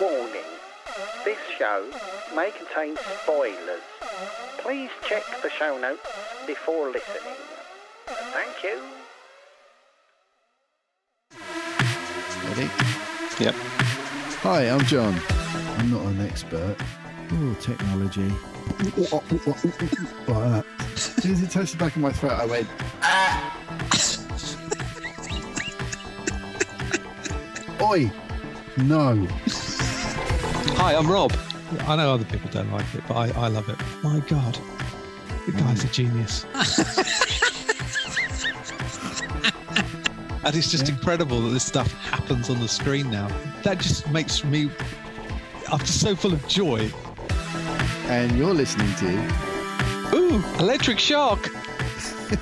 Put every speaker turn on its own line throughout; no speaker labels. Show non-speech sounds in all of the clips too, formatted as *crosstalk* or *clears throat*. Warning. This show may contain spoilers. Please check the show notes before listening. Thank you.
Ready?
Yep.
Hi, I'm John. I'm not an expert. Oh, technology. Like *laughs* that. As soon as it touched the back of my throat, I went, ah! Oi! No.
Hi, I'm Rob. I know other people don't like it, but I, I love it. My God, the guy's a genius. and it's just
Yeah.
incredible that this stuff happens on the screen now. That just makes me. I'm just so full of joy.
And you're listening to.
Ooh, electric shock. *laughs*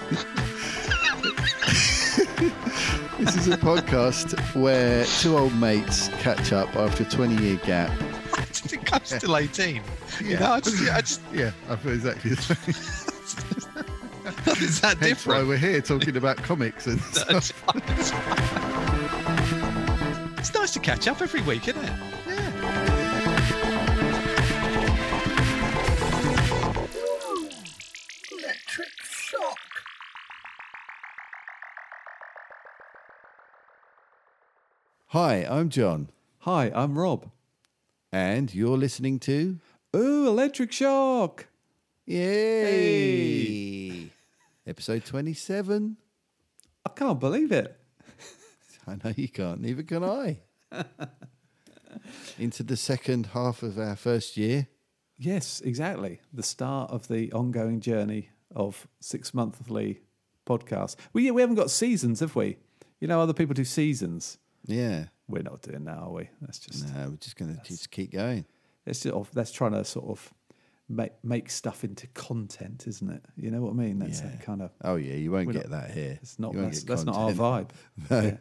This is a podcast where two old mates catch up after a 20 year gap.
I think I'm still 18. You know, I just, I just,
Yeah, I feel exactly the same.
nothing's that
That's why
different.
we're here talking about comics and
*laughs*
stuff.
it's nice to catch up every week, isn't it?
Yeah.
Electric shock.
Hi, I'm John.
Hi, I'm Rob.
And you're listening to.
Ooh, electric shock.
Yay! Episode 27.
I can't believe it.
I know you can't, neither can
*laughs*
I. Into the second half of our first year.
Yes, exactly. The start of the ongoing journey of six monthly podcasts. We, we haven't got seasons, have we? You know, other people do seasons.
Yeah.
We're not doing that, are we? That's just,
No, we're just going to just keep going.
that's, sort of, that's trying to sort of make, make stuff into content, isn't it? You know what I mean? That's that kind of,
Oh, yeah, you won't
We're
get that here.
it's not,
You won't
that's,
get
that's not our
content.
vibe. Yeah.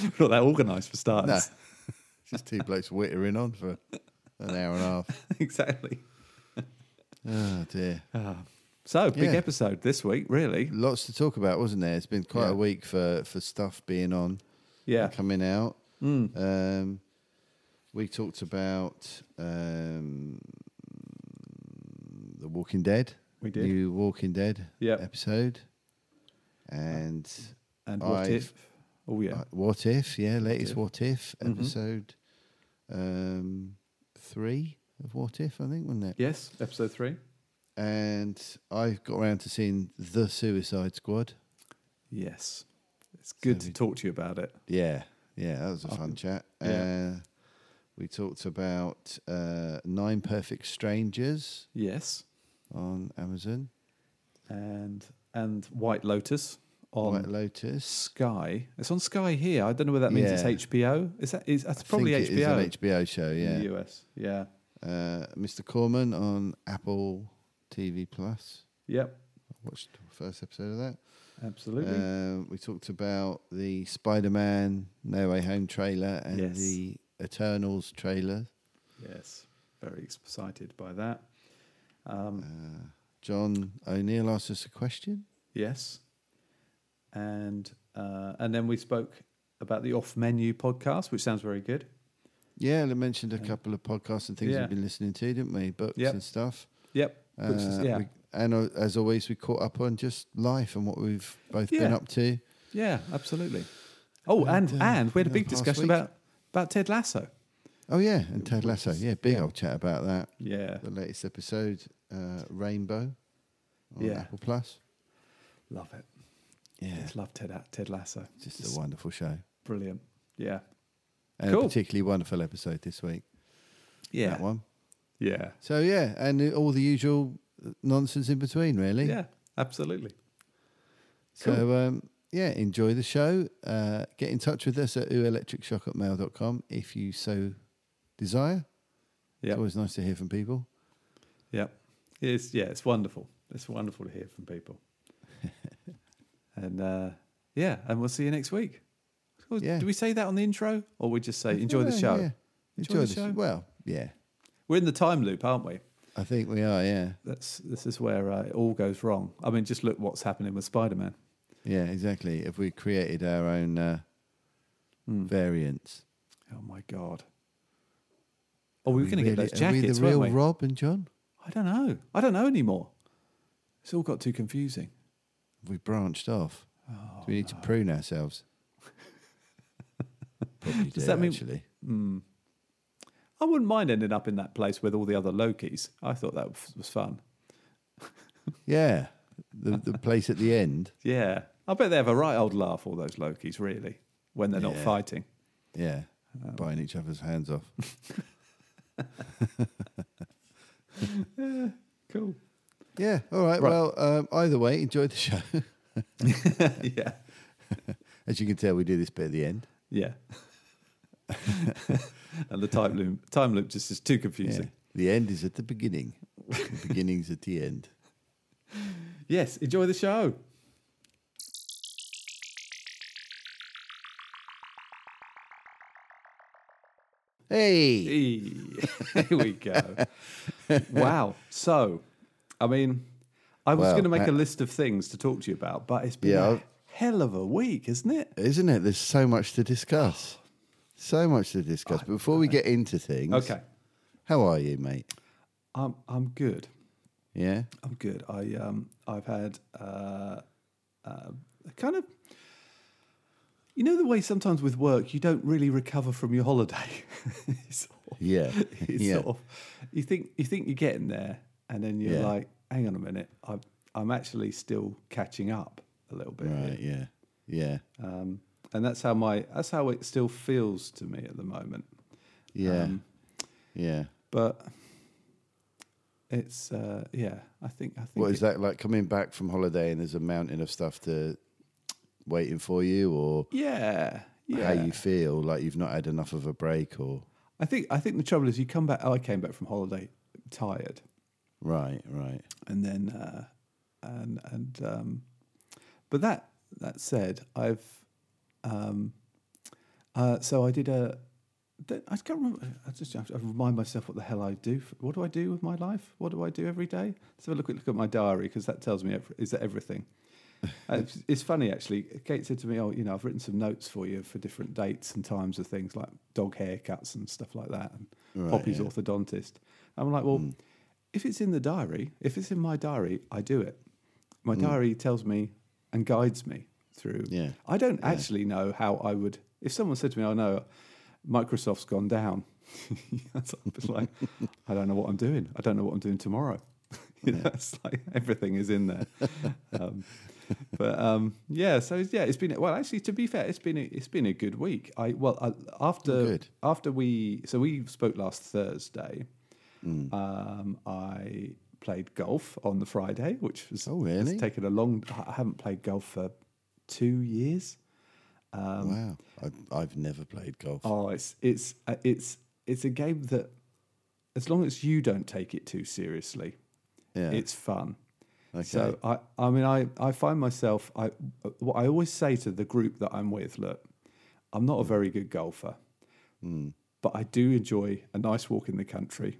*laughs* We're not that organised for starters.
No. just two blokes wittering on for an hour and a
*laughs*
half.
exactly.
Oh, dear.
So, big
Yeah. Mm.
episode this week, really.
Lots to talk about, wasn't there? It's been quite a week for, for stuff being on.
Yeah. Hmm.
coming out. Um, we talked about um, the Walking Dead.
We did.
new Walking Dead
Yep.
episode, and
And what
I've-
if? Oh yeah, Mm-hmm.
uh, what if? Yeah, latest what if, episode um, three of What If, I think, wasn't it?
yes. Episode three.
And I got around to seeing the Suicide Squad.
Yes, it's good to talk to you about it.
Yeah, yeah, that was a fun chat.
yeah.
Uh, we talked about uh, Nine Perfect Strangers
Yes,
on Amazon,
and and White Lotus on
White Lotus.
Sky. It's on Sky here. I don't know whether that means
Yeah.
it's HBO. Is that is that's probably
I think
HBO
It is an HBO show,
in
yeah.
the US? Yeah.
Uh, Mr. Corman on Apple TV Plus.
Yep.
I watched the first episode of that.
Absolutely.
Uh, we talked about the Spider Man No Way Home trailer and
Yes.
the Eternals trailer.
yes. Very excited by that.
John O'Neill asked us a question.
Yes. And uh, and then we spoke about the off menu podcast, which sounds very good.
Yeah, they mentioned a couple of podcasts and things
Yeah.
we've been listening to, didn't we? Books
Yep.
and stuff.
Yep. Books is-
Uh,
yeah.
we, and uh, as always, we caught up on just life and what we've both been
Yeah.
up to.
Yeah, absolutely. Oh, and and,
uh,
we had a
yeah,
big
past
discussion
week.
about about Ted Lasso.
Oh yeah, and Ted Lasso. Yeah, big old chat about that.
Yeah,
The latest episode, uh, Rainbow, on
Yeah.
Apple Plus.
love it.
Yeah,
Just love Ted Ted Lasso.
just
It's
a wonderful show,
brilliant. Yeah,
and a
Cool.
particularly wonderful episode this week.
yeah,
That one.
yeah,
So yeah, and all the usual nonsense in between, really.
yeah. Absolutely.
So um, yeah, enjoy the show. Uh, get in touch with us at ooelectricshock at mail.com if you so desire.
Yeah,
It's always nice to hear from people.
yeah. It's yeah, it's wonderful. It's wonderful to hear from *laughs* people. and uh, yeah, and we'll see you next week. Oh,
Yeah.
Do we say that on the intro, or we just say enjoy the
Yeah,
show?
yeah. Enjoy, the, show.
show.
Well, yeah,
We're in the time loop, aren't we?
I think we are. Yeah,
That's this is where uh, it all goes wrong. I mean, just look what's happening with Spider Man.
yeah, exactly. If we
Hmm.
created our own uh, variants.
Oh my god. Oh, we were going to
Really,
get those
are we
jackets,
the real
weren't we?
Rob and John?
I don't know. I don't know anymore. It's all got too confusing.
We branched off.
Oh,
Do we need to prune
*laughs*
ourselves? Probably
Does
do,
that mean-
actually.
I wouldn't mind ending up in that place with all the other Lokis. I thought that f- was fun.
Yeah. The, the place at the end.
Yeah. I bet they have a right old laugh, all those Lokis, really, when they're not
Yeah.
fighting.
Yeah. Biting each other's hands off.
Cool.
*laughs* Yeah. All right. Well, um, either way, enjoy the show.
*laughs*
*laughs*
yeah.
As you can tell, we do this bit at the end.
Yeah. *laughs* and the time loop, time loop just is too
Yeah.
confusing.
The end is at the beginning. the beginning's at the end.
Yes. Enjoy the show.
*laughs* Hey.
Hey, *laughs* Here we go. wow. So, I mean, I was
Well,
going to make
I-
a list of things to talk to you about, but it's been
Yeah,
a
I've-
hell of a week, isn't it?
Isn't it? There's so much to discuss. So much to discuss. Before we get into things,
Okay.
How are you, mate?
I'm I'm good.
Yeah.
I'm good. I um I've had uh, uh kind of you know the way sometimes with work you don't really recover from your holiday. *laughs* It's sort
*laughs*
of-
Yeah.
*laughs* it's
yeah.
sort of you think you think you're getting there and then you're
Yeah.
like, hang on a minute, I I'm actually still catching up a little bit. here.
Right. Yeah. Yeah.
Um, and that's how my that's how it still feels to me at the moment.
Yeah.
um,
yeah.
But it's uh, yeah, I think I think
What
it-
is that like coming back from holiday and there's a mountain of stuff to waiting for you or
Yeah, yeah.
how you feel like you've not had enough of a break or
I think I think the trouble is you come back. I came back from holiday tired,
right, right.
and then uh, and and um, but that that said, I've um, uh, so I did a. don't- I can't remember. I just have to remind myself what the hell I do. For, what do I do with my life? What do I do every day? Let's have a look at look at my diary because that tells me every, is that everything. And it's, it's funny actually. Kate said to me, "Oh, you know, I've written some notes for you for different dates and times of things like dog haircuts and stuff like that, and Poppy's orthodontist." I'm like, "Well, if it's in the diary, if it's in my diary, I do it. My diary tells me and guides me through.
Hmm. Yeah.
I don't actually know how I would. If someone said to me, "I know Microsoft's gone down," *laughs* it's like, I don't know what I'm doing. I don't know what I'm doing tomorrow. *laughs* you know, it's like everything is in there. um, but um, yeah, so it's- yeah, it's been well. Actually, to be fair, it's been a, it's been a good week. I well I, after
Oh, Good.
after we so we spoke last Thursday. Um, I played golf on the Friday, which was
Oh,
has
really?
taken a long. I haven't played golf for two years.
wow. I, I've never played golf.
Um, Oh, it's it's uh, it's it's a game that, as long as you don't take it too seriously,
yeah.
it's fun.
okay.
So I, I mean, I, I find myself, I, what I always say to the group that I'm with, look, I'm not a very good golfer, but I do enjoy a nice walk in the country.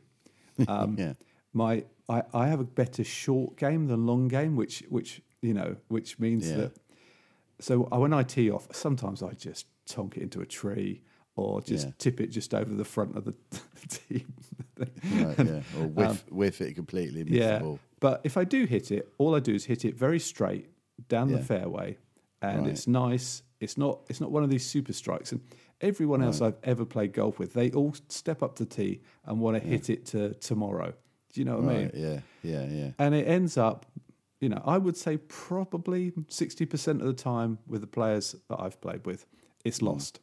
um, *laughs*
yeah.
My, I, I have a better short game than long game, which, which you know, which means
Yeah.
that. So I- when I tee off, sometimes I just tonk it into a tree or just
Yeah.
tip it just over the front of the *laughs* tee.
*laughs* Right, yeah. Or whiff whiff it completely and miss
Um, Yeah.
the ball.
But if I do hit it, all I do is hit it very straight down the
Yeah.
fairway, and
Right.
it's nice. It's not. It's not one of these super strikes. And everyone else I've ever played golf with, they all step up to tee and want to hit it to tomorrow. Do you know what I mean?
Right, yeah. Yeah, yeah.
And it ends up, you know, I would say probably sixty percent of the time with the players that I've played with, it's
Mm.
lost.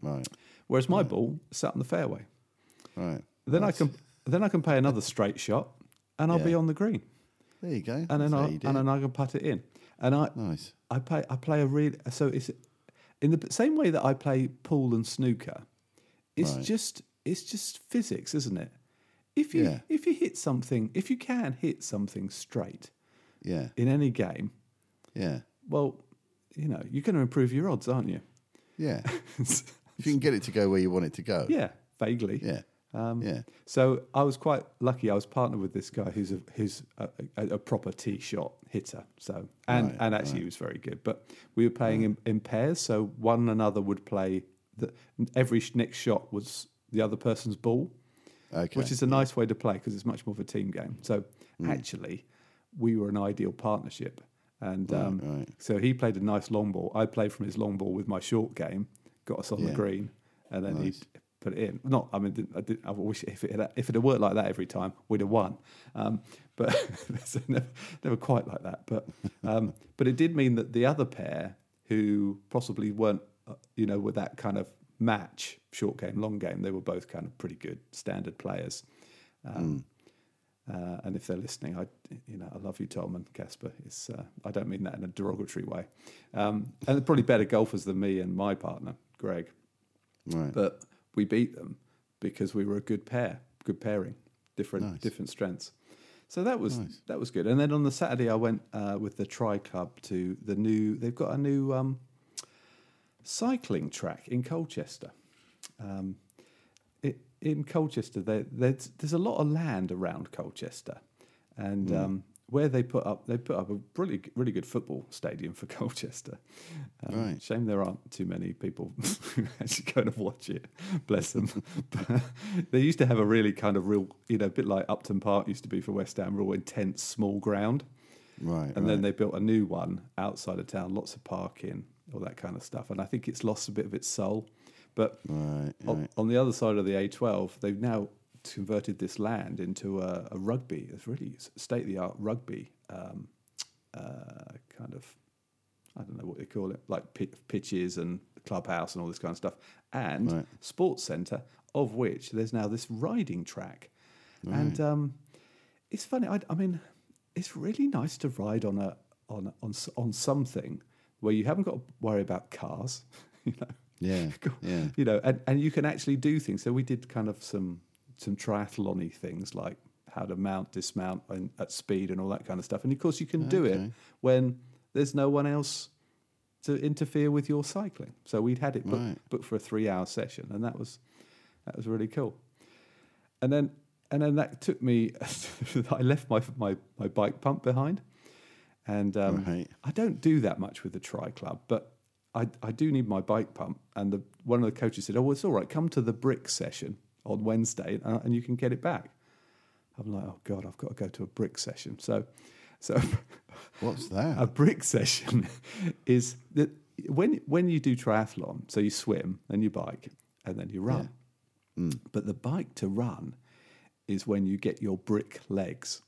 Right.
Whereas
Mm.
my ball sat on the fairway.
Right.
Then I can then I can play another straight shot, and I'll be
Yeah.
on the green.
There you go.
and
That's
then
how
I
you do Mm.
and
it.
then I can put it in. And I
Nice.
I play I play a real so it's in the same way that I play pool and snooker. It's
Right.
just it's just physics, isn't it? If you
Yeah.
if you hit something, if you can hit something straight
Yeah.
in any game,
Yeah.
well, you know you're going to improve your odds, aren't you? *laughs*
Yeah. if you can get it to go where you want it to go.
yeah, Um, vaguely.
Yeah. yeah.
So I was quite lucky. I was partnered with this guy who's a who's a, a, a proper tee shot hitter. So and
Right,
and actually he was very good. But we were playing in, in pairs, so one another would play. The, every sh- next shot was the other person's ball.
Okay. Hmm.
which is a nice way to play because it's much more of a team game. So actually, we were an ideal partnership. And um,
right.
so he played a nice long ball. I played from his long ball with my short game, got us on the
Yeah.
green, and then he put it in. Not, I mean, didn't- I, didn't, I wish if it had, if it had worked like that every time, we'd have won. Um, but *laughs* so never, never quite like that.
*laughs*
But um, but it did mean that the other pair who possibly weren't, uh, you know, with that kind of match, short game, long game, they were both kind of pretty good standard players. Um, Uh, and if they're listening, I, you know, I love you, Tom and Casper. It's, uh, I don't mean that in a derogatory way. Um, and they're probably better golfers than me and my partner, Greg.
Right.
But we beat them because we were a good pair, good pairing, different different strengths. So that was that was good. And then on the Saturday, I went uh, with the Tri Club to the new. They've got a new um, cycling track in Colchester. Um, it, in Colchester, there, there's, there's a lot of land around Colchester, and um, where they put up they put up a really really good football stadium for *laughs* Colchester. Um,
Right.
Shame there aren't too many people *laughs* who actually go and watch it. Bless them. *laughs* But they used to have a really kind of real, you know, a bit like Upton Park used to be for West Ham, real intense small ground.
right.
And then they built a new one outside of town, lots of parking, all that kind of stuff. And I think it's lost a bit of its soul. But
Right.
on, on the other side of the A12, they've now converted this land into a, a rugby, it's really state of the art rugby um, uh, kind of, I don't know what they call it, like pi- pitches and clubhouse and all this kind of stuff, and
Right.
sports centre, of which there's now this riding track. And um, it's funny. I, I mean, it's really nice to ride on a on on s- on something where you haven't got to worry about cars, *laughs* you know. *laughs*
Yeah.
Cool.
Yeah.
You know, and, and you can actually do things. So we did kind of some some triathlon-y things like how to mount, dismount, and at speed and all that kind of stuff. And of course, you can do it when there's no one else to interfere with your cycling. So we'd had it booked,
Right.
booked for a three-hour session, and that was that was really cool. And then and then that took me. *laughs* I left my my my bike pump behind. And um,
Right.
I don't do that much with the tri club, but I, I do need my bike pump. And the, one of the coaches said, Oh, it's all right. Come to the brick session on Wednesday and, and you can get it back. I'm like, Oh, God, I've got to go to a brick session. So, so *laughs*
What's that?
a brick session *laughs* is that when, when you do triathlon, so you swim, then you bike, and then you run. But the bike to run is when you get your brick legs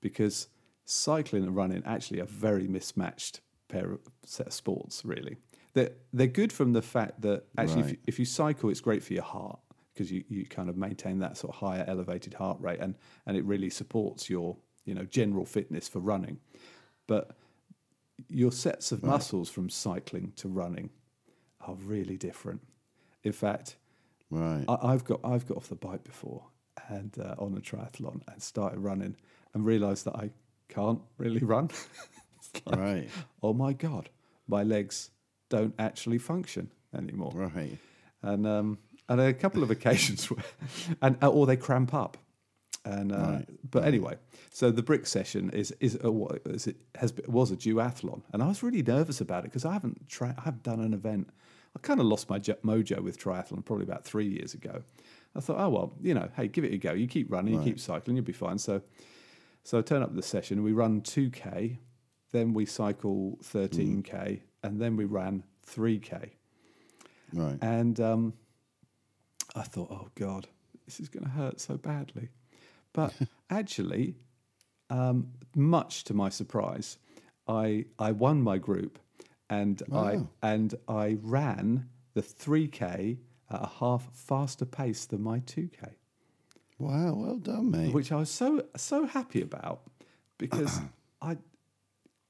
because cycling and running actually are very mismatched pair of set of sports really they're, they're good from the fact that actually if, you, if you cycle it's great for your heart because you, you kind of maintain that sort of higher elevated heart rate and, and it really supports your you know general fitness for running but your sets of muscles from cycling to running are really different in fact
right.
I, I've got I've got off the bike before and uh, on a triathlon and started running and realised that I can't really run. *laughs* It's like,
right.
Oh my god, my legs don't actually function anymore.
Right.
And um, and a couple of occasions *laughs* where, and uh, or they cramp up. And uh, but anyway, so the brick session is is a, what is it has been- was a duathlon, and I was really nervous about it because I haven't tried I haven't done an event. I kind of lost my jo- mojo with triathlon probably about three years ago. I thought, oh well, you know, hey, give it a go. You keep running, you keep cycling, you'll be fine. So so I turn up the session, we run 2K, then we cycle 13K, and then we ran 3K. *laughs*
Right.
And um, I thought, oh God, this is going to hurt so badly. But actually, um, much to my surprise, I, I won my group and, I, and I ran the 3K at a half faster pace than my 2K
Wow. Well done, mate.
which I was so so happy about because I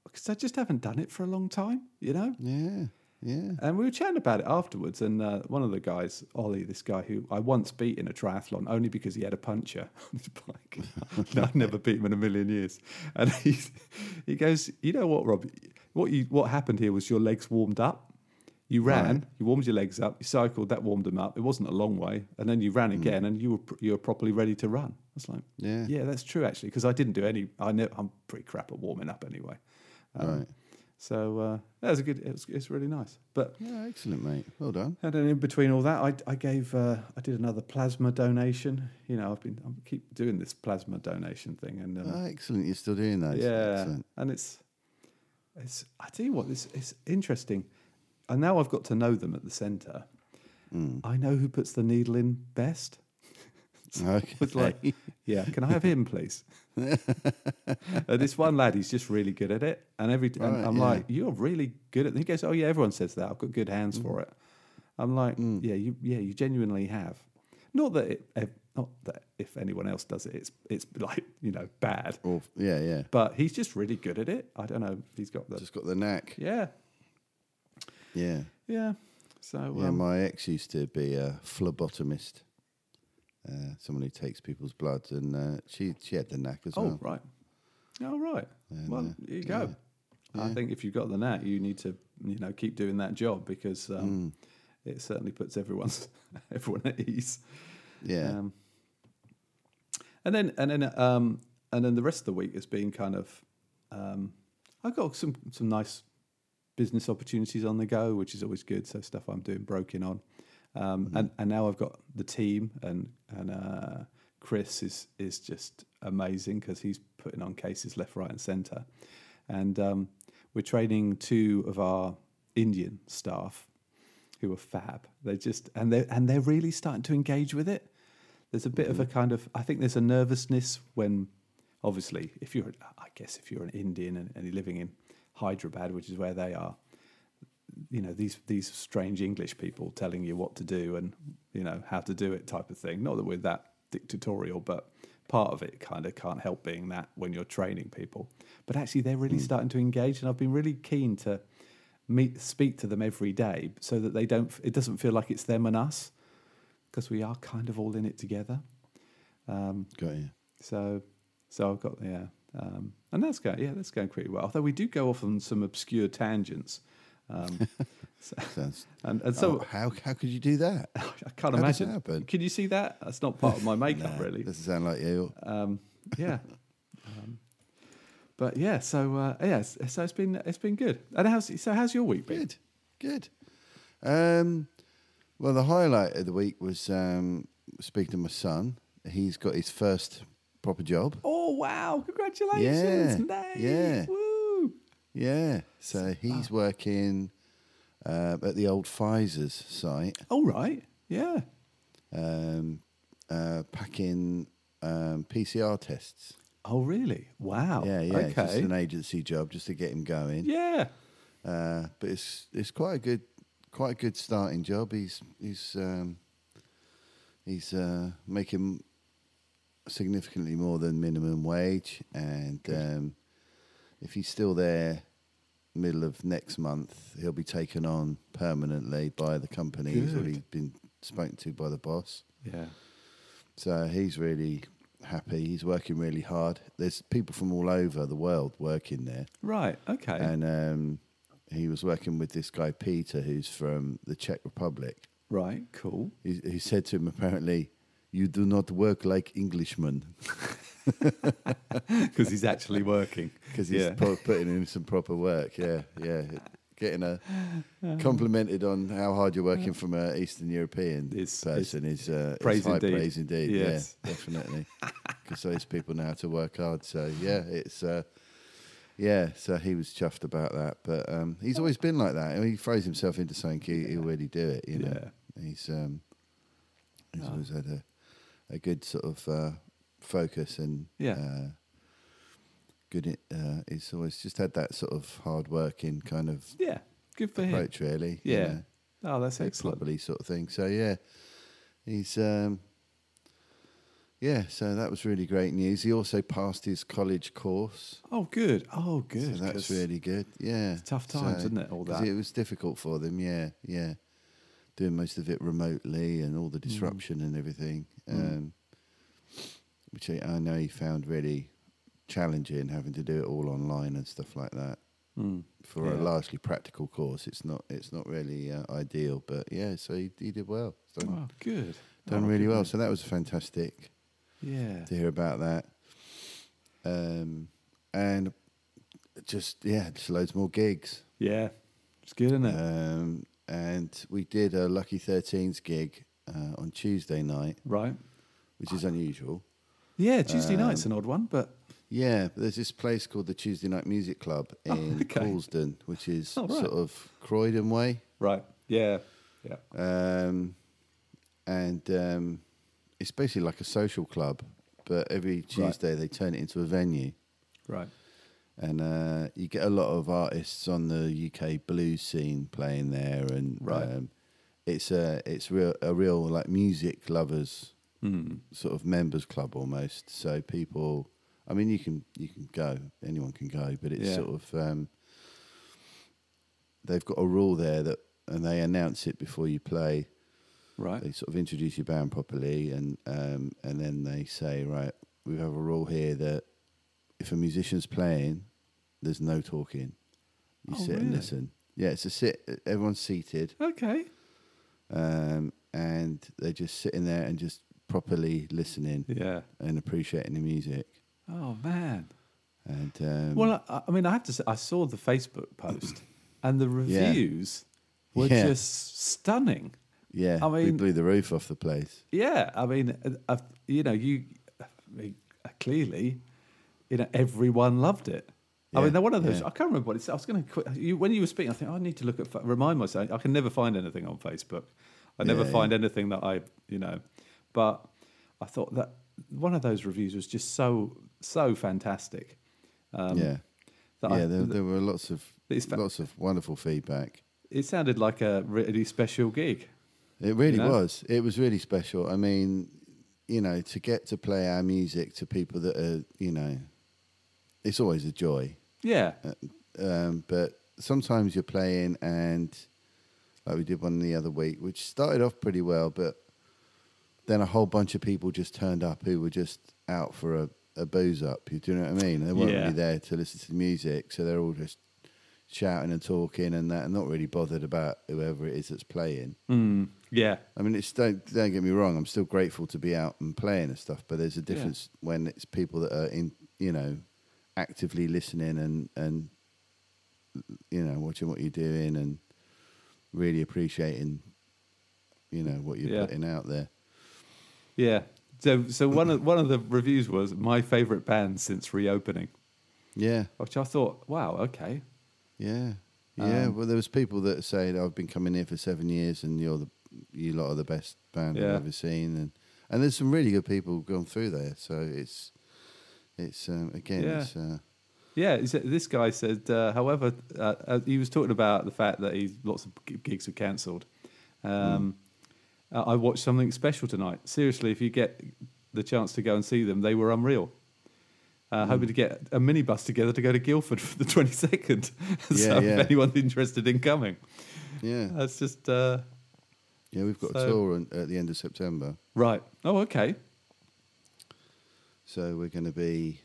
because I just haven't done it for a long time, you know.
Yeah. Yeah.
And we were chatting about it afterwards, and uh, one of the guys, Ollie, this guy who I once beat in a triathlon only because he had a puncture *laughs* on his bike. *laughs* I'd never beat him in a million years. And *laughs* he he goes, you know what, Rob, what you what happened here was your legs warmed up. You ran, you warmed your legs up, you cycled, that warmed them up. It wasn't a long way, and then you ran again, and you were pr- you were properly ready to run. I was like,
Yeah.
yeah, that's true actually, because I didn't do any. I know I'm pretty crap at warming up anyway. Um,
Right.
So uh, that was a good. It was, it's really nice. But
Yeah, excellent, mate. Well done.
and then in between all that, I, I gave uh, I did another plasma donation. You know, I've been I keep doing this plasma donation thing, and um,
Ah, excellent. You're still doing that.
yeah, *laughs*
Excellent.
and it's it's I tell you what, this it's interesting. And now I've got to know them at the centre.
Hmm.
I know who puts the needle in best.
Okay. *laughs*
It's like, yeah, *laughs* can I have him, please? Uh, this one lad, he's just really good at it, and every and
Right,
I'm
yeah.
like, you're really good at. He goes, oh yeah, everyone says that. I've got good
Mm.
hands for it. I'm like, yeah, you yeah, you genuinely have. Not that it, eh, not that if anyone else does it, it's it's *laughs* like you know bad,
Or, yeah, yeah.
but he's just really good at it. I don't know, he's got the
Just got the knack.
yeah
Yeah.
yeah. So
Yeah,
um,
my ex used to be a phlebotomist, uh, someone who takes people's blood, and uh, she she had the knack as
oh
well.
right, oh right. well,
uh,
there you go. I think if you've got the knack, you need to you know keep doing that job because
Mm.
um, it certainly puts everyone's *laughs* everyone at ease.
Yeah,
Um, and then and then um, and then the rest of the week has been kind of um, I got some some nice business opportunities on the go, which is always good. So stuff I'm doing broken on, um, and and now I've got the team and and uh, Chris is is just amazing because he's putting on cases left, right, and centre, and um, we're training two of our Indian staff who are fab. They just and they and they're really starting to engage with it. There's a bit of a kind of I think there's a nervousness when obviously if you're I guess if you're an Indian and, and you're living in Hyderabad, which is where they are, you know these these strange English people telling you what to do and you know how to do it type of thing. Not that we're that dictatorial, but part of it kind of can't help being that when you're training people. But actually, they're really starting to engage, and I've been really keen to meet speak to them every day so that they don't. It doesn't feel like it's them and us because we are kind of all in it together.
got you.
So, so I've got yeah, um, and that's going yeah, that's going pretty well. Although we do go off on some obscure tangents, um, so-
Sounds.
and and
So
so
how how could you do that?
I can't
Oh, How does
imagine.
that happen?
Can you see that? That's not part
*laughs*
of my makeup,
Nah,
*laughs* really.
Doesn't sound like you.
Um, *laughs* yeah. um, but yeah, so uh, yeah, s- so it's been it's been good. And how's so how's your week been?
Good, good. Um, well, the highlight of the week was um, speaking to my son. He's got his first proper job.
Oh wow! Congratulations,
Yeah,
Nate!
yeah.
Woo!
Yeah, so he's working uh, at the old Pfizer's site.
All right. Yeah.
um, uh, packing um, PCR tests.
Oh really? Wow.
yeah, yeah, it's just
Oh, Okay.
an agency job just to get him going.
Yeah.
Uh, but it's it's quite a good quite a good starting job. He's he's um, he's uh, making significantly more than minimum wage, and um, if he's still there middle of next month, he'll be taken on permanently by the company. He's
Good.
already been spoken to by the boss.
Yeah.
So he's really happy. He's working really hard. There's people from all over the world working there,
Right. Okay.
and um, he was working with this guy Peter, who's from the Czech Republic.
right. Cool.
He, he said to him, apparently, "You do not work like Englishmen,"
*laughs* Because he's actually working.
because he's
yeah.
pro- putting in some proper work. Yeah, yeah, getting a complimented on how hard you're working from a Eastern European
It's- it's
person is uh,
praise
is high
indeed.
praise indeed.
Yes.
Yeah, definitely. Because those people know how to work hard. So yeah, it's uh, yeah. So he was chuffed about that, but um, he's always been like that. he throws himself into something, he, he'll really do it. *laughs* You know, he's um, he's
Oh.
always had a a good sort of uh, focus and
Yeah.
Uh, Good, uh, he's always just had that sort of hard working kind of
yeah. Good for him.
approach, really. you
Yeah.
know
Oh, that's
very
excellent.
properly sort of thing. So yeah, he's um, yeah. So that was really great news. He also passed his college course.
Oh, good. Oh,
So
good.
that's
'cause-
really good. Yeah,
tough times, isn't it, all
'cause
that?
It was difficult for them. Yeah, yeah. Doing most of it remotely and all the
Mm.
disruption and everything, um, which I, I know he found really challenging, having to do it all online and stuff like that.
Mm.
For a
yeah.
largely practical course, it's not it's not really uh, ideal, but yeah. So he, he did well. He's Done,
Oh, good.
done
Oh,
really
good
well.
news.
So that was fantastic
Yeah.
to hear about that. Um, and just yeah, just loads more gigs.
Yeah, it's good, isn't it?
Um, and we did a Lucky Thirteens gig uh, on Tuesday night,
right.
which is unusual.
Yeah,
Um,
Tuesday night's an odd one, but
Yeah, but there's this place called the Tuesday Night Music
*laughs*
Club in
Oh, okay.
Coulsdon, which is
Oh, right.
sort of Croydon way.
right. Yeah, yeah.
Um, and um, it's basically like a social club, but every Tuesday they turn it into a venue.
Right.
And uh, you get a lot of artists on the UK blues scene playing there, and
Right.
um, it's a it's real a real like music lovers
Hmm.
sort of members club almost. So people, I mean, you can you can go, anyone can go, but it's
Yeah.
sort of um, they've got a rule there that, and they announce it before you play they
Right.
sort of introduce your band properly, and um, and then they say, right, we have a rule here that if a musician's playing, there's no talking. You
Oh,
sit and
really?
listen. Yeah, it's a sit. Everyone's seated,
Okay.
um, and they're just sitting there and just properly listening
Yeah.
and appreciating the music.
Oh man.
And um,
Well, I, I mean, I have to say, I saw the
*clears throat*
Facebook post, and the
Yeah.
reviews were
Yeah.
just stunning.
yeah,
I
we
mean-
blew the roof off the place.
Yeah, I mean, uh, uh, you know, you I mean, uh, clearly, you know, everyone loved it. I
Yeah,
mean, they're one of those.
yeah.
I can't remember what it's. I was going to you when you were speaking. I think "Oh, I need to look at fa- remind myself. I can never find anything on Facebook. I never
Yeah,
find anything that I you know. But I thought that one of those reviews was just so so fantastic. Um,
yeah,
That I,
yeah. There, there were lots of
It's fa-
lots of wonderful feedback.
it sounded like a really special gig.
It really
know?
was. It was really special. I mean, you know, to get to play our music to people that are, you know, it's always a joy.
Yeah,
Um, but sometimes you're playing and, like we did one the other week, which started off pretty well, but then a whole bunch of people just turned up who were just out for a, a booze up. You do you know what I mean? They weren't
Yeah.
really there to listen to the music, so they're all just shouting and talking and that, and not really bothered about whoever it is that's playing.
mm, yeah,
I mean, it's don't don't get me wrong. I'm still grateful to be out and playing and stuff, but there's a difference when it's people that are in, you know, actively listening and and you know watching what you're doing and really appreciating, you know, what you're
Yeah.
putting out there.
yeah. So, so one of one of the reviews was my favorite band since reopening.
Yeah,
which I thought, wow, okay,
yeah, yeah.
Um,
well, there was people that said "Oh, I've been coming here for seven years, and you're the you lot are the best band
Yeah.
I've ever seen, and and there's some really good people gone through there. So it's it's um, again,
Yeah.
it's. Uh,
yeah. he said- This guy said, uh, however, uh, uh, he was talking about the fact that he's lots of g- gigs are cancelled. Um,
Hmm.
uh, I watched something special tonight. Seriously, if you get the chance to go and see them, they were unreal.
Hmm.
Uh, Hoping to get a minibus together to go to Guildford for the twenty *laughs* second. so
Yeah, yeah.
if anyone's interested in coming,
Yeah,
that's just uh,
yeah, we've got
so-
a tour on, at the end of September,
right. Oh, okay.
so we're going to be.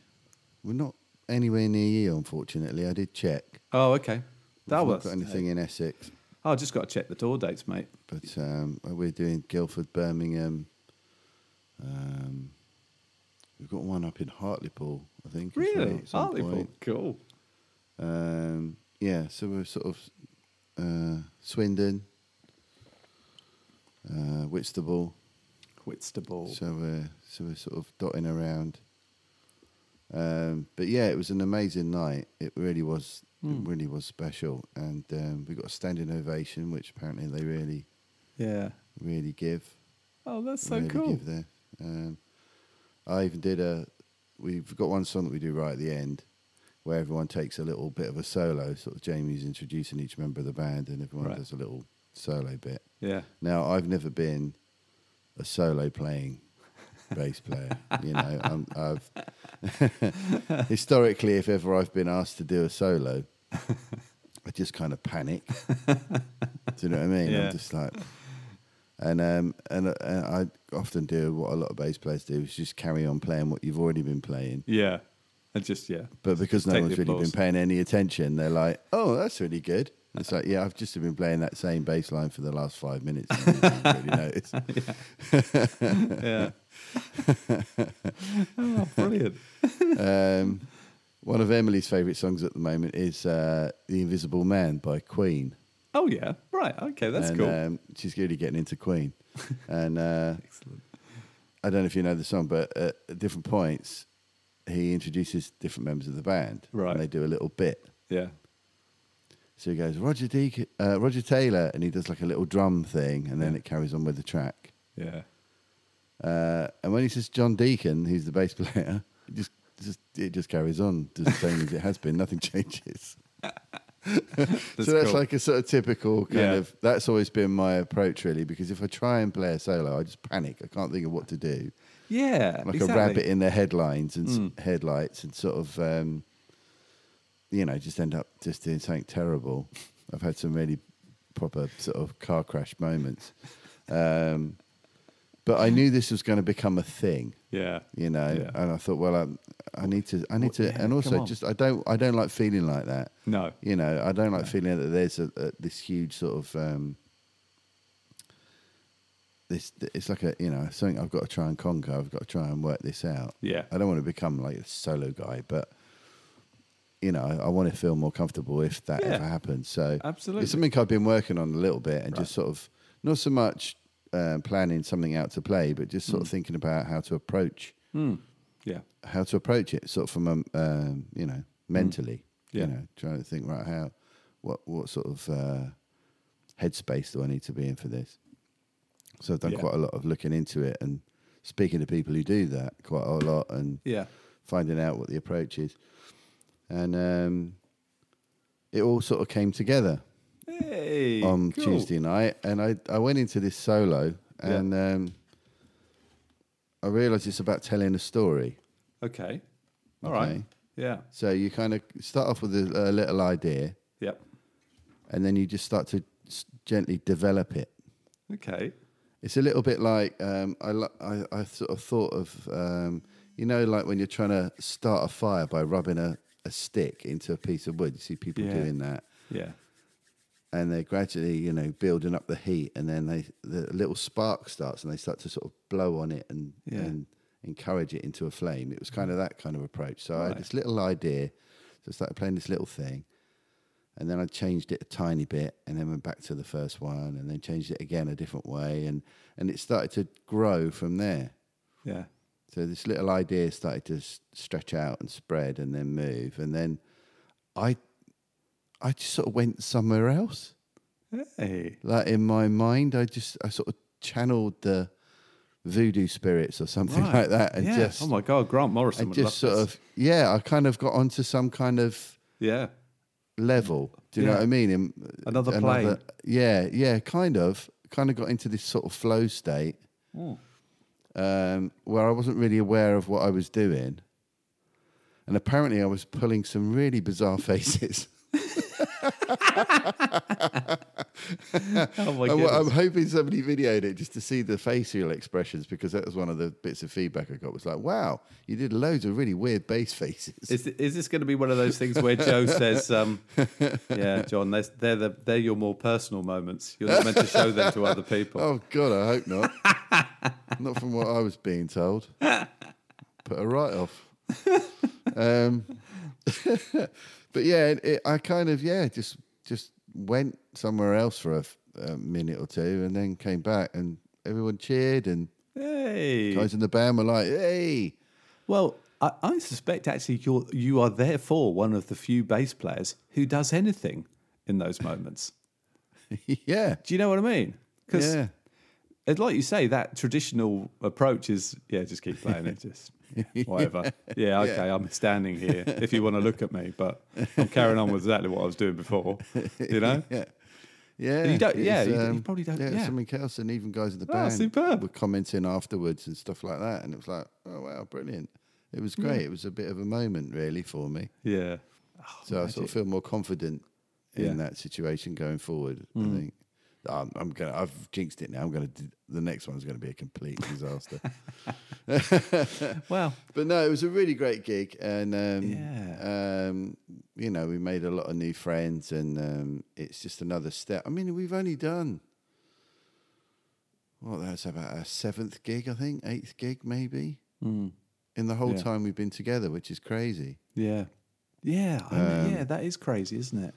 We're not anywhere near you, unfortunately. I did check.
Oh, okay. That
We've
was.
not got anything in Essex,
Oh, I just got to check the tour dates, mate.
but um, we're doing Guildford, Birmingham. Um, we've got one up in Hartlepool, I think. as well
Really,
at some
Hartlepool,
point.
cool.
Um, yeah, so we're sort of uh, Swindon, uh, Whitstable.
Whitstable.
So we're so we're sort of dotting around. Um, but yeah, it was an amazing night. It really was.
Hmm.
It really was special, and um, we got a standing ovation, which apparently they really,
Yeah.
really give.
Oh, that's so
really
cool.
Give there. Um, I even did a. We've got one song that we do right at the end, where everyone takes a little bit of a solo. Sort of Jamie's introducing each member of the band, and everyone
Right.
does a little solo bit.
Yeah.
Now, I've never been a solo playing *laughs* bass player. You know, I'm, I've *laughs* historically, if ever I've been asked to do a solo, I just kind of panic. do you know what I mean?
Yeah.
I'm just like, and um, and uh, and I often do what a lot of bass players do is just carry on playing what you've already been playing.
Yeah. And just yeah.
But because no
Take the
one's really been
applause.
paying any attention, they're like, "Oh, that's really good." And It's like, yeah, I've just been playing that same bass line for the last five minutes. And you didn't really
*laughs*
notice. *laughs*
Yeah. oh, brilliant.
Um, One of Emily's favourite songs at the moment is uh, "The Invisible Man" by Queen.
Oh yeah, right. Okay, that's
and,
cool.
Um, she's really getting into
*laughs*
Queen, and uh,
Excellent.
I don't know if you know the song, but at different points, he introduces different members of the band,
Right.
And they do a little bit.
Yeah.
So he goes Roger Deak uh, Roger Taylor, and he does like a little drum thing, and then it carries on with the track.
Yeah.
Uh, and when he says John Deacon, who's the bass player, it just, just it just carries on just the same as it has been. Nothing *laughs* changes.
That's
so that's
cool.
like a sort of typical kind
Yeah.
of. That's always been my approach, really, because if I try and play a solo, I just panic. I can't think of what to do.
yeah,
Like
exactly. Hmm.
a rabbit in the headlines and s- headlights, and sort of, um, you know, just end up just doing something terrible. I've had some really proper sort of car crash moments, um, but I knew this was going to become a thing
Yeah.
you know
Yeah.
and i thought well i, I need to i need
What the
to
heck?
and
Come
also
on.
just i don't i don't like feeling like that
No.
you know i don't like feeling that there's a, a this huge sort of um this it's like a you know something i've got to try and conquer i've got to try and work this out
Yeah.
i don't want to become like a solo guy but you know i, I want to feel more comfortable if that
Yeah.
ever happens so
Absolutely.
it's something i've been working on a little bit and just sort of not so much uh, planning something out to play but just
Mm.
sort of thinking about how to approach
Hmm. Yeah.
how to approach it, sort of from um, um, you know mentally,
Mm. Yeah.
you know, trying to think right how what what sort of uh, headspace do I need to be in for this? So I've done
Yeah.
quite a lot of looking into it and speaking to people who do that quite a lot and
Yeah.
finding out what the approach is, and um, it all sort of came together
Hey.
on
cool.
Tuesday night, and I, I went into this solo and um, I realised it's about telling a story.
Okay. All right.
Okay.
Yeah.
So you kind of start off with a, a little idea,
Yep.
and then you just start to s- gently develop it.
Okay.
It's a little bit like um, I, lo- I I sort of thought of um, you know like when you're trying to start a fire by rubbing a, a stick into a piece of wood. You see people
Yeah.
doing that,
Yeah.
and they're gradually you know building up the heat, and then they the little spark starts, and they start to sort of blow on it and
Yeah.
and encourage it into a flame. It was kind of that kind of approach. So I
Right.
had this little idea, so I started playing this little thing. and then I changed it a tiny bit, and then went back to the first one, and then changed it again a different way, and and it started to grow from there.
Yeah.
So this little idea started to s- stretch out and spread, and then move, and then I I just sort of went somewhere else.
Hey.
Like in my mind, I just I sort of channeled the voodoo spirits or something
Right.
like that, and
yeah.
just
oh my God, Grant Morrison
and
would
just
love
sort
this.
of yeah, I kind of got onto some kind of
Yeah.
level. Do you
Yeah.
know what I mean? In,
Another plane.
Yeah, yeah, kind of. Kind of got into this sort of flow state
Hmm.
um, where I wasn't really aware of what I was doing. And apparently, I was pulling some really bizarre *laughs* faces.
Oh my
I'm,
goodness.
I'm hoping somebody videoed it just to see the facial expressions because that was one of the bits of feedback I got. Was like, wow, you did loads of really weird base faces.
Is, is this going to be one of those things where Joe says, um, "Yeah, John, they're they're, the, they're your more personal moments. You're not meant to show them to other
*laughs*
people."
*laughs* Oh God, I hope not. not *laughs* from what I was being told. Put a write off.
*laughs*
Um, *laughs* but yeah, it, it, I kind of yeah just just went somewhere else for a, f- a minute or two, and then came back, and everyone cheered, and
Hey.
guys in the band were like, "Hey, *laughs*
Well, I, I suspect actually you're you are therefore one of the few bass players who does anything in those moments.
yeah,
Do you know what I mean? Because
yeah."
like you say, that traditional approach is yeah, just keep playing
*laughs*
it, just whatever. Yeah, okay, I'm standing here if you want to look at me, but I'm carrying on with exactly what I was doing before.
*laughs*
You know?
Yeah. Yeah,
You don't-
it
yeah,
was,
you- you probably don't-
it was
yeah.
something else, and even guys in the
Ah,
band
superb.
were commenting afterwards and stuff like that, and it was like, oh wow, brilliant! It was great. It was a bit of a moment, really, for me.
Yeah.
so I sort of feel more confident in
Yeah. Mm.
that situation going forward. I think I'm, I'm gonna, I've jinxed it now. I'm gonna, do, the next one's gonna be a complete
*laughs*
disaster.
Well,
But no, it was a really great gig, and um,
Yeah.
um, you know, we made a lot of new friends, and um, it's just another step. I mean, we've only done well, that's about our seventh gig, I think,
Mm,
eighth gig maybe, in the whole
Yeah.
time we've been together, which is crazy.
yeah. Yeah, I mean,
Um,
yeah, that is crazy, isn't it?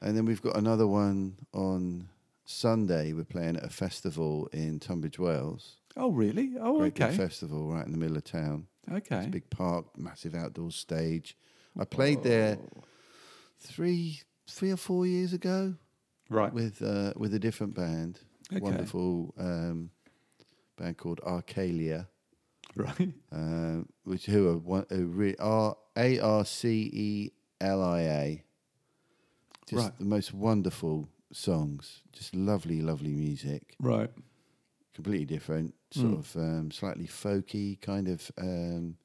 And then we've got another one on Sunday. We're playing at a festival in Tunbridge Wells.
Oh, really? Oh,
Great big
okay,
festival right in the middle of town.
okay.
Big park, massive outdoor stage. I played there
Oh,
three, three or four years ago
Right.
with uh, with a different band.
Okay.
Wonderful um, band called Arcalia.
*laughs* right.
uh, which who are one who re, are A R C E L I A. Just
Right.
the most wonderful songs, just lovely, lovely music.
Right.
Completely different,
Hmm.
sort of um, slightly folky, kind of um,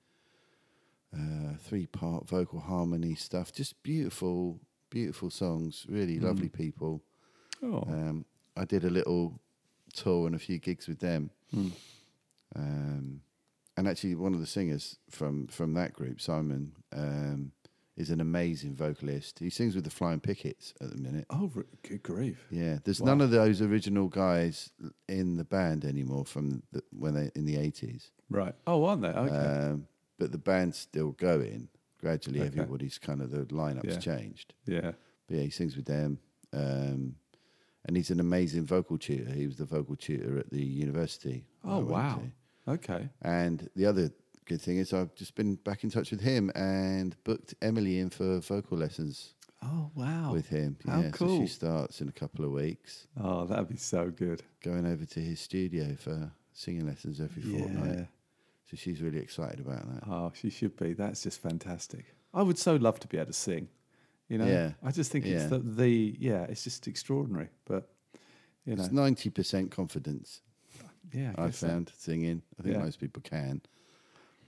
uh, three-part vocal harmony stuff. Just beautiful, beautiful songs. Really
Hmm.
lovely people.
Oh,
Um, I did a little tour and a few gigs with them.
Hmm.
Um, and actually, one of the singers from from that group, Simon, um, is an amazing vocalist. He sings with the Flying Pickets at the minute.
oh, r- good grief.
Yeah, there's none of those original guys in the band anymore from the, when they in the eighties.
Right. Oh, aren't they? Okay.
Um, but the band's still going. Gradually,
Okay.
everybody's kind of the lineup's
Yeah.
changed.
yeah.
But yeah, he sings with them. Um, and he's an amazing vocal tutor. He was the vocal tutor at the university. I
Oh,
went
wow.
to.
Okay.
And the other good thing is I've just been back in touch with him and booked Emily in for vocal lessons
Oh, wow.
with him.
How
yeah, so
cool.
she starts in a couple of weeks,
Oh, that'd be so good.
going over to his studio for singing lessons every fortnight. So she's really excited about that.
Oh, she should be. That's just fantastic. I would so love to be able to sing. You know,
Yeah.
I just think
Yeah.
it's the, the yeah, it's just extraordinary. But you know,
It's ninety percent confidence.
yeah, I
I
guess that-
found singing. I think
Yeah.
most people can.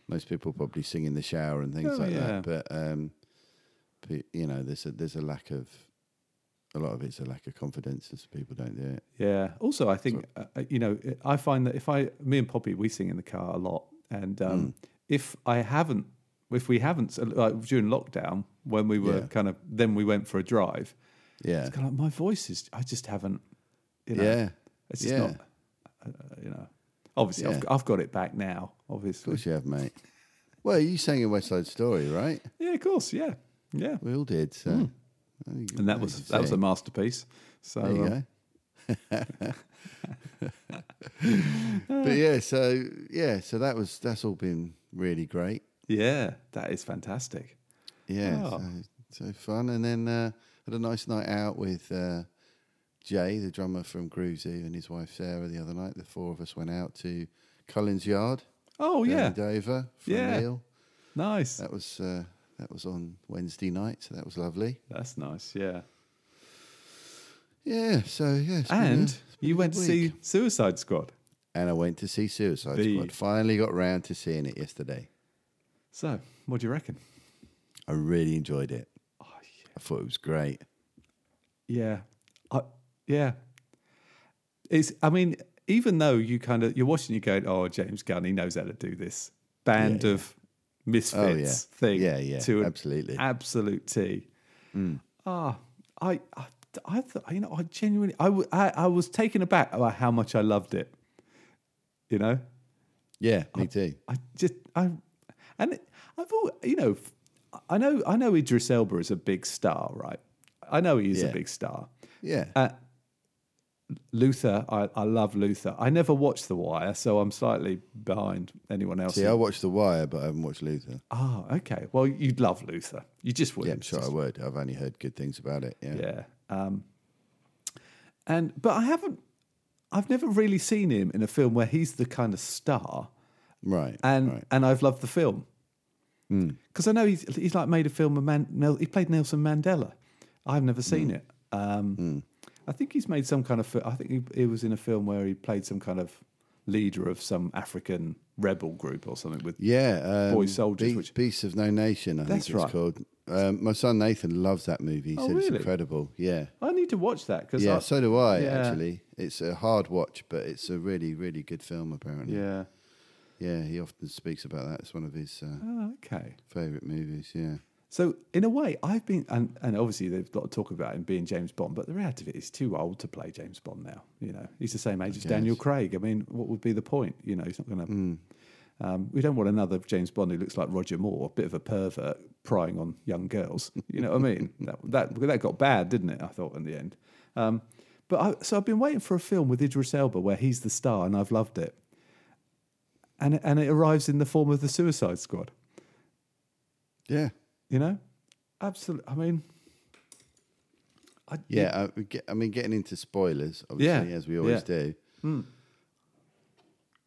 Most people probably sing in the shower and things
Oh,
like
yeah.
that. But um, pe- you know, there's a there's a lack of a lot of it's a lack of confidence as people don't do it.
Yeah. Also, I think uh, uh, you know it- I find that if I, me and Poppy, we sing in the car a lot, and um,
Mm.
if I haven't, if we haven't, so, like during lockdown when we were
Yeah.
kind of, then we went for a drive.
Yeah,
It's kind of like my voice is, I just haven't. You know,
yeah.
It's just
yeah.
not. Uh, you know, obviously I've, I've got it back now.
Of
Obviously.
course you have, mate. Well, you sang in West Side Story, right?
Yeah, of course. Yeah, yeah.
We all did. So. Oh, you-
Hmm. And that
oh,
was
you
that was
see.
a uh, masterpiece. So
There you
um,
go.
*laughs*
*laughs* but yeah, so yeah, so that was that's all been really great.
yeah, that is fantastic.
Yeah,
Oh.
so, so fun. And then uh, had a nice night out with uh, Jay, the drummer from Groovesy, and his wife Sarah the other night. The four of us went out to Cullen's Yard.
Oh yeah,
down in Dover for
Yeah.
a meal.
nice.
That was uh, that was on Wednesday night, so that was lovely.
That's nice. Yeah.
Yeah, so yeah, it's been a-
And
it's been
you
a
went to
good
see
week.
Suicide Squad.
and I went to see Suicide
The-
Squad. Finally got round to seeing it yesterday.
So, what do you reckon?
I really enjoyed it.
Oh,
I thought it was great.
Yeah, I, yeah. It's. I mean, even though you kind of you're watching, you going, "Oh, James Gunn, he knows how to do this band of misfits
Oh yeah,
thing."
yeah, yeah,
to an
absolutely.
absolute T.
Mm.
Ah, I, I, I th- you know, I genuinely, I, w- I, I was taken aback by how much I loved it. You know,
yeah, me too.
I just I and it- I've all you know f- I know I know Idris Elba is a big star, right? I know he is a
Yeah.
big star. Uh,
Yeah,
Luther, I, I love Luther. I never watched The Wire, so I'm slightly behind anyone else.
See, I watched The Wire, but I haven't watched Luther.
Ah, okay. Well, you'd love Luther. You just would.
Yeah, I'm sure I would. I've only heard good things about it. Yeah.
Yeah. Um, and but I haven't. I've never really seen him in a film where he's the kind of star.
Right.
and
right. Hmm.
and I've loved the film because I know he's he's like made a film of Man, Nel, he played Nelson Mandela. I've never
Hmm.
seen it. Um, I think he's made some kind of. fi- I think he, he was in a film where he played some kind of leader of some African rebel group or something. With
yeah, um,
Boy Soldiers,
Be-
which-
Beasts of No Nation. I
That's
think it's
right.
called. Um, my son Nathan loves that movie. He
Oh,
said it's
really?
incredible. Yeah.
I need to watch that because
Yeah,
I,
so do I.
Yeah.
Actually, it's a hard watch, but it's a really, really good film. Apparently,
yeah.
yeah. He often speaks about that. It's one of his uh,
Oh, okay.
favorite movies. Yeah,
So in a way, I've been, and, and obviously they've got to talk about him being James Bond, but the reality of it is too old to play James Bond now. You know, he's the same age as Daniel Craig. I mean, what would be the point? You know, he's not going to. Um, we don't want another James Bond who looks like Roger Moore, a bit of a pervert, prying on young girls. *laughs* You know what I mean? that, that that got bad, didn't it? I thought in the end. Um, but I, so I've been waiting for a film with Idris Elba where he's the star, and I've loved it. And and it arrives in the form of the Suicide Squad.
Yeah.
You know, absolutely. I mean, I,
Yeah, I, we get- I mean, getting into spoilers, obviously,
Yeah,
as we always
yeah. Hmm.
do.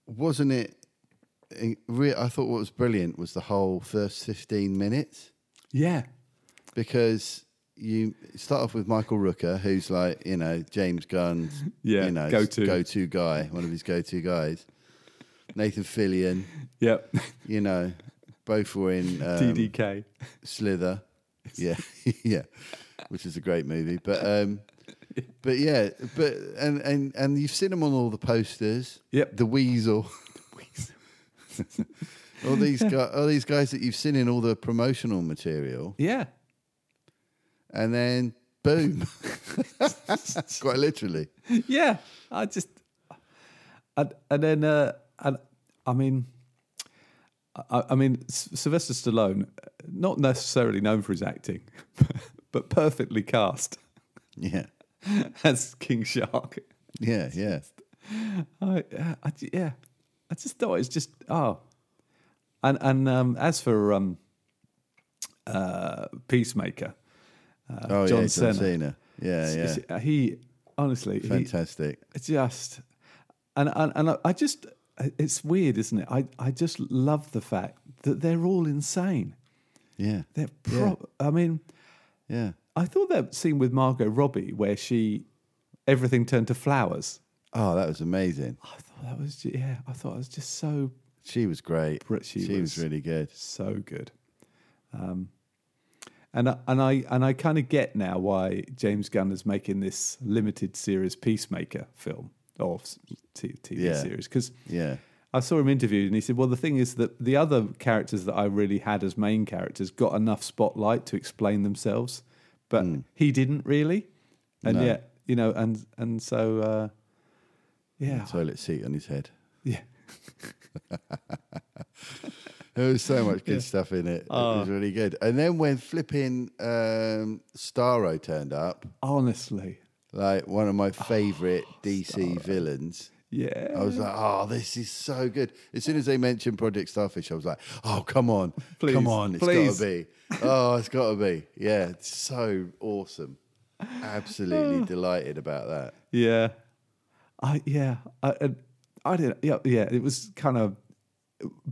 Wasn't it? in- re- I thought what was brilliant was the whole first fifteen minutes
yeah,
because you start off with Michael Rooker, who's like you know James Gunn's
*laughs* Yeah,
you know
go-to.
go-to guy, one of his go-to guys. Nathan Fillion,
yeah.
you know, both were
*laughs*
in um,
TDK.
Slither. Yeah, *laughs* yeah, which is a great movie. But
*laughs*
um, but yeah, but and and and you've seen them on all the posters.
Yep.
the Weasel.
*laughs*
all these guys, all these guys that you've seen in all the promotional material,
Yeah.
and then boom, *laughs* quite literally.
yeah, I just and and then uh, and I mean, I, I mean S- Sylvester Stallone, not necessarily known for his acting, *laughs* but perfectly cast *laughs*
Yeah,
as King Shark.
yeah, yeah.
I, I ju- yeah, I just thought it's just oh, and and um, as for um, uh, Peacemaker,
oh
Uh,
yeah,
John
John
Cena.
Cena. Yeah, yeah.
s- s- uh, he honestly he,
Fantastic.
It's just and and, and I, I just it's weird isn't it I, I just love the fact that they're all insane
Yeah,
they're pro- i mean
yeah.
i thought that scene with margot robbie where she everything turned to flowers
Oh, that was amazing.
i thought that was ju- yeah i thought it was just so
She was great.
Brit- she
was
was-
really good.
so good um and I, and I and I kind of get now why James Gunn is making this limited series Peacemaker film or s- t- TV
Yeah.
series because
Yeah.
I saw him interviewed and he said, Well, the thing is that the other characters that I really had as main characters got enough spotlight to explain themselves, but he didn't really. And yet, you know, and and so, uh, yeah,
toilet seat on his head.
yeah,
There was so *laughs* much good stuff in it. It was really good. And then when flipping um, Starro turned up,
honestly,
like one of my favorite DC villains,
yeah,
I was like, "Oh, this is so good!" As soon as they mentioned Project Starfish, I was like, "Oh, come *laughs* on,
Please,
come on, it's got
please."
to be! Oh, it's got to be! Yeah, it's so awesome. *sighs* Absolutely delighted about that.
yeah, I, yeah, I, and I didn't, yeah, yeah, it was kind of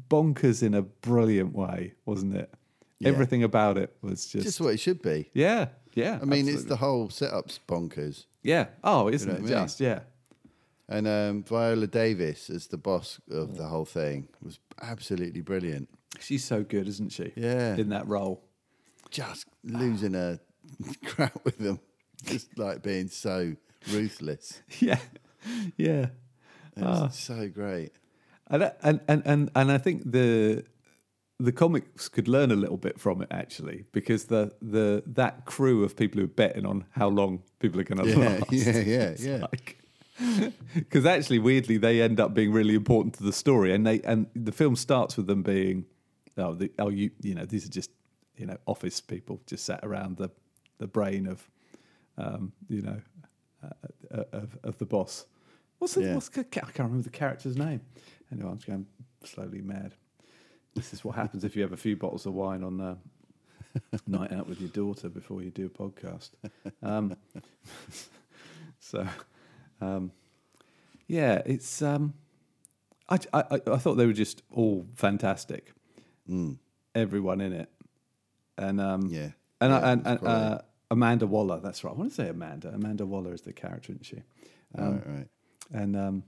bonkers in a brilliant way, wasn't it? Everything about it was just,
Just what it should be.
yeah, yeah,
I mean, it's the whole setup's bonkers.
yeah, oh, isn't
know
it
what I mean?
just, yeah.
And um, Viola Davis as the boss of the whole thing was absolutely brilliant.
She's so good, isn't she?
Yeah.
In that role.
Just losing her *laughs* crap with them, just like being so ruthless.
*laughs* Yeah. Yeah.
It was
Ah.
so great.
And I- and and and, and I think the the comics could learn a little bit from it actually, because the the that crew of people who are betting on how long people are going to
Yeah, *laughs*
last.
yeah, yeah,
It's
yeah.
Like, *laughs* because actually, weirdly, they end up being really important to the story, and they and the film starts with them being, oh, the, oh, you you know, these are just you know office people just sat around the the brain of, um, you know, uh, of of the boss. What's the,
Yeah.
what's the, I can't remember the character's name. Anyway, I'm just going slowly mad. This is what happens if you have a few bottles of wine
*laughs*
on a night out with your daughter before you do a podcast. Um, *laughs* so, um, yeah, it's. Um, I, I I- I thought they were just all fantastic. Everyone in it, and um,
Mm. Yeah.
and
Yeah,
I, and,
it was
and
quality.
uh, Amanda Waller. That's right. I want to say Amanda. Amanda Waller is the character, isn't she? Um,
right, right.
and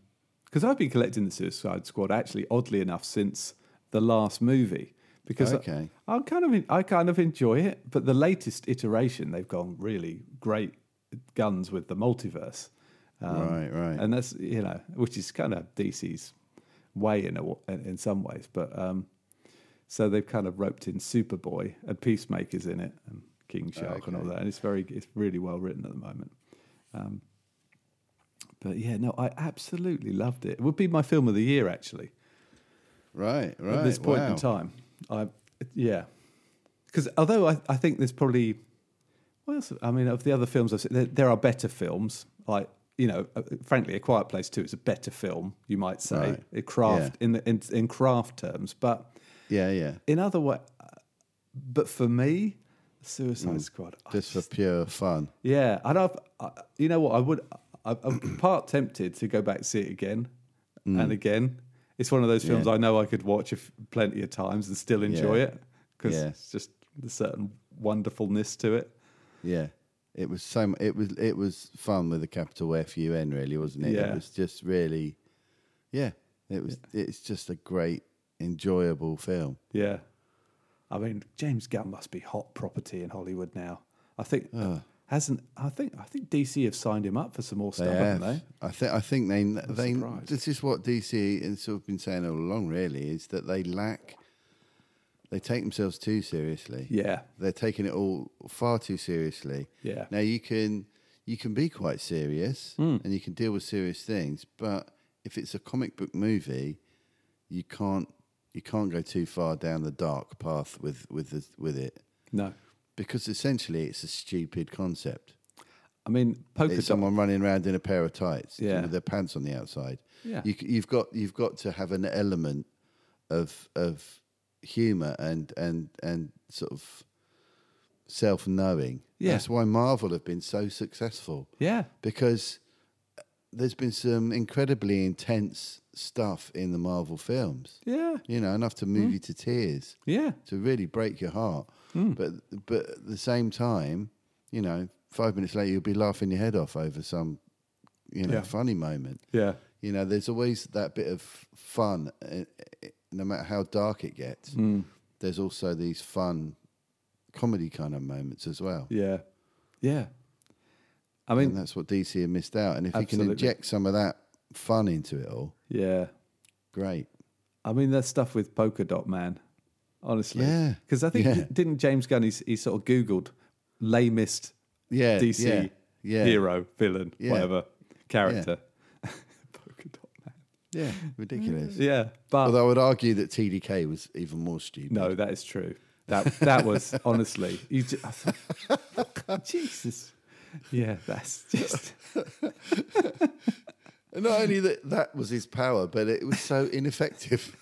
because I've been collecting the Suicide Squad actually, oddly enough, since the last movie because
Okay.
I, am kind of in, I kind of enjoy it, but the latest iteration they've gone really great guns with the multiverse,
right, right.
um, and that's you know which is kind of DC's way in a, w- in in some ways, but um, so they've kind of roped in Superboy and Peacemakers in it and King Shark and all that, and it's very it's really well written at the moment. Um, But yeah, no, I absolutely loved it. It would be my film of the year, actually.
Right, right.
at this point
wow.
in time. I yeah, because although I, I think there's probably what else? I mean, of the other films I've seen, there, there are better films. Like you know, uh, frankly, A Quiet Place Two is a better film, you might say,
Right.
in craft in, the, in in craft terms. But
Yeah, yeah.
in other way, but for me,
Hmm.
Suicide Squad. I
Just for pure fun.
yeah, and I've, I, you know what, I would, I, I'm part tempted to go back and see it again
Mm.
and again. It's one of those films I know I could watch if, plenty of times and still enjoy
Yeah.
it because
Yeah.
it's just a certain wonderfulness to it.
Yeah. It was so mu- it was it was fun with a capital F U N really, wasn't it?
Yeah.
It was just really Yeah. It was it's just a great, enjoyable film.
Yeah, I mean James Gunn must be hot property in Hollywood now. I think hasn't I think I think DC have signed him up for some more
They
stuff, haven't
have.
they?
I think I think they they
surprised.
this is what DC and sort of been saying all along really is that they lack they take themselves too seriously.
Yeah,
They're taking it all far too seriously.
Yeah. Hmm.
Now you can you can be quite serious and you can deal with serious things, but if it's a comic book movie, you can't you can't go too far down the dark path with with the, with it
no,
because essentially it's a stupid concept.
I mean Polka
It's
Dot-
someone running around in a pair of tights
Yeah.
with their pants on the outside.
Yeah.
You, c- you've got you've got to have an element of of humor and and and sort of self knowing.
Yeah.
That's why Marvel have been so successful
Yeah,
because uh, there's been some incredibly intense stuff in the Marvel films.
yeah,
You know, enough to
Hmm?
move you to tears
yeah,
to really break your heart.
Hmm.
But but at the same time, you know, five minutes later you'll be laughing your head off over some, you know,
Yeah.
funny moment.
yeah.
You know, there's always that bit of fun, uh, uh, no matter how dark it gets.
Hmm.
There's also these fun comedy kind of moments as well.
Yeah. Yeah. I
And
mean,
that's what DC had missed out. And if you
Absolutely.
can inject some of that fun into it all,
yeah.
great.
I mean, that stuff with Polka Dot Man, honestly.
Yeah.
Because I think,
Yeah.
didn't James Gunn, he, he sort of Googled lamest
Yeah.
DC
yeah, yeah.
hero, villain,
Yeah.
whatever, character. *laughs* Polka Dot Man.
Yeah. Ridiculous.
Yeah. But
Although I would argue that TDK was even more stupid.
no, that is true. That that
*laughs*
was honestly, you ju- I thought, Jesus. Yeah, that's just.
And not only that that was his power, but it was so ineffective.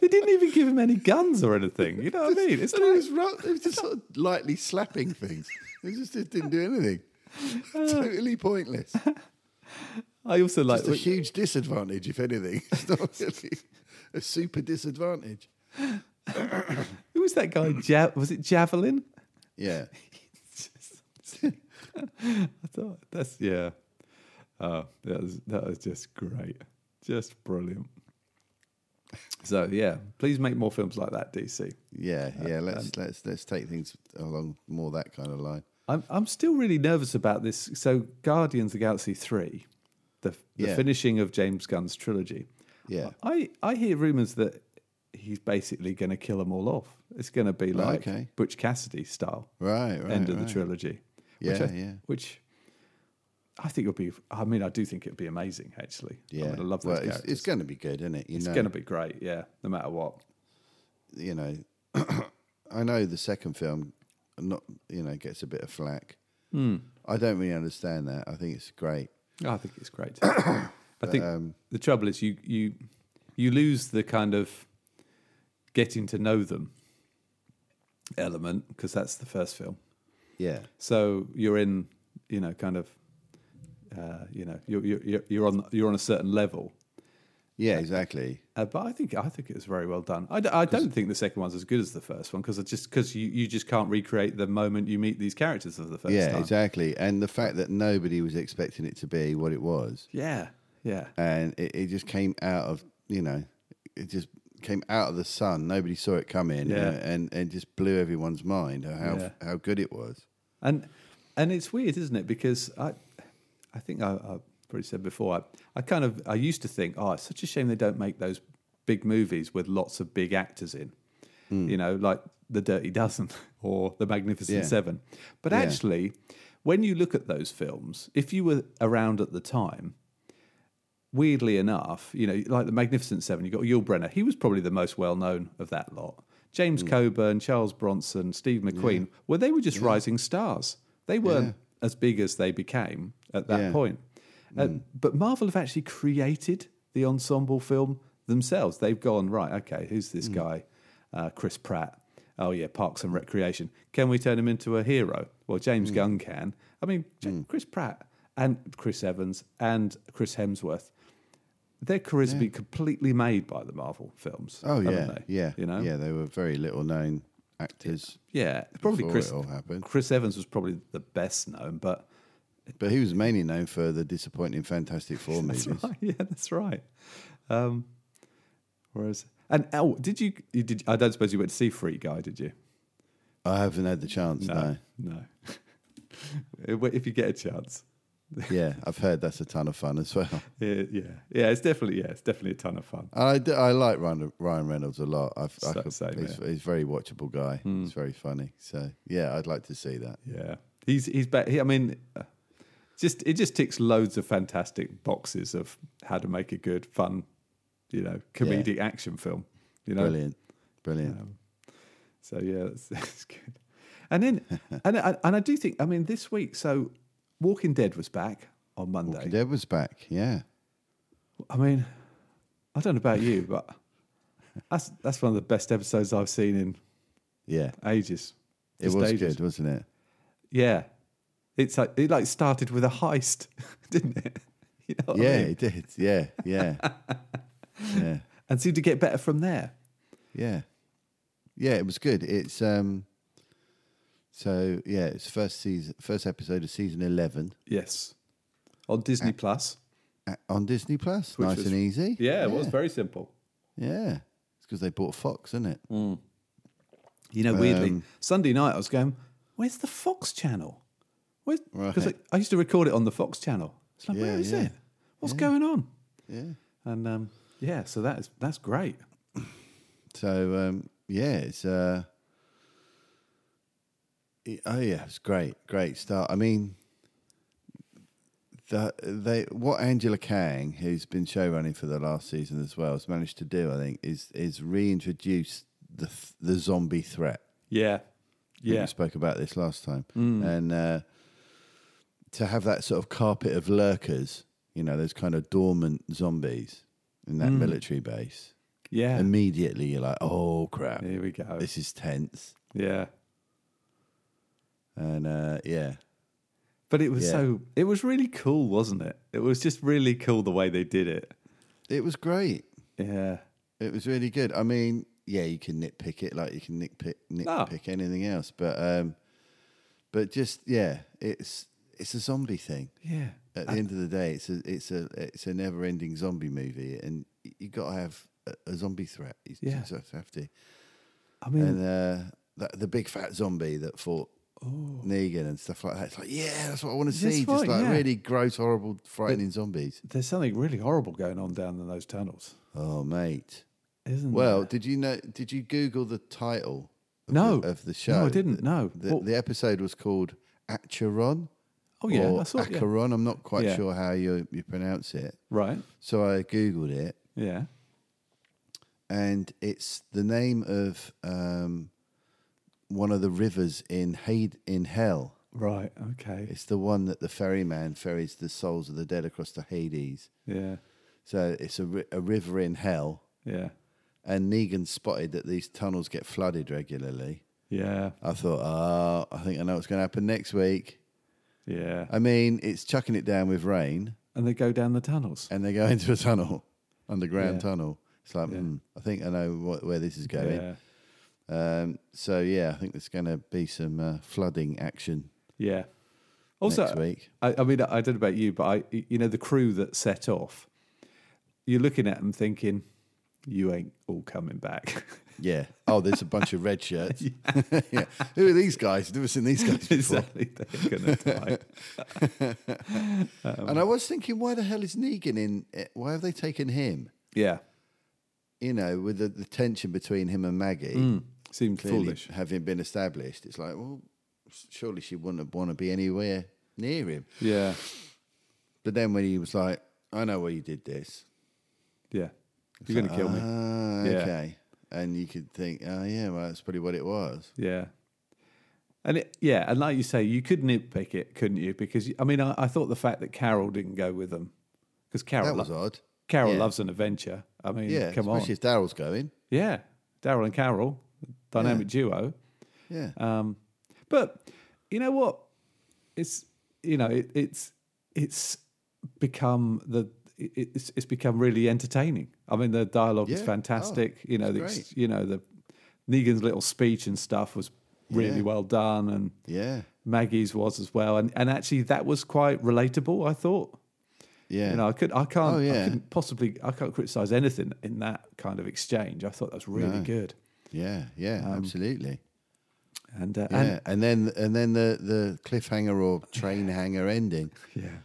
They didn't even give him any guns or anything. You know what I mean? It's
and
like,
*laughs* it was ru- it was just sort of lightly slapping things. It just it didn't do *laughs* anything. totally pointless.
I also like
It's a huge disadvantage, if anything. *laughs* It's not really a super disadvantage.
Who was that guy? Ja- was it Javelin?
Yeah.
I thought that's yeah. Oh, that was that was just great, just brilliant. So yeah, please make more films like that, DC.
Yeah, yeah. Let's let's let's take things along more that kind of line.
I'm I'm still really nervous about this. So Guardians of the Galaxy three, the the
Yeah.
finishing of James Gunn's trilogy.
Yeah.
I I hear rumors that he's basically going to kill them all off. It's going to be like
Oh, okay.
Butch Cassidy style.
Right, right.
end of
right.
the trilogy. which
Yeah,
I,
yeah.
Which I think would be. I mean, I do think it'd be amazing. Actually, I,
Yeah.
mean, I love those
well, it's,
characters.
it's
It's,
going to be good, isn't it? You know,
going to be great. Yeah, no matter what.
you know, *clears throat* I know the second film, not you know, gets a bit of flack.
Hmm.
I don't really understand that. I think it's great.
I think
*coughs*
it's great. I think
um,
the trouble is you you you lose the kind of getting to know them element because that's the first film.
Yeah,
So you're in, you know, kind of, uh, you know, you're you're you're- you're on you're on a certain level.
yeah, exactly.
Uh, but I think I think it was very well done. I, d- I don't think the second one's as good as the first one because just because you, you just can't recreate the moment you meet these characters of the first
yeah,
time.
exactly. And the fact that nobody was expecting it to be what it was,
Yeah, yeah,
and it, it just came out of you know, it just came out of the sun. Nobody saw it coming,
Yeah.
uh, and and just blew everyone's mind of how
Yeah.
how good it was.
and and it's weird, isn't it? Because I I think I, I probably said before I, I kind of I used to think oh it's such a shame they don't make those big movies with lots of big actors in, you know, like the Dirty Dozen *laughs* or the Magnificent
Hmm. Yeah.
Seven. But actually, when you look at those films, if you were around at the time. weirdly enough, you know, like the Magnificent Seven, you got Yul Brenner. He was probably the most well known of that lot. James Coburn, Charles Bronson, Steve McQueen, well, they were just rising stars. They weren't as big as they became at that
Yeah.
point. Uh, But Marvel have actually created the ensemble film themselves. They've gone right. Okay, who's this guy? Uh, Chris Pratt. Oh yeah, Parks and Recreation. Can we turn him into a hero? Well, James Gunn can. I mean, J- Chris Pratt and Chris Evans and Chris Hemsworth. Their careers have been completely made by the Marvel films.
Oh
haven't
yeah,
they?
yeah,
You know,
yeah. They were very little known actors,
yeah. Probably
Before
Chris.
it all happened.
Chris Evans was probably the best known, but *laughs*
but he was mainly known for the disappointing Fantastic Four movies.
*laughs* That's right. Yeah, that's right. Um, whereas, and oh, did you, you? Did I don't suppose you went to see Free Guy? Did you?
I haven't had the chance.
*laughs*
No.
no. if you get a chance,
yeah, I've heard that's a ton of fun as well.
Uh, yeah, yeah, it's definitely yeah, it's definitely a ton of fun.
I, d- I like Ryan, Ryan Reynolds a lot. I've, I
So-
could,
same
he's,
here. Hmm.
he's a very watchable guy. He's very funny. So yeah, I'd like to see that.
Yeah, he's he's back. He, I mean, uh, just it just ticks loads of fantastic boxes of how to make a good, fun, you know, comedic action film. You know,
Brilliant, brilliant.
So yeah, that's, *laughs* that's good. And then,
*laughs*
and I, and I do think, I mean, this week. So, Walking Dead was back on Monday.
Walking Dead was back. Yeah,
I mean, I don't know about you, but that's that's one of the best episodes I've seen in
yeah.
ages.
It
Just
was
ages.
good, wasn't it?
Yeah, it's like it like started with a heist, *laughs* didn't it? You know what I
yeah,
mean?
it did. Yeah,
*laughs*
yeah, yeah,
and seemed to get better from there.
yeah, yeah. It was good. It's um. So yeah, it's first season, first episode of season eleven
Yes, on Disney
Uh,
Plus.
a- on Disney Plus.
Which
nice
was-
and easy.
Yeah, it was very simple.
yeah. It's because they bought Fox, isn't it?
Mm. You know, weirdly,
Um,
Sunday night I was going, "Where's the Fox channel?" Because
Right.
I, I used to record it on the Fox channel. It's like,
Yeah,
where is
yeah.
it? What's going on?
Yeah.
And um, yeah, so that is that's great.
So um, yeah, it's uh, it- oh yeah, it's great, great start. I mean, the they what Angela Kang, who's been showrunning for the last season as well, has managed to do, I think, is is reintroduce the th- the zombie threat.
Yeah,
I think
yeah, Mm.
we spoke about this last time, and uh, to have that sort of carpet of lurkers, you know, those kind of dormant zombies in that military base.
Mm. yeah.
Immediately, you're like, oh crap,
Here we go.
this is tense
Yeah,
and uh yeah
but it was
Yeah.
so it was really cool, wasn't it? It was just really cool the way they did it.
it was great
Yeah,
it was really good i mean yeah you can nitpick it like you can nitpick
Ah.
nitpick anything else but um but just yeah it's it's a zombie thing
yeah,
at the end of the day it's a it's a it's a never-ending zombie movie and you got to have a, a zombie threat you
Yeah. Hmm.
just have to
I mean,
and uh that, the big fat zombie that fought Negan and stuff like that. It's like, yeah, that's what I want to see. Just
Oh. right,
like
yeah.
really gross, horrible, frightening zombies.
there's something really horrible going on down in those tunnels,
Oh, mate.
isn't
Well,
there?
did you know? Did you Google the title? Of
Hmm. No.
the, of the show.
No, I didn't. No.
The,
What-
the episode was called Acheron.
oh yeah,
or
I saw. it, Yeah.
Acheron. I'm not quite
Yeah.
sure how you you pronounce it.
Right.
So I googled it,
Yeah.
and it's the name of um, one of the rivers in Hade, in Hell.
Right. Okay.
It's the one that the ferryman ferries the souls of the dead across to Hades.
Yeah.
So it's a, ri- a river in hell,
Yeah.
and Negan spotted that these tunnels get flooded regularly.
Yeah.
I thought, ah, I think I know what's going to happen next week.
Yeah.
I mean, it's chucking it down with rain,
And they go down the tunnels.
and they go *laughs* into a tunnel, underground
Yeah.
tunnel. It's like, hmm, I think I know what, where this is going.
Yeah.
Um, so yeah, I think there's going to be some uh, flooding action
Yeah. Also,
next week.
I, I mean, I don't know about you, but I, you know, the crew that set off, you're looking at them thinking, you ain't all coming back. *laughs*
Yeah. Oh, there's a bunch of red shirts. *laughs* yeah. Who are these guys? Never seen these
*laughs*
guys before.
exactly. They're going to
*laughs*
die.
and I was thinking, why the hell is Negan in? it? Why have they taken him?
yeah.
You know, with the, the tension between him and Maggie clearly
Seemed Mm, Hmm. foolish.
having been established, it's like, well, surely she wouldn't want to be anywhere near him.
Yeah.
But then when he was like, I know why you did this.
Yeah. You're going to kill me.
Ah,
Yeah.
okay. And you could think, oh yeah, well that's probably what it was.
Yeah. And it, yeah, and like you say, you could nitpick it, couldn't you? Because I mean, I, I thought the fact that Carol didn't go with them, because Carol
That was
lo-
odd.
Carol
yeah.
loves an adventure. I mean,
Yeah,
come on,
especially if Daryl's going.
yeah, Daryl and Carol, dynamic duo.
Yeah,
Um, but you know what? It's you know it, it's it's become the it, it's it's become really entertaining. I mean, the dialogue is
Yeah. Oh,
fantastic. you know,
it's
the, ex- you know the Negan's little speech and stuff was really
Yeah.
well done, and
yeah,
Maggie's was as well. And and actually, that was quite relatable. I thought.
yeah.
You know, I could, I can't,
Oh,
I
yeah.
couldn't possibly, I can't criticize anything in that kind of exchange. I thought that was really good,
Yeah, yeah, absolutely.
and uh,
Yeah,
um, and
and, then and then the the cliffhanger
*laughs*
or train hanger ending.
yeah,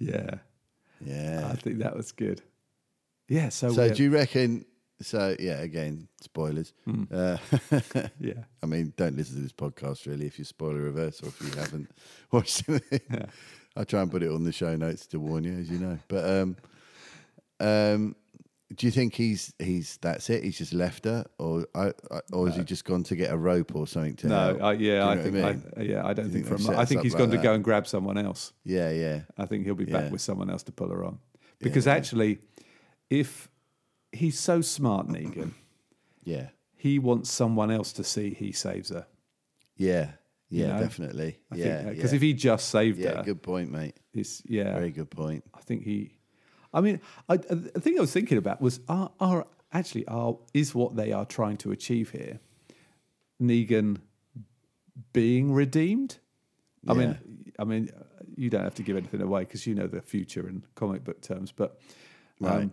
yeah. I
Yeah.
think that was good. Yeah. So,
So
we're-
do you reckon? So yeah, again, spoilers.
Hmm.
Uh,
yeah,
I mean, don't listen to this podcast really if you're spoiler reverse or if you haven't *laughs* watched it. *laughs* I try and put it on the show notes to warn you, as you know. But um, um, do you think he's he's that's it? He's just left her, or I, I or has he just gone to get a rope or something to?
no,
help?
I,
Do you
yeah, I
know
think,
what
I, uh,
mean?
yeah, I don't think,
think
for a
they've
mo-
set
I
us
think
up
he's
like
gone to
that?
go and grab someone else.
yeah, yeah,
I think he'll be
Yeah.
back with someone else to pull her on, because actually, if he's so smart, Negan,
yeah,
he wants someone else to see he saves her.
yeah, yeah,
know?
definitely.
I
yeah,
think because
yeah.
if he just saved
yeah,
her,
good point, mate.
it's yeah,
Very good point.
I think he. I mean, I, the thing I was thinking about was are, are actually are is what they are trying to achieve here, Negan being redeemed. I mean, I mean, uh, you don't have to give anything away because you know the future in comic book terms, but um,
Right.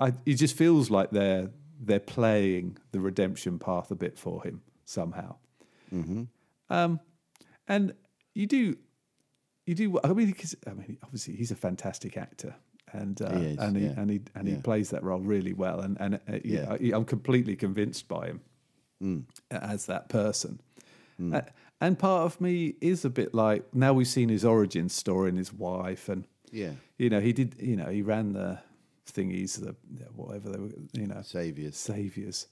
I, it just feels like they're they're playing the redemption path a bit for him somehow. Um, and you do, you do. I mean, 'cause- I mean, obviously he's a fantastic actor, and uh,
He is,
and he
yeah.
and he and he
Yeah.
plays that role really well, and and uh, you
Yeah. Mm.
know, I- I'm completely convinced by him as that person. Uh, and part of me is a bit like now we've seen his origin story and his wife, and
Yeah,
you know he did, you know he ran the thingies, the whatever they were, you know,
saviors.
saviors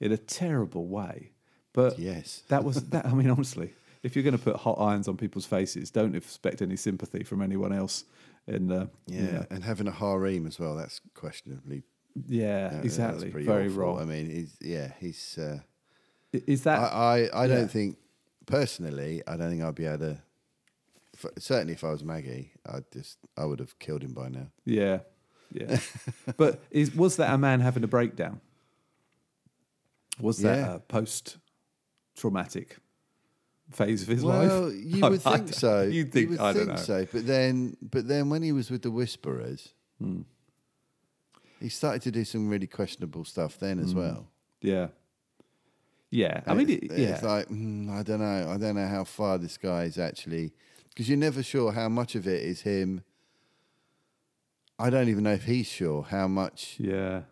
in a terrible way. But
Yes.
that was that. I mean, honestly, if you're going to put hot irons on people's faces, don't expect any sympathy from anyone else. And uh,
Yeah, and having a harem as well. That's questionably
yeah,
Uh, that's
exactly,
pretty
very
awful.
wrong.
I mean, he's, yeah, he's. Uh,
I- Is that
I, I, I
yeah.
don't think personally. I don't think I'd be able to. f certainly, if I was Maggie, I'd just I would have killed him by now.
yeah,
*laughs*
yeah? but is was that a man having a breakdown? Was that
Yeah.
a post-traumatic phase of his
Well,
life?
you
*laughs* I-
would
I
think
don't-
so.
You think
would
I
think
don't know.
so, but then but then when he was with the Whisperers,
Hmm.
he started to do some really questionable stuff then
Hmm.
as well.
Yeah, yeah. I
And
mean,
it's,
it, yeah.
it's like mm, I don't know. I don't know how far this guy is actually because you're never sure how much of it is him. I don't even know if he's sure how much
yeah.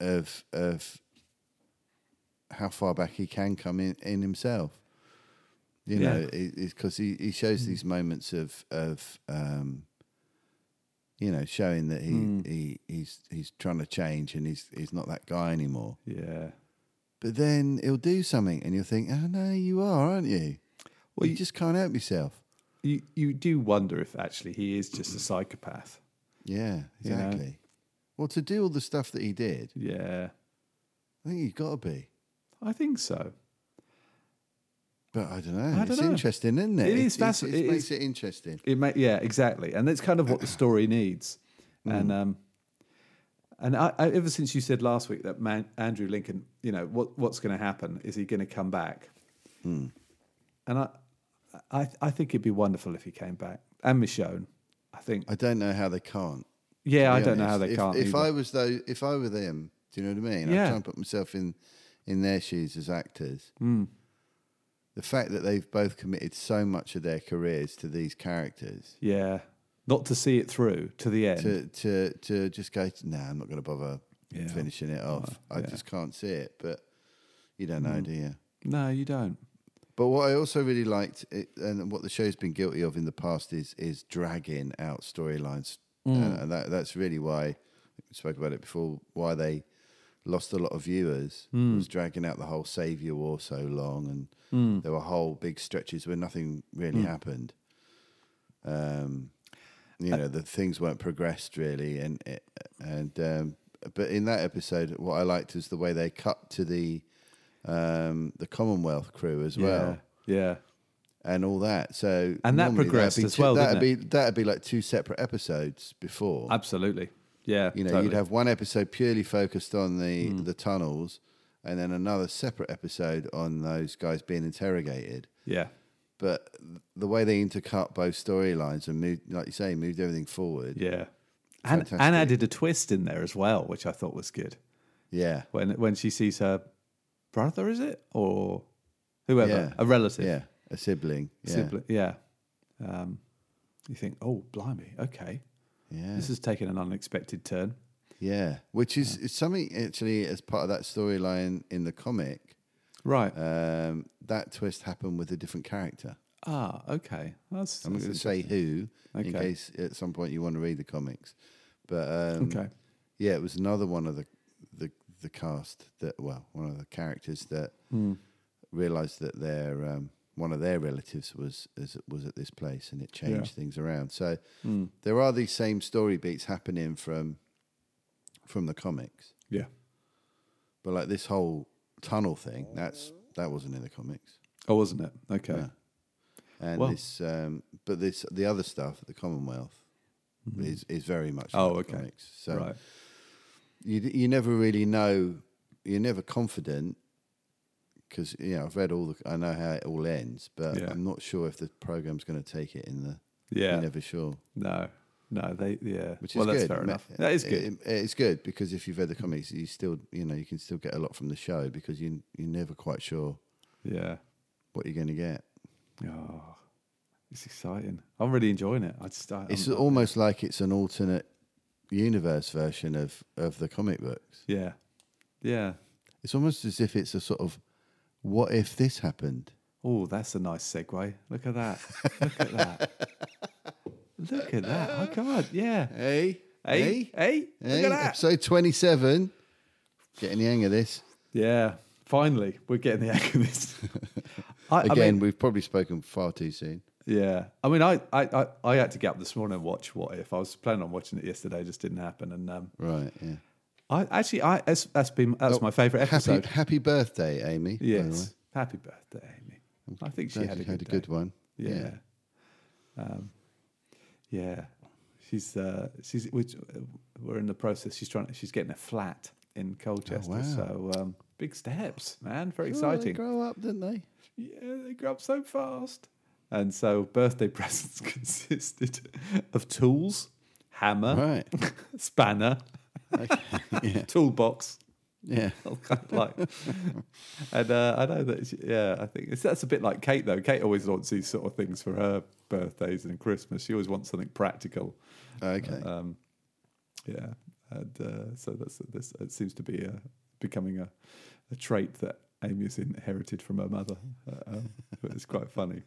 of of how far back he can come in, in himself. You
Yeah. Hmm.
know, because he, he shows these moments of of um, you know showing that he,
Hmm.
he he's he's trying to change and he's he's not that guy anymore.
Yeah.
But then he'll do something, and you'll think, "Oh no, you are, aren't you? Well, you,
you-
just can't help yourself."
You you do wonder if actually he is just a psychopath.
Yeah,
You know.
exactly. Well, to do all the stuff that he did,
Yeah.
I think you've got to be.
I think so.
But I don't know.
I
it's
dunno.
interesting, isn't it?
It
It's- it's-
is fascin- it
It makes
is-
it interesting.
It may, yeah, exactly. And that's kind of what the story needs.
Mm-hmm.
And um and I, I ever since you said last week that man, Andrew Lincoln, you know, what what's going to happen? Is he going to come back?
Hmm.
And I, I I think it'd be wonderful if he came back. And Michonne, I think.
I don't know how they can't.
yeah, I
be
don't know
honest.
how they
if,
can't.
If
either.
I was though, if I were them, do you know what I mean?
Yeah.
I'm trying to put myself in in their shoes as actors.
Hmm.
The fact that they've both committed so much of their careers to these characters.
yeah, not to see it through to the end.
to to to just go. No, nah, I'm not going to bother
Yeah.
finishing it off. I just can't see it. But you don't know, do you?
no, you don't.
But what I also really liked, it, and what the show's been guilty of in the past, is is dragging out storylines Uh, and that, that's really why we spoke about it before. Why they lost a lot of viewers was dragging out the whole Savior War so long, and there were whole big stretches where nothing really happened. Um,
Uh,
you know, the things weren't progressed really, and it- and um, but in that episode, what I liked is the way they cut to the um, the Commonwealth crew as well
yeah,
and all that. So
And that
normally that'd
progressed
be
as
two-
well,
That'd
didn't
be that'd be like two separate episodes before.
absolutely. Yeah,
you know,
totally. Hmm.
you'd have one episode purely focused on the the tunnels, and then another separate episode on those guys being interrogated.
yeah,
But the way they intercut both storylines and moved, like you say, moved everything forward.
yeah, and and
Fantastic.
added a twist in there as well, which I thought was good.
yeah,
When when she sees her brother, is it or whoever,
Yeah.
a relative,
yeah. a sibling. Yeah,
sibling, yeah. Um, you think, oh, blimey, okay,
yeah.
this has taken an unexpected turn.
yeah. Which is, is something actually as part of that storyline in the comic.
Right.
Um, that twist happened with a different character.
ah, okay. That's,
I'm not
that's
going to say who in
Okay.
case at some point you want to read the comics. But um,
okay.
yeah, it was another one of the, the the cast that well, one of the characters that
Hmm.
realized that their um, one of their relatives was is, was at this place, and it changed things around. So
Hmm.
there are these same story beats happening from from the comics,
Yeah.
but like this whole tunnel thing that's that wasn't in the comics.
Oh, wasn't it? Okay.
and
Well-
this um, but this the other stuff the commonwealth is is very much
Mm-hmm. Oh,
like
okay.
comics. so
Right.
you d- you never really know you're never confident because you know i've read all the i know how it all ends but
Yeah.
i'm not sure if the program's going to take it in the
Yeah.
you're never sure
No. No. They. Yeah.
which
well,
is
that's
good
fair
Ma-
enough. That is
it-
good.
it- it's good because if you've read the comics you still you know you can still get a lot from the show because you you're never quite sure
yeah.
what you're going to get
Oh, it's exciting. I'm really enjoying it. I just. I,
It's
I'm-
almost like it's an alternate universe version of, of the comic books.
Yeah. Yeah.
It's almost as if it's a sort of what if this happened?
Oh, that's a nice segue. Look at that. Look at that.
*laughs*
Look at that. Oh God. Yeah.
Hey,
Hey. Hey.
hey,
Look at that.
episode 27. Getting the hang of this.
Yeah. Finally, we're getting the *laughs* hang of this. I,
Again,
I mean,
we've probably spoken far too soon.
Yeah, I mean, I, I, I, I had to get up this morning and watch What If. I was planning on watching it yesterday, just didn't happen. And um,
Right, yeah.
I actually, I that's, that's been that's my favourite
Oh, Happy,
episode.
happy birthday, Amy. by the way.
yes, happy birthday, Amy. I think she
Glad
had a
you
good,
had a good
day.
one.
Yeah, Um, yeah. She's uh, she's which we're in the process. She's trying. She's getting a flat in Colchester.
wow.
So um, big steps, man. Very
Oh, they
exciting.
grow up, didn't they?
yeah, they grew up so fast. And so birthday *laughs* presents consisted of tools, hammer,
Right.
spanner, toolbox, *laughs*
Yeah.
all kind of like. and uh, I know that, she, yeah, I think it's, that's a bit like Kate though. Kate always wants these sort of things for her birthdays and Christmas. She always wants something practical.
Okay.
Um, yeah, and uh, so that's this. It seems to be uh becoming a, a trait that Amy has inherited from her mother. Uh, um, but it's quite funny.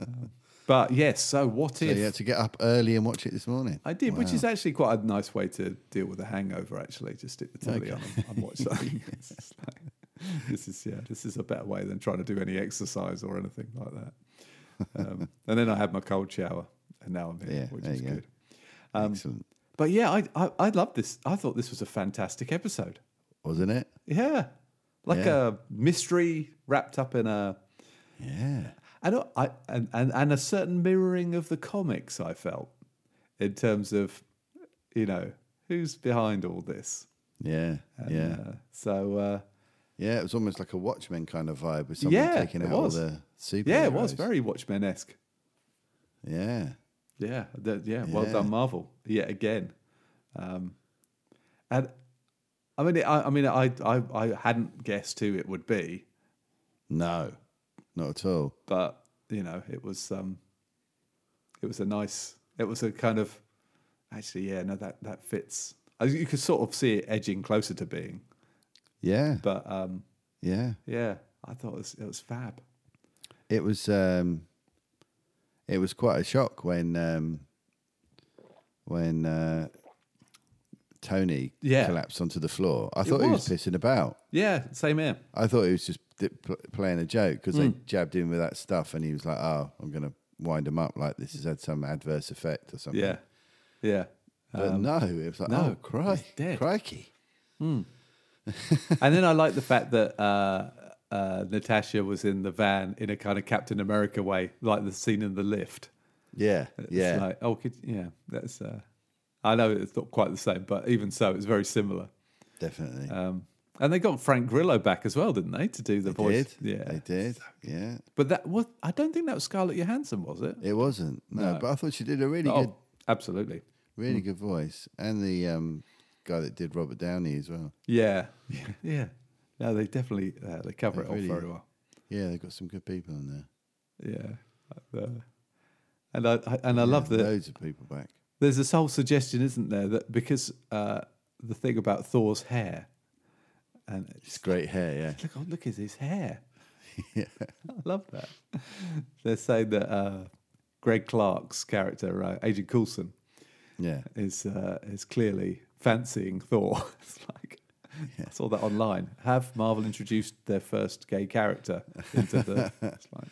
Um, but yes, so what
so
if
you had to get up early and watch it this morning.
I did, which
Wow.
is actually quite a nice way to deal with a hangover. Actually, just stick the telly on and, and
*laughs*
watch something. *laughs* It's just like, this is yeah, this is a better way than trying to do any exercise or anything like that.
*laughs*
Um, and then I had my cold shower, and now I'm here,
Yeah,
which
there
is
you go.
good. Um,
Excellent.
But yeah, I, I I love this. I thought this was a fantastic episode.
Wasn't it?
Yeah, like
Yeah.
a mystery wrapped up in a
Yeah.
I don't, I and, and and a certain mirroring of the comics. I felt in terms of you know who's behind all this.
Yeah. yeah.
Uh, so uh,
Yeah, it was almost like a Watchmen kind of vibe with someone
Yeah,
taking
it
out all
was.
the super.
yeah, it was very Watchmen esque.
Yeah,
Yeah, the- yeah, Well
Yeah.
done, Marvel. Yet again, um, and I mean, I, I mean, I, I I hadn't guessed who it would be,
no, not at all.
but you know, it was um, it was a nice. It was a kind of actually, yeah, no, that that fits. I- You could sort of see it edging closer to being,
Yeah,
but um,
yeah.
yeah, I thought it was, it was fab.
It was um, it was quite a shock when um, when uh, Tony
Yeah.
collapsed onto the floor. I thought he was
was.
pissing about.
Yeah, same here.
I thought he was just di- pl- playing a joke because
Mm.
they jabbed him with that stuff, and he was like, "Oh, I'm going to wind him up. Like this has had some adverse effect or something."
Yeah, yeah.
But no, it was like, "Oh,
no,
cri-
he's dead."
crikey!"
and then I like the fact that uh, uh, Natasha was in the van in a kind of Captain America way, like the scene in the lift.
Yeah, yeah.
It's like, oh, could, yeah, that's. Uh, I know it's not quite the same, but even so, it's very similar.
Definitely.
Um, and they got Frank Grillo back as well, didn't they, to do the
they
voice?
did.
Yeah,
They did. Yeah.
but that was—I don't think that was Scarlett Johansson, was it?
It wasn't. No,
No.
but I thought she did a really good
Oh, absolutely.
really good voice. And the um, guy that did Robert Downey as well.
Yeah, *laughs* yeah, yeah. No, they definitely uh, they cover
They
it all
really-
very well.
Yeah, they've got some good people on there.
Yeah, Uh, and I I- and I love
Yeah,
that.
Loads of people back.
There's this whole suggestion, isn't there, that because uh, the thing about Thor's hair, and *laughs*
It's great hair, yeah.
look, oh, look at
*laughs*
his hair. I love that. *laughs* They're saying that uh, Greg Clark's character, uh, Agent Coulson,
Yeah.
is uh, is clearly fancying Thor. *laughs* it's like I saw that online. Have Marvel introduced their first gay character into the? it's like,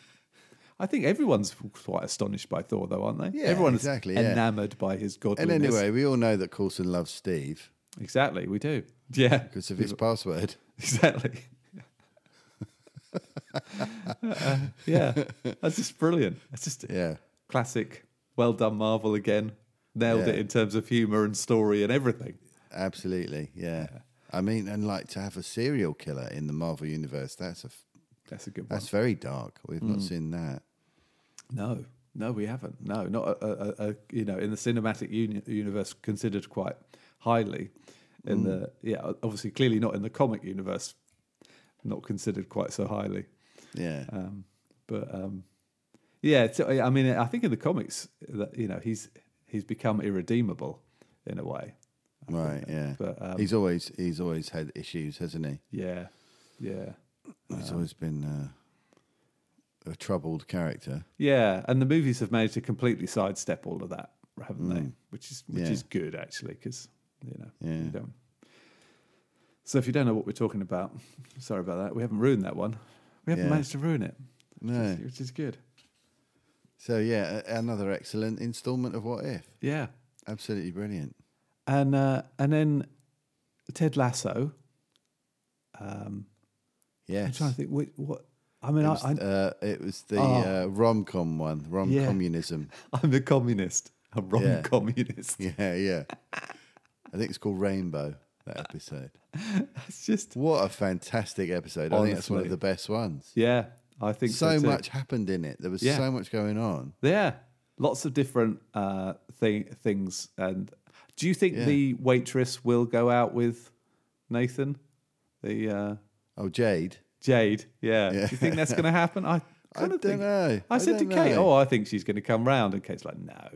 I think everyone's quite astonished by Thor, though, aren't they?
Yeah,
everyone's
exactly, yeah.
enamored by his
And
godliness.
anyway, we all know that Coulson loves Steve
exactly, we do. Yeah,
because of his password.
*laughs* exactly. *laughs* Uh, yeah, that's just brilliant. That's just
Yeah.
classic. Well done, Marvel again. Nailed
Yeah.
it in terms of humor and story and everything.
Absolutely. Yeah. I mean, and like to have a serial killer in the Marvel universe, that's a f-
That's a good one.
that's very dark. We've not seen that.
No, no, we haven't. No, not a, a, a, a you know in the cinematic uni- universe considered quite highly. In the yeah, obviously, clearly not in the comic universe, not considered quite so highly.
Yeah.
Um, but um, yeah, so, I mean, I think in the comics that you know he's he's become irredeemable in a way.
right, yeah.
But um,
he's always he's always had issues, hasn't he?
yeah, yeah,
He's always been uh, a troubled character.
yeah. And the movies have managed to completely sidestep all of that, haven't they? Which is which
Yeah.
is good actually, because you know
Yeah.
you don't- So if you don't know what we're talking about, *laughs* sorry about that. We haven't ruined that one. We haven't
Yeah.
managed to ruin it,
No.
which is good.
So yeah, a- another excellent instalment of What If.
Yeah,
Absolutely brilliant.
and uh, and then Ted Lasso. Um,
Yes.
I'm trying to think what. what I mean,
It
I,
was,
I,
uh, it was the
Oh.
uh, rom com one, rom
Yeah.
communism.
I'm a communist. I'm wrong
Yeah. *laughs*
communist. *laughs*
Yeah, yeah. I think it's called Rainbow. That episode.
That's just
What a fantastic episode! I think that's one of
Honestly.
the best ones.
yeah. I think
So
too.
much happened in it. There was
Yeah.
so much going on.
Yeah, lots of different uh, thing, things. And do you think
Yeah.
the waitress will go out with Nathan, the uh,
Oh, Jade.
Jade? Yeah. Do you think that's going to happen?
*laughs*
I
I
kind of
don't
think.
know.
I said to
don't
Kate,
know.
"Oh, I think she's going to come round," and Kate's like, "No."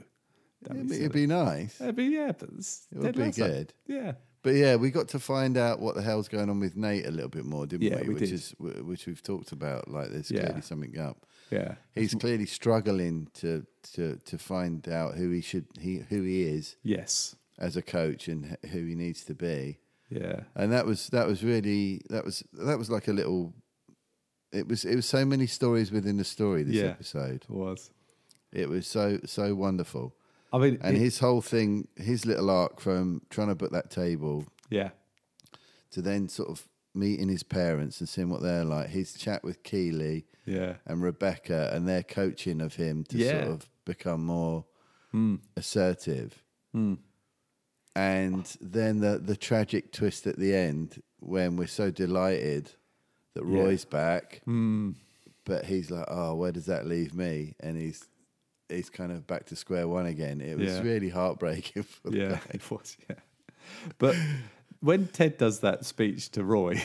Don't
it'd,
be
be,
silly."
it'd be nice.
That'd be- yeah, but it's
It would
Ted
be
Lasso.
good.
Yeah,
But yeah, we got to find out what the hell's going on with Nate a little bit more, didn't
Yeah, we
Which
did.
is wh- which we've talked about. Like, there's
Yeah.
clearly something up.
yeah,
He's clearly struggling to to to find out who he should he who he is
yes,
as a coach and h- who he needs to be.
yeah,
And that was that was really that was that was like a little. It was it was so many stories within the story. This
Yeah.
episode,
it was.
it was so so wonderful.
I mean,
And
it-
his whole thing, his little arc from trying to book that table
yeah,
to then sort of meeting his parents and seeing what they're like. His chat with Keely *laughs*
yeah,
and Rebecca and their coaching of him to
Yeah. Hmm.
sort of become more assertive. And then the the tragic twist at the end when we're so delighted that Roy's back,
Hmm.
but he's like, "Oh, where does that leave me?" And he's he's kind of back to square one again. It was
Yeah.
really heartbreaking. *laughs* For the
yeah. *laughs* It was. Yeah, but when Ted does that speech to Roy
guy.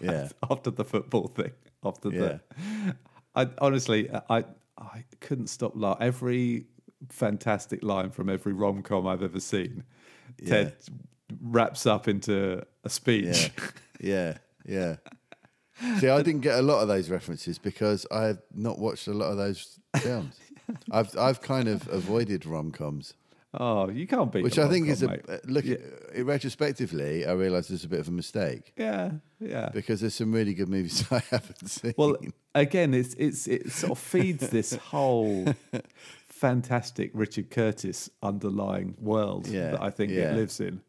yeah,
*laughs* after the football thing, after
Yeah.
the, I honestly, I I couldn't stop laughing. Every fantastic line from every rom com I've ever seen, Ted wraps up into a speech.
yeah, yeah. See, I didn't get a lot of those references because I've
*laughs*
not watched a lot of those films. I've I've kind of avoided rom coms.
*laughs* Oh, you can't beat
Which
the
I think
World
is
Cup,
a
mate.
uh, look.
Yeah.
uh, Retrospectively, I realise there's a bit of a mistake
yeah, yeah.
because there's some really good movies *laughs* I haven't seen. *laughs*
Well, again, it's it's it sort of feeds this whole
*laughs*
fantastic Richard Curtis underlying world
Yeah,
that I think
yeah.
it lives in.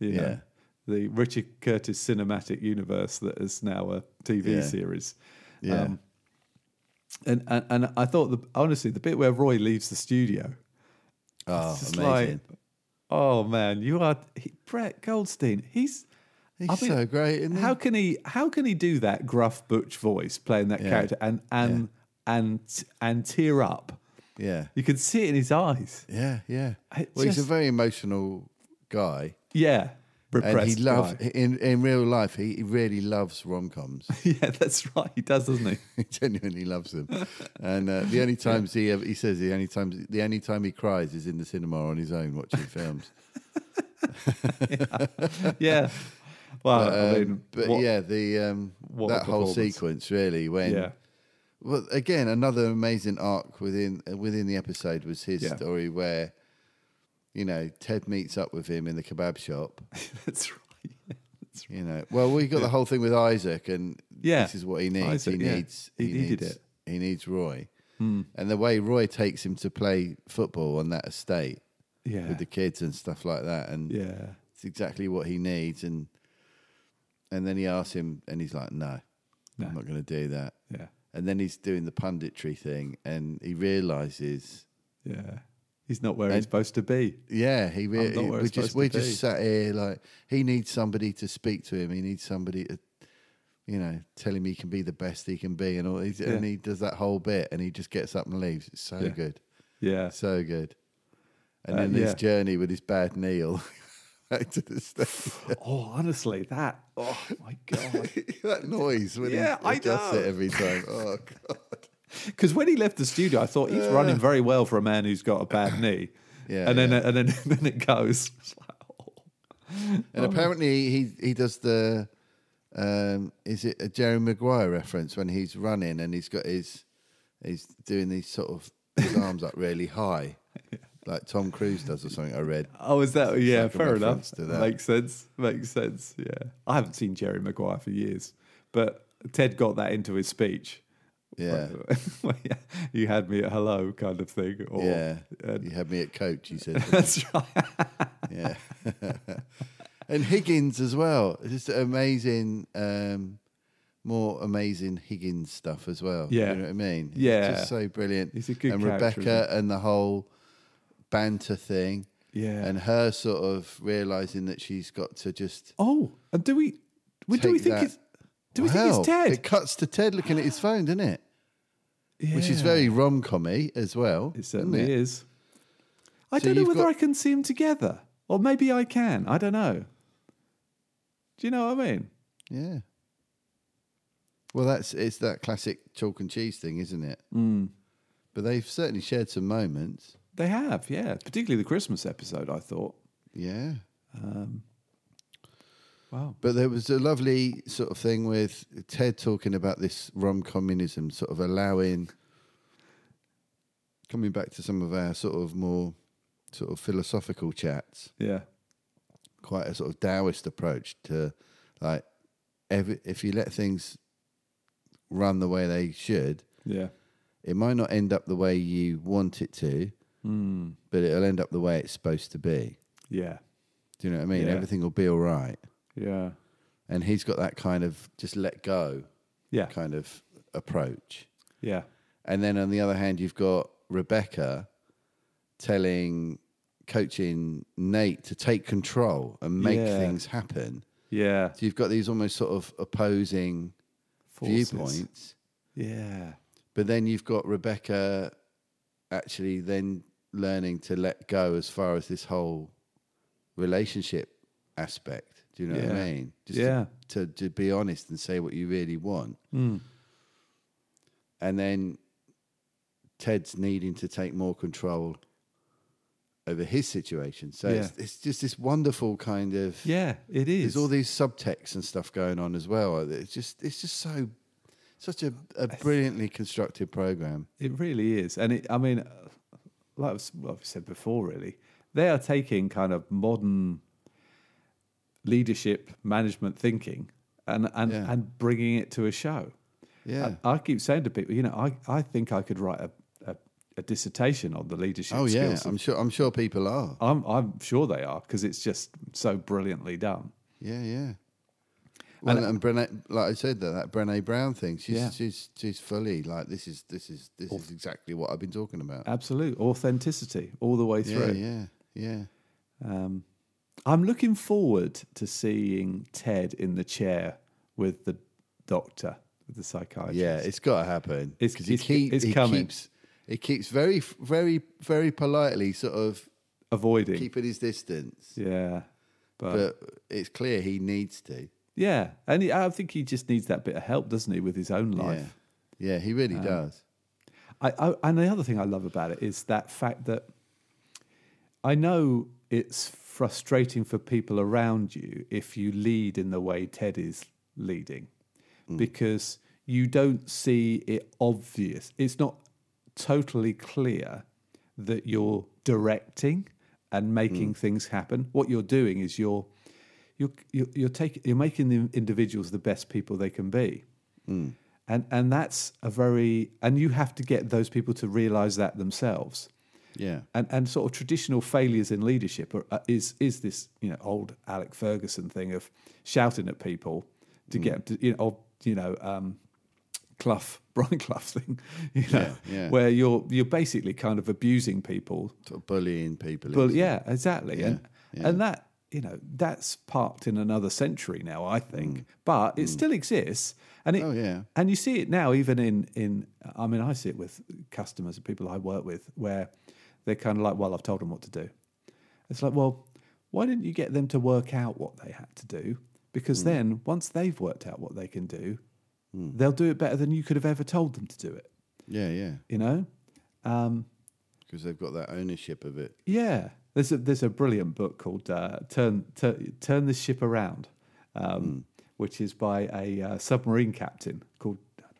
You know,
Yeah.
the Richard Curtis cinematic universe that is now a TV
Yeah.
series. Um,
yeah,
and, and and I thought the honestly the bit where Roy leaves the studio,
oh,
it's just
amazing.
like, oh man, you are he, Brett Goldstein. He's
He's
I mean,
so great. Isn't he?
how can he how can he do that gruff butch voice playing that
Yeah.
character and and and and tear up?
Yeah,
You can see it in his eyes.
yeah, yeah.
It
well, he's a
just-
very emotional guy,
Yeah, repressed.
and he
*laughs*
loves
guy.
in in real life. He really loves rom coms.
Yeah, that's right. He does, doesn't he?
*laughs* he genuinely loves them. And uh, the
*laughs*
only times he ever, he says the only times the only time he cries is in the cinema on his own watching films. *laughs*
Yeah. Well, *laughs* I
Um,
mean,
but
what-
yeah, the um,
what a
that whole
performance.
sequence really when
yeah,
well again another amazing arc within uh, within the episode was his
Yeah.
story where you know Ted meets up with him in the kebab
*laughs*
shop.
*laughs* that's right.
You know, well we got the whole thing with Isaac and
Yeah.
this is what he needs.
Isaac,
he
yeah.
needs
He needed
needs,
it. Hmm.
He needs Roy. And the way Roy takes him to play football on that estate
Yeah,
with the kids and stuff like that. And
yeah,
it's exactly what he needs. And and then he asks him, and he's like, "No,
No.
I'm not going to do that."
yeah,
And then he's doing the punditry thing, and he realizes,
yeah. He's not where he's supposed to be.
yeah, he
I'm not
really.
where
We
it's
just
supposed
we
to be.
just sat here like he needs somebody to speak to him. He needs somebody to, you know, tell him he can be the best he can be, and all. He's, And
Yeah.
he does that whole bit, and he just gets up and leaves. It's so
Yeah.
good. *laughs*
Yeah,
So good. And
Uh,
then
yeah.
his journey with his bad knee all the way *laughs* back to the stage. *laughs*
Oh, honestly, that. Oh my god.
that noise when
Yeah,
he
I
adjusts
know.
it every
*laughs*
time. Oh, God.
Because when he left the studio, I thought he's running very well for a man who's got a
*coughs*
bad knee.
Yeah,
and then
yeah.
and then *laughs* then it goes. It's like, oh.
And apparently he he does the um, is it a Jerry Maguire reference when he's running and he's got his he's doing these sort of his arms up really
*laughs*
high. Like Tom Cruise does or something I read.
Oh, is that? Yeah,
like a
fair enough.
reference to that.
Makes sense. Makes sense. Yeah, I haven't seen Jerry Maguire for years, but Ted got that into his speech.
Yeah.
*laughs* you had me at hello kind of thing. Or,
Yeah.
uh,
you had me at coach, he said.
*laughs* that's right.
Yeah. *laughs* and Higgins as well. Just amazing, um, more amazing Higgins stuff as well.
Yeah.
You know what I mean? It's
Yeah.
just so brilliant.
He's a good
And
character,
Rebecca and the whole banter thing.
Yeah.
And her sort of realizing that she's got to just.
Oh, and do we? we do we
Take
think
that.
it's? Do we think
Wow.
it's Ted?
It cuts to Ted looking at his phone, doesn't it? Which is
Yeah.
very rom commy as well.
It
isn't
certainly is. I
So
don't know
you've
whether
got-
I can see them together, or maybe I can. I don't know. Do you know what I mean?
Yeah. Well, that's it's that classic chalk and cheese thing, isn't it? Mm.
Hmm.
But they've certainly shared some moments.
They have, yeah. Particularly the Christmas episode, I thought.
Yeah.
Wow.
But there was a lovely sort of thing with Ted talking about this rom communism, sort of allowing, coming back to some of our sort of more sort of philosophical chats,
Yeah.
quite a sort of Taoist approach to like, every, if you let things run the way they should,
Yeah.
it might not end up the way you want it to, but it'll end up the way it's supposed to be.
Hmm. Yeah.
Do you know what I mean?
Yeah.
Everything will be all right.
Yeah.
And he's got that kind of just let go
Yeah.
kind of approach.
Yeah.
And then on the other hand, you've got Rebecca telling, coaching Nate to take control and make
Yeah.
things happen.
Yeah.
So you've got these almost sort of opposing
Forces.
viewpoints.
Yeah.
But then you've got Rebecca actually then learning to let go as far as this whole relationship aspect. Do you know what
Yeah.
I mean? Just to-
Yeah.
To, to, be honest and say what you really want.
Hmm.
And then Ted's needing to take more control over his situation. So
Yeah.
it's, it's just this wonderful kind of
Yeah. It is.
there's all these subtexts and stuff going on as well. It's just it's just so such a, a brilliantly constructed program.
It really is, and it, I mean, uh, like I've s- well, I've said before, really, they are taking kind of modern leadership management thinking and and,
Yeah.
and bringing it to a show.
Yeah.
I, I keep saying to people, you know, I, I think I could write a, a, a dissertation on the leadership
Oh yeah,
skills.
I'm sure. I'm sure people are.
I'm, I'm sure they are because it's just so brilliantly done.
Yeah, yeah. Well, and, Brené, like I said, that that Brené Brown thing. She's
Yeah.
she's she's fully like this is this is this is exactly what I've been talking about.
Absolute authenticity all the way
yeah,
through.
yeah, yeah.
Um, I'm looking forward to seeing Ted in the chair with the doctor, with the psychiatrist.
Yeah, it's got to happen
It's-
because he,
it's-
keep,
it's
he
coming.
keeps he keeps very very very politely sort of
avoiding.
keeping his distance,
yeah, but,
but it's clear he needs to.
yeah, and he, I think he just needs that bit of help, doesn't he, with his own life? Um,
Yeah, yeah, he really does.
I, I and the other thing I love about it is that fact that I know it's frustrating for people around you if you lead in the way Ted is leading because you don't see it obvious. It's not totally clear that you're directing and making things happen. What you're doing is you're you're you're, you're taking you're making the individuals the best people they can be and and that's a very and you have to get those people to realize that themselves
Yeah,
and and sort of traditional failures in leadership are, uh, is is this you know old Alec Ferguson thing of shouting at people to
Mm.
get to, you know or, you know um, Clough *laughs* Brian Clough thing you know
yeah.
where you're you're basically kind of abusing people
sort of bullying people.
well,
isn't it?
yeah, exactly. and and that you know that's parked in another century now, I think, but it still exists. And it,
Mm. Oh, yeah.
and you see it now even in in I mean I see it with customers and people I work with where they're kind of like, well, I've told them what to do. It's like, well, why didn't you get them to work out what they had to do? Because then once they've worked out what they can do, they'll do it better than you could have ever told them to do it.
yeah, yeah,
You know. Um,
because they've got that ownership of it.
yeah, there's a there's a brilliant book called uh, "Turn Tur- Turn the Ship Around,"
Hmm.
um, which is by a uh, submarine captain called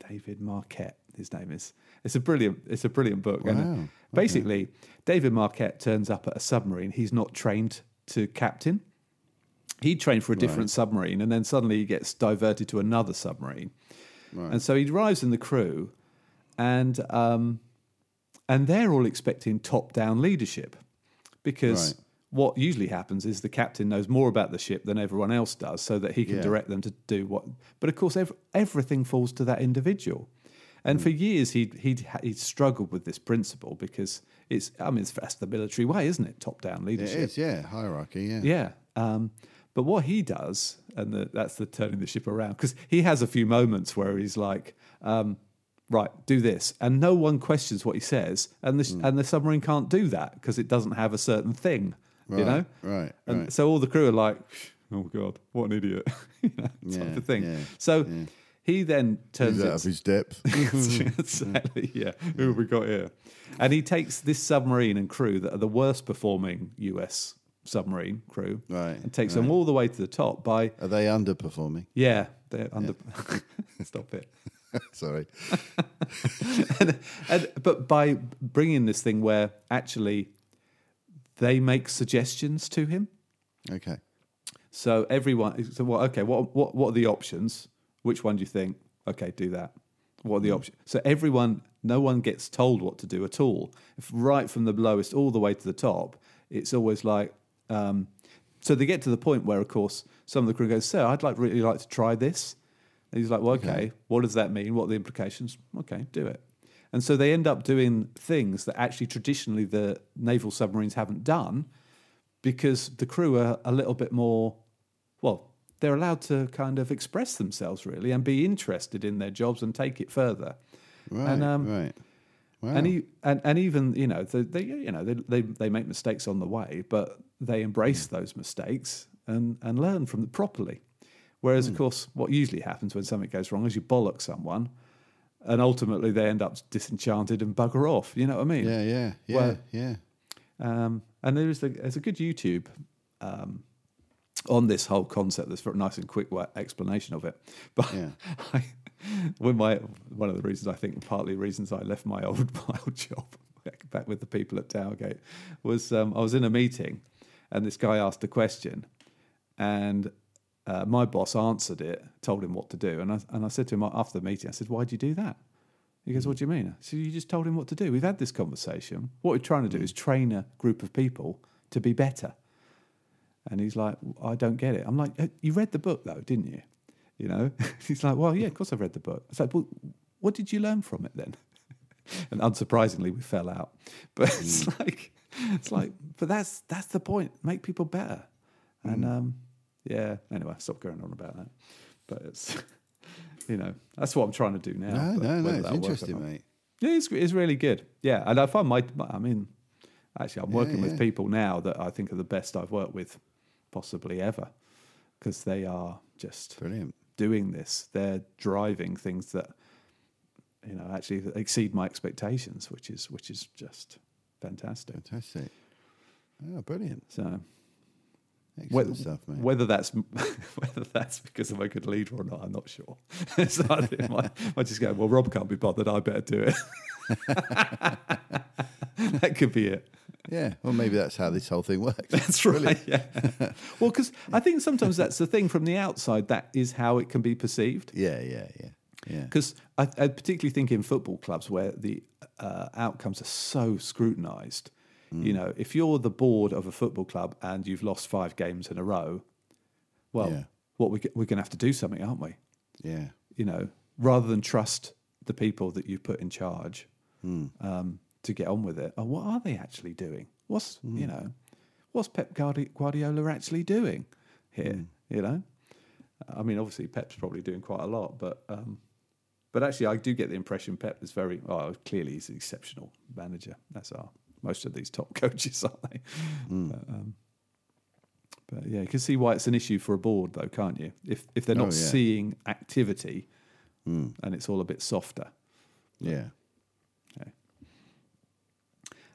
David Marquette. His name is. It's a brilliant. It's a brilliant book. And, uh,
Wow, okay.
basically, David Marquette turns up at a submarine. He's not trained to captain. He trained for a different submarine, and then suddenly he gets diverted to another submarine. And so he arrives in the crew, and um, and they're all expecting top-down leadership because
Right.
what usually happens is the captain knows more about the ship than everyone else does so that he can
Yeah.
direct them to do what but of course ev- everything falls to that individual and
Hmm.
for years he'd, he'd, ha- he'd struggled with this principle because it's i mean it's that's the military way isn't it top-down
It
leadership
is, yeah, hierarchy. Yeah,
yeah. Um, but what he does, and the, that's the turning the ship around, because he has a few moments where he's like, um, right, do this. And no one questions what he says. And the, sh
Mm.
and the submarine can't do that because it doesn't have a certain thing, you
Right,
know?
right,
And
right.
so all the crew are like, oh, God, what an idiot, *laughs* you know, type
Yeah,
of thing.
yeah,
so he then turns
He's out
it
of his depth. Mm-hmm.
*laughs* exactly. Yeah. Who have we got here? And he takes this submarine and crew that are the worst performing US submarine crew,
Right,
And takes them all the way to the top by
Are they underperforming? *laughs*
yeah, they're under. *laughs* Stop it.
Sorry.
and, and, but by bringing this thing where actually they make suggestions to him.
Okay.
So everyone, so what? Okay, what what what are the options? Which one do you think? Okay, do that. What are the options? So everyone, no one gets told what to do at all. If right from the lowest all the way to the top, it's always like. Um, so they get to the point where, of course, some of the crew goes, "Sir, I'd like really like to try this." And he's like, "Well, okay, what does that mean? What are the implications? Okay, do it." And so they end up doing things that actually traditionally the naval submarines haven't done, because the crew are a little bit more well they're allowed to kind of express themselves really and be interested in their jobs and take it further
Right.
And, um,
right. Wow.
and, e- and and even you know they, they you know they, they they make mistakes on the way but they embrace those mistakes and and learn from them properly whereas of course what usually happens when something goes wrong is you bollock someone and ultimately they end up disenchanted and bugger off you know what i mean
yeah, yeah, yeah,
Well-
yeah.
Um, and there is the, there's a good YouTube um, on this whole concept. That's very nice and quick wa- explanation of it. *laughs* But
Yeah.
I, when *laughs* my one of the reasons I think partly reasons I left my old my old job back, back with the people at Towergate was um, I was in a meeting and this guy asked a question and uh, my boss answered it, told him what to do. And I, and I said to him after the meeting, I said, Why'd you do that? He
Hmm.
goes, What do you mean? I said, You just told him what to do. We've had this conversation. What we're trying
Hmm.
to do is train a group of people to be better. And he's like, I don't get it. I'm like, "Uh, you read the book though, didn't you? You know, *laughs* he's like, well, yeah, of course I've read the book. It's like, well, what did you learn from it then? *laughs* and unsurprisingly, we fell out. *laughs* But
Hmm.
it's like, it's like, but that's that's the point. Make people better.
Hmm.
And um, yeah. Anyway, stop going on about that. But it's, *laughs* you know, that's what I'm trying to do now.
No,
but
no, no.
whether
It's
that'll work or
interesting,
not-
mate.
yeah, it's, it's really good. Yeah, and I find my, my I mean, actually, I'm working with people now that I think are the best I've worked with possibly ever because they are just
Brilliant.
doing this. They're driving things that you know actually exceed my expectations, which is which is just fantastic.
Fantastic. Oh, brilliant.
So
Excellent
whether,
stuff, mate.
whether that's *laughs* whether that's because I'm a good leader or not, I'm not sure. *laughs* so I, think I I just go, well, Rob can't be bothered. I better do it. *laughs* that could be it.
yeah. Well, maybe that's how this whole thing works.
*laughs* That's right. Yeah. *laughs* well, because I think sometimes that's the thing from the outside. That is how it can be perceived.
*laughs* yeah, yeah, yeah. Yeah.
Because I, I particularly think in football clubs where the uh, outcomes are so scrutinised. You know, if you're the board of a football club and you've lost five games in a row, well,
Yeah.
what we, we're going to have to do something, aren't we?
Yeah.
You know, rather than trust the people that you put in charge
Hmm.
um, to get on with it. And what are they actually doing? What's
Hmm.
you know, what's Pep Guardi- Guardiola actually doing here?
Hmm.
You know, I mean, obviously Pep's probably doing quite a lot, but um, but actually, I do get the impression Pep is very oh, clearly he's an exceptional manager. That's our most of these top *laughs* coaches, aren't they?
Hmm.
But, um, but yeah, you can see why it's an issue for a board, though, can't you? If if they're not
Oh, yeah. Hmm.
seeing activity, and it's all a bit softer.
Yeah.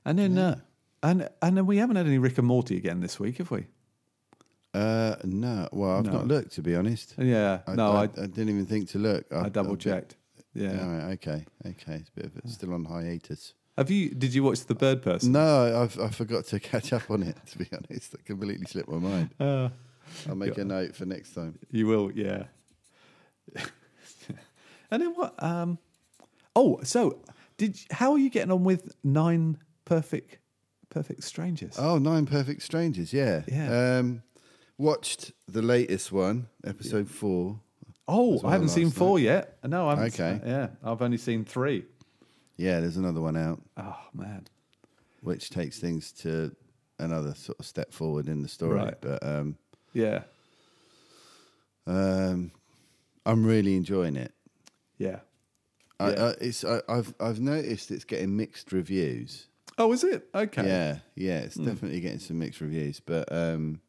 And then, uh, and and then we haven't had any Rick and Morty again this week, have we?
Uh, no. Well, I've not looked, to be honest.
Yeah, no, I,
I, didn't even think to look.
I, double checked. Yeah. Hmm.
All right, okay, okay. It's a bit of it's still on hiatus.
Have you? Did you watch the Bird Person?
No, I've, I forgot to catch up on it. *laughs* To be honest, that completely slipped my
*laughs*
mind.
Uh,
I'll make a note for next time.
You will, yeah. *laughs* and then what? Um, oh, so did how are you getting on with nine perfect perfect strangers?
Oh, Nine Perfect Strangers. Yeah,
Yeah.
Um, watched the latest one, episode four.
oh,
was
I haven't
one
seen
last
four yet. No, I haven't.
Okay.
yeah, I've only seen three.
Yeah, there's another one out,
Oh man,
which takes things to another sort of step forward in the story.
Right.
But um,
yeah,
um, I'm really enjoying it.
yeah.
I,
Yeah.
I, it's I, I've I've noticed it's getting mixed reviews.
Oh, is it? Okay. Hmm.
Yeah, yeah, it's definitely getting some mixed reviews, but um,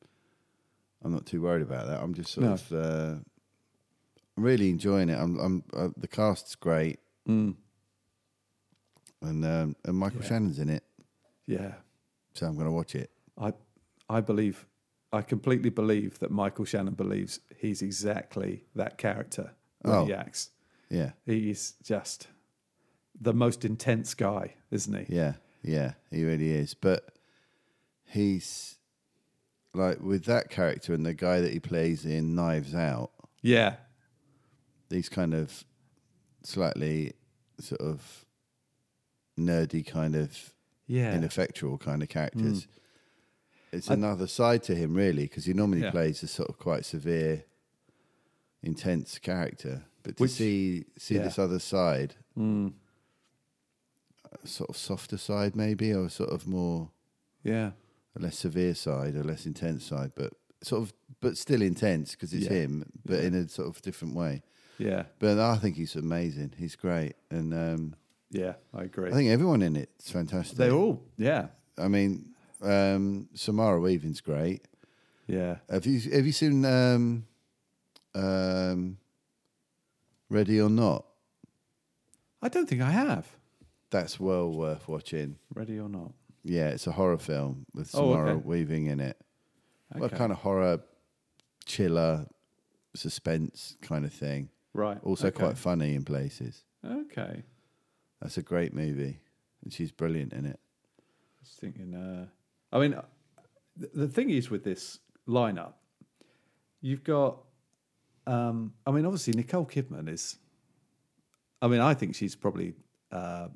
I'm not too worried about that. I'm just sort
No.
of uh, really enjoying it. I'm, I'm uh, the cast's great,
Hmm.
and um, and Michael Shannon's in it,
yeah.
so I'm going to watch it.
I I believe I completely believe that Michael Shannon believes he's exactly that character when he
Oh.
acts.
Yeah,
He's just the most intense guy, isn't he?
yeah, yeah. He really is, but he's like with that character and the guy that he plays in Knives Out.
Yeah.
these kind of slightly sort of nerdy kind of
Yeah. Mm.
ineffectual kind of characters. It's another side to him, really, because he normally
Yeah.
plays a sort of quite severe, intense character. But to
Which-
see see
yeah.
this other side,
Hmm.
a sort of softer side, maybe, or a sort of more
yeah.
a less severe side, a less intense side, but sort of but still intense because it's
Yeah.
him, but in a sort of different way.
Yeah.
But I think he's amazing. He's great, and um,
Yeah. I agree.
I think everyone in it's fantastic.
They're all yeah.
I mean, um, Samara Weaving's great.
Yeah.
Have you have you seen um, um, Ready or Not?
I don't think I have.
That's well worth watching.
Ready or not.
Yeah, it's a horror film with
Oh,
Samara
okay.
Weaving in it. What
Okay.
kind of horror, chiller, suspense kind of thing.
Right.
Also
okay.
quite funny in places.
Okay.
That's a great movie. and she's brilliant in it.
was thinking. Uh, I mean, uh, th- the thing is with this lineup, you've got. Um, I mean, obviously Nicole Kidman is. I mean, I think she's probably uh,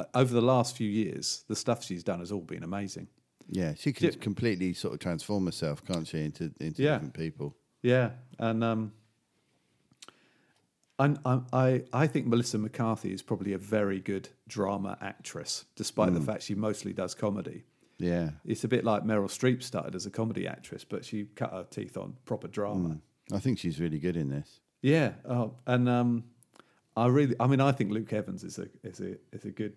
o- over the last few years, the stuff she's done has all been amazing.
Yeah, she can
Yeah.
completely sort of transform herself, can't she, into into
Yeah.
different people?
Yeah, and um, and I, I I think Melissa McCarthy is probably a very good drama actress, despite the fact she mostly does comedy.
Yeah,
It's a bit like Meryl Streep started as a comedy actress, but she cut her teeth on proper drama.
I think she's really good in this.
Yeah, oh, and um, I really, I mean, I think Luke Evans is a is a is a good.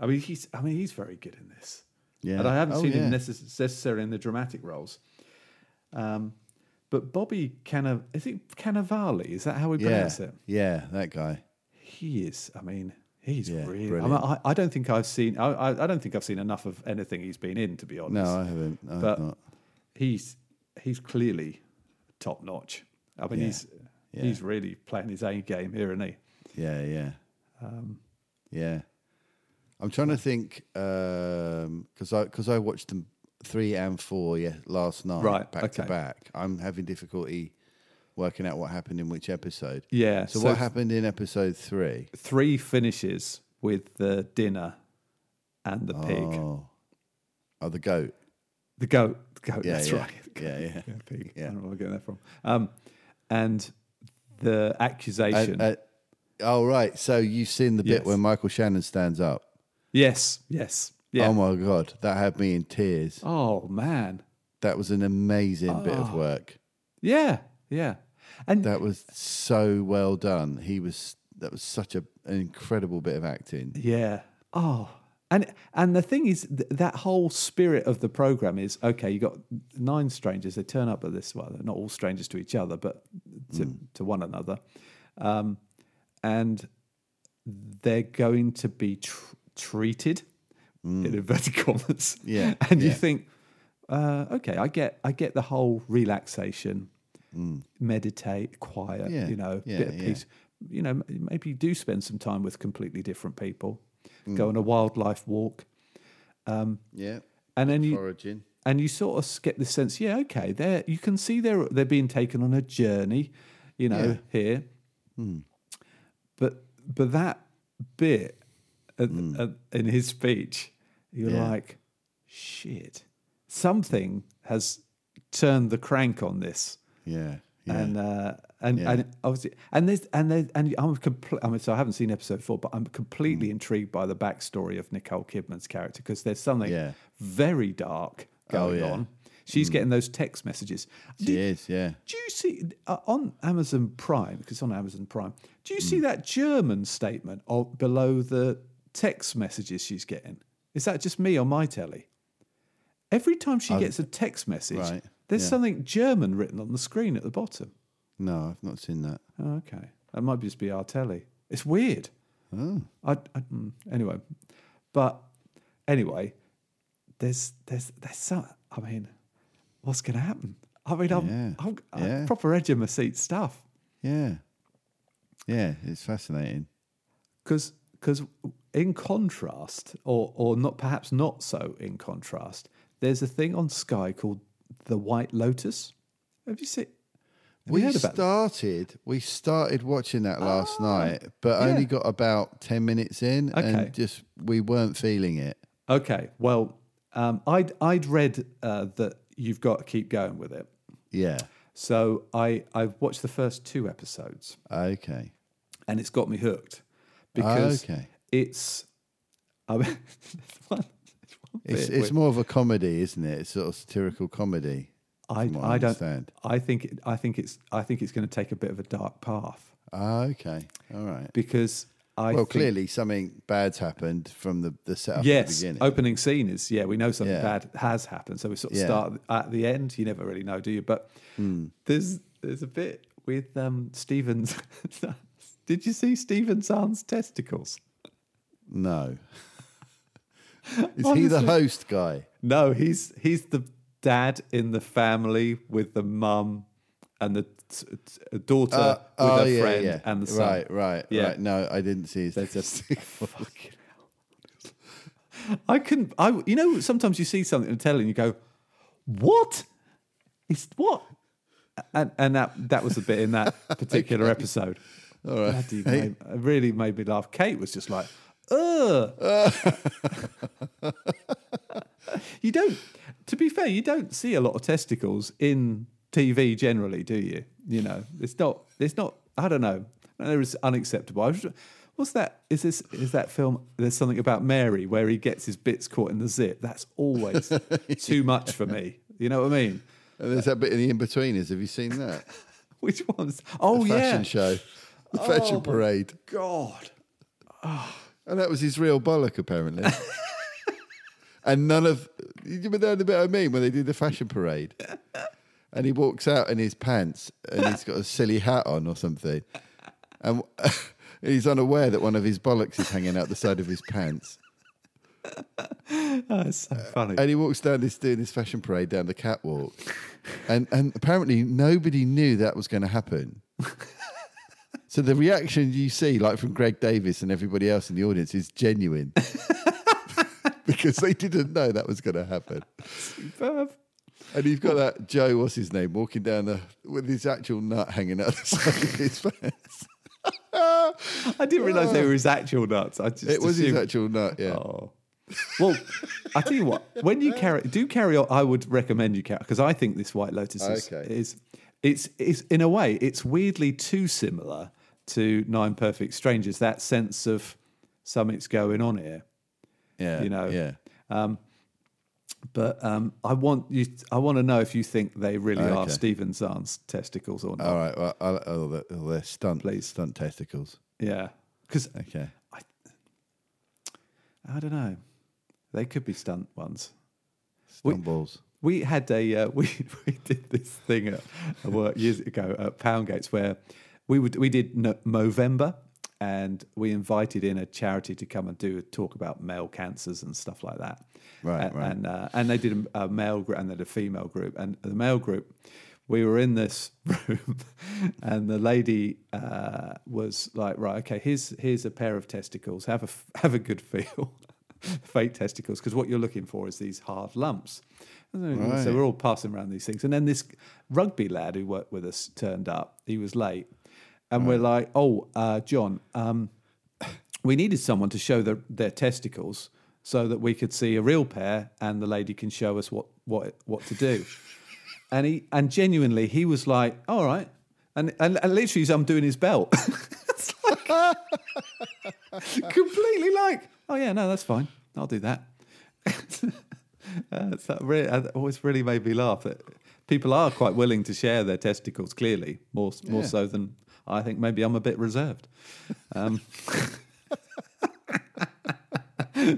I mean, he's I mean he's very good in this.
Yeah,
and I haven't
Oh,
seen him
yeah.
necess- necessarily in the dramatic roles. Um, but Bobby Cannavale, is it Cannavale? Is that how we
Yeah,
pronounce it?
yeah, that guy.
He is. I mean, he's
Yeah,
really. I,
brilliant.
mean, I, I don't think I've seen. I, I, I don't think I've seen enough of anything he's been in to be honest
No, I haven't. I've
but
not.
he's he's clearly top notch. I mean, he's
yeah.
he's really playing his own game here, isn't he?
Yeah, yeah.
Um,
yeah. I'm trying to think because I because I watched them three and four yeah, last night
Right,
back to
okay.
back. I'm having difficulty working out what happened in which episode.
Yeah.
So, what happened in episode three?
Three finishes with the dinner and the pig,
Oh, oh, the goat.
the goat. The goat.
Yeah,
that's
yeah.
right. The
Yeah,
*laughs*
yeah.
goat, Pig. I
Yeah.
don't know where I'm getting that from. Um, and the accusation.
And, uh, oh right, so you've seen the
Yes.
bit where Michael Shannon stands up.
yes. Yes. Yeah.
Oh
Oh,
my god, that had me in tears.
man.
That was an amazing bit
Ah.
of work.
Yeah. Yeah. And
That was so well done. He was that was such a, an incredible bit of acting.
Yeah. Oh. And and the thing is th- that whole spirit of the program is okay. You got nine strangers. They turn up at this. Well, they're not all strangers to each other, but to
Hmm.
to one another, um, and they're going to be tr- treated in inverted commas.
Hmm. Yeah,
*laughs* And you
yeah.
think, uh, okay, I get I get the whole relaxation, meditate, quiet.
Yeah,
You know,
yeah,
bit of
yeah.
peace you know, m- maybe you do spend some time with completely different people,
Mm.
go on a wildlife walk,
Yeah,
and then you
origin.
and you sort of get the sense, yeah, okay, they're you can see they're they're being taken on a journey, you know, here,
Hmm.
but but that bit at, at, in his speech, you're
Hmm. Yeah.
like, shit, something has turned the crank on this.
Yeah, yeah,
and uh, and
Yeah.
and obviously and there's and there's and I'm compl- I mean, so I haven't seen episode four, but I'm
Mm.
completely intrigued by the backstory of Nicole Kidman's character because there's something
Yeah.
very dark
Oh,
going
yeah.
on. She's getting those text messages.
she
Did,
is. Yeah,
do you see uh, on Amazon Prime? Because it's on Amazon Prime, do you
Mm.
see that German statement or below the text messages she's getting? Is that just me or my telly? Every time she gets a text message,
Oh, right,
there's
yeah.
something German written on the screen at the bottom.
no, I've not seen that.
Oh, okay. That might just be our telly. It's weird.
Oh,
I, I mm, anyway, but anyway, there's there's there's some. I mean, what's going to happen? I mean, I'm,
Yeah.
I'm, I'm
Yeah.
proper edge of my seat stuff
yeah, yeah. It's fascinating.
because because in contrast, or or not perhaps not so in contrast, there's a thing on Sky called the White Lotus. Have you seen? Have
we
you heard about? that?
started. We started watching that last night, but
yeah.
only got about ten minutes in,
Okay.
and just we weren't feeling it.
okay, well, um, I'd I'd read uh, that you've got to keep going with it.
Yeah.
So I I've watched the first two episodes
Okay.
and it's got me hooked because
Okay.
it's I mean, *laughs* it's one, it's one bit
It's it's
where
more of a comedy, isn't it? It's sort of satirical comedy.
I,
from what I
I, don't
understand.
I think it, I think it's I think it's going to take a bit of a dark path
Ah, okay. All right.
because I
Well,
think-
clearly something bad's happened from the, the setup at the
yes Oh.
beginning.
opening scene is yeah we know something
Yeah.
bad has happened so we sort of
Yeah. Hmm.
start at the end you never really know do you but there's there's a bit with um Stevens *laughs* did you see Stephen Zahn's testicles
No. *laughs* Is he the
Honestly.
host guy?
No, he's he's the dad in the family with the mum and the t- t- daughter with
oh,
her
yeah,
friend
yeah.
and the son.
Right, right,
Yeah.
right. No, I didn't see his
There's a
*laughs* testicles.
fucking hell. I couldn't. I you know sometimes you see something on the telly and you go, "What? It's what?" And and that that was the bit in
*laughs*
that particular episode. All right, Bloody made, it really made me laugh. Kate was just like, "Ugh." you don't. To be fair, you don't see a lot of testicles in TV generally, do you? You know, it's not. It's not. I don't know. There is unacceptable. I was, what's that? Is this? Is that film? There's something about Mary where he gets his bits caught in the zip. That's
*laughs*
always too much for me. You know what I mean?
And there's that bit in the in betweeners. Have you seen that?
Which ones? Oh
Fashion
yeah. Oh,
show, the fashion
my-
parade.
God.
And that was his real bollock, apparently. and none of you know the bit I mean when they do the fashion parade. And he walks out in his pants and he's got a silly hat on or something. And *laughs* he's unaware that one of his bollocks is hanging out the side of his pants.
Oh, it's
Uh,
so funny.
And he walks down this doing this fashion parade down the catwalk. And and apparently nobody knew that was going to happen. So the reaction you see, like from Greg Davis and everybody else in the audience, is genuine. *laughs* because they didn't know that was going to happen.
Superb.
And you've got that Joe, what's his name, walking down the with his actual nut hanging out the *laughs* side of his pants.
I didn't realise they were his actual nuts. I just
Ah. It was his
assumed-
actual nut, yeah.
Oh. Well, I tell you what. When you carry, do carry on. I would recommend you carry because I think this White Lotus is,
Okay.
is it's it's in a way it's weirdly too similar to Nine Perfect Strangers. That sense of something's going on here,
yeah.
you know.
Yeah.
but um, I want you. I want to know if you think they really are
Okay.
Steven Zahn's testicles or not.
All right. Well, I'll, oh, they're, oh, they're stunt,
Please.
stunt testicles.
Yeah, because
Oh. Okay.
I, I don't know. They could be stunt ones.
Stunt balls.
We had a uh, *laughs* we we did this thing at, at work years ago at Poundgates where we would we did no- Movember and we invited in a charity to come and do a talk about male cancers and stuff like that.
Right,
and,
right.
And, uh, and they did a, a male group and then a female group and the male group. We were in this *laughs* room, and the lady uh, was like, "Right, okay, here's here's a pair of testicles. Have a f- have a good feel, *laughs* fake testicles, because what you're looking for is these hard lumps." And then- So
Right.
we're all passing around these things. And then this rugby lad who worked with us turned up. He was late. And we're like, oh, uh, John, um, we needed someone to show their, their testicles so that we could see a real pair and the lady can show us what, what, what to do. and, he, and genuinely, he was like, all right. And, and, and literally, he's undoing his belt. *laughs* It's like- completely like, oh, yeah, no, that's fine. I'll do that. *laughs* Uh, so that really, that always really made me laugh that people are quite willing to share their testicles. Clearly, more more so than I think. Maybe I'm a bit reserved. Um,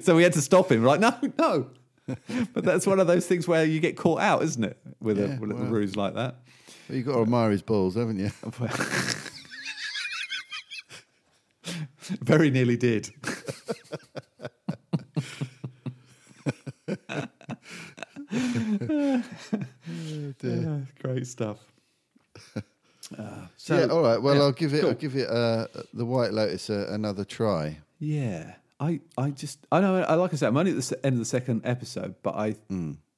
so we had to stop him. We're like, no, no. *laughs* But that's one of those things where you get caught out, isn't it? With
Yeah,
a, with a
well.
ruse like that.
Well, you've got to admire his balls, haven't you?
Very nearly did. *laughs*
Oh,
Uh,
*laughs*
great stuff. Uh, *laughs* so
yeah. All right. Well,
yeah,
I'll give it.
cool.
I'll give it uh, the White Lotus uh, another try.
Yeah, I, I just, I know, I like I said, I'm only at the se- end of the second episode, but I,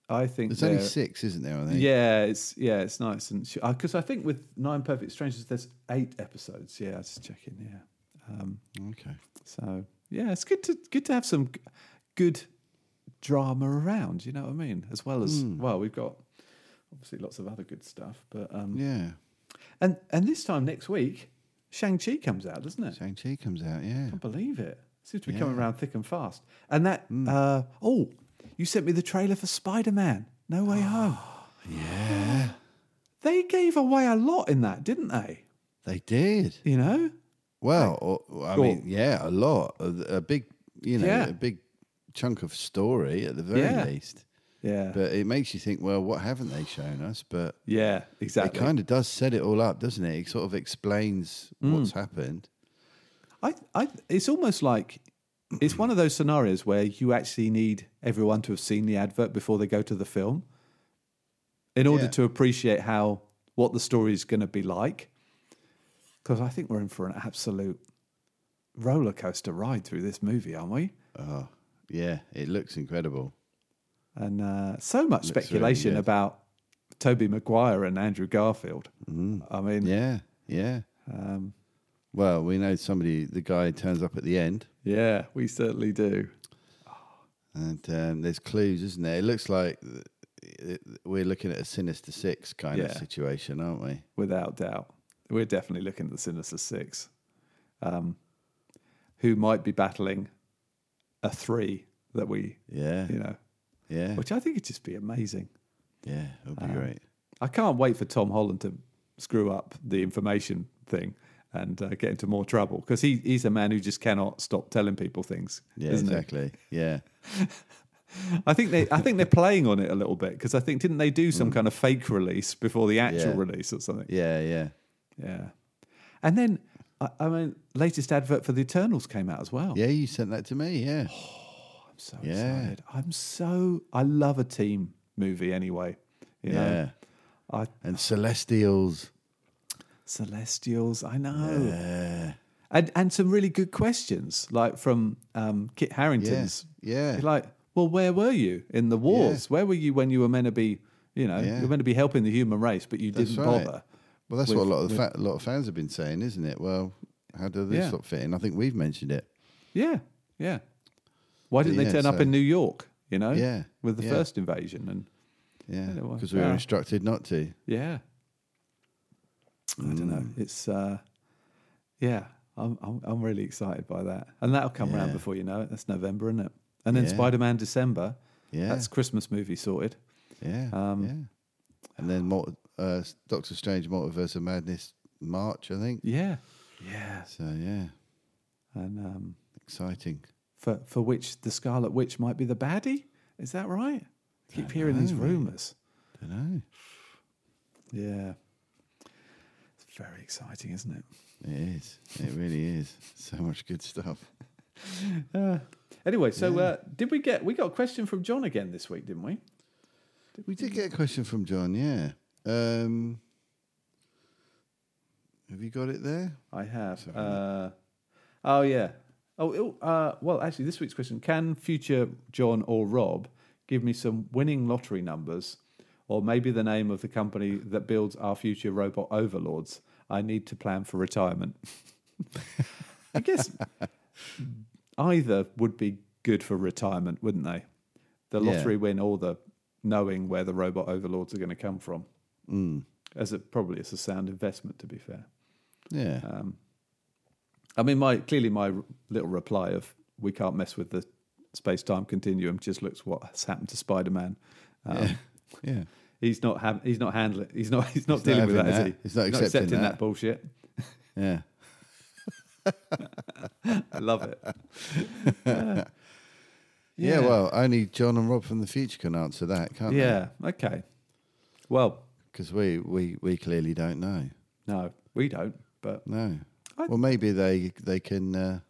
I
Hmm.
think
There's only
they're-
six, isn't there? I think.
Yeah, it's yeah, it's nice, and because I think with Nine Perfect Strangers, there's eight episodes. Yeah, I was just checking. Yeah, um,
Okay.
so yeah, it's good to good to have some g- good drama around. You know what I mean? As well as
Hmm.
well, we've got obviously lots of other good stuff, but um,
Yeah.
and and this time next week, Shang Chi comes out, doesn't it?
Shang Chi comes out. Yeah.
can't believe it. Seems to be coming around thick and fast. And that, uh, oh, you sent me the trailer for Spider Man No Way Home. Yeah. They gave away a lot in that, didn't they?
They did.
You know?
Well, or- or, I
Go
mean,
on.
yeah, a lot. A, a big, you know,
Yeah.
a big chunk of story at the very
Yeah.
least.
Yeah.
But it makes you think. Well, what haven't they shown us? But
yeah,
it
exactly.
kind of does set it all up, doesn't it? It sort of explains
Hmm.
what's happened.
I, I, it's almost like it's one of those scenarios where you actually need everyone to have seen the advert before they go to the film in order
Yeah.
to appreciate how what the story is going to be like. Because I think we're in for an absolute roller coaster ride through this movie, aren't we?
Oh, Yeah, it looks incredible.
and uh, so much
Looks really
speculation
good.
about Toby Maguire and Andrew Garfield. I mean, yeah.
Yeah, yeah.
Um,
Well, we know somebody. The guy turns up at the end,
yeah, we certainly do.
and um, there's clues, isn't there? It looks like th- th- we're looking at a Sinister Six kind of
Yeah.
situation, aren't we?
without doubt. We're definitely looking at the Sinister Six, um, who might be battling a three that we,
Yeah,
you know,
yeah,
which um, I think would just be amazing.
yeah. It'll be great.
I can't wait for Tom Holland to screw up the information thing and uh, get into more trouble because he, he's a man who just cannot stop telling people things,
Yeah,
isn't he?
exactly. Yeah,
I think they I
*laughs*
think they're playing on it a little bit because I think didn't they do some kind of fake release before the actual
Mm. Yeah.
release or something?
yeah, yeah.
Yeah. And then, I, I mean, latest advert for the Eternals came out as well.
Yeah, you sent that to me. Yeah,
Oh, I'm so
Yeah.
excited. I'm so, I love a team movie anyway. You know,
yeah.
I,
And Celestials.
Celestials, I know. And, and some really good questions, like from um, Kit
Yeah,
Harrington's.
yeah.
Like, well, where were you in the wars? Where were you when you were meant to be, you know,
Yeah.
you were meant to be helping the human race, but you didn't
right.
bother?
Well, that's
with-
what a lot of the fa- a lot of fans have been saying, isn't it? Well, how do this
Yeah.
not fit in? I think we've mentioned it.
Yeah, yeah. Why didn't
yeah,
they turn up
so-
in New York? You know,
Yeah,
with the
yeah.
first invasion and
Yeah,
don't know why.
because we were
Yeah.
instructed not to.
yeah. I don't
Mm.
know. It's uh, yeah. I'm, I'm I'm really excited by that, and that'll come round
Yeah.
before you know it. That's November, isn't it? And then
Yeah.
Spider Man December.
Yeah,
That's Christmas movie sorted.
yeah,
um,
yeah. And then mul- uh, Doctor Strange Multiverse of Madness March, I think.
Yeah, yeah.
So yeah,
And um,
exciting.
for for which the Scarlet Witch might be the baddie. Is that right? keep hearing these rumors.
I know
Yeah. It's very exciting, isn't it?
it is. It really is. *laughs* So much good stuff.
Anyway, so uh, did we get we got a question from John again this week, didn't we?
We did get a question from John. Yeah. Um, have you got it there?
I have. Uh, oh yeah. Oh it'll- uh, well, actually, this week's question: Can future John or Rob give me some winning lottery numbers, or maybe the name of the company that builds our future robot overlords? I need to plan for retirement. *laughs* I guess either would be good for retirement, wouldn't they? The
Yeah.
lottery win or the knowing where the robot overlords are going to come from. As it probably is a sound investment, to be fair.
Yeah.
Uh, I mean, my clearly my r- little reply of we can't mess with the space time continuum just looks what has happened to Spider Man. Um,
yeah.
He's not ha- he's not handling he's not he's not dealing with that,
having
is
that.
he?
He's not accepting
that.
that.
bullshit.
Yeah.
I love it.
*laughs* Yeah, well, only John and Rob from the future can answer that, can't
yeah. Okay. Well,
Because we, we, we clearly don't know.
no, we don't. But
No.
I-
well, maybe they they can uh,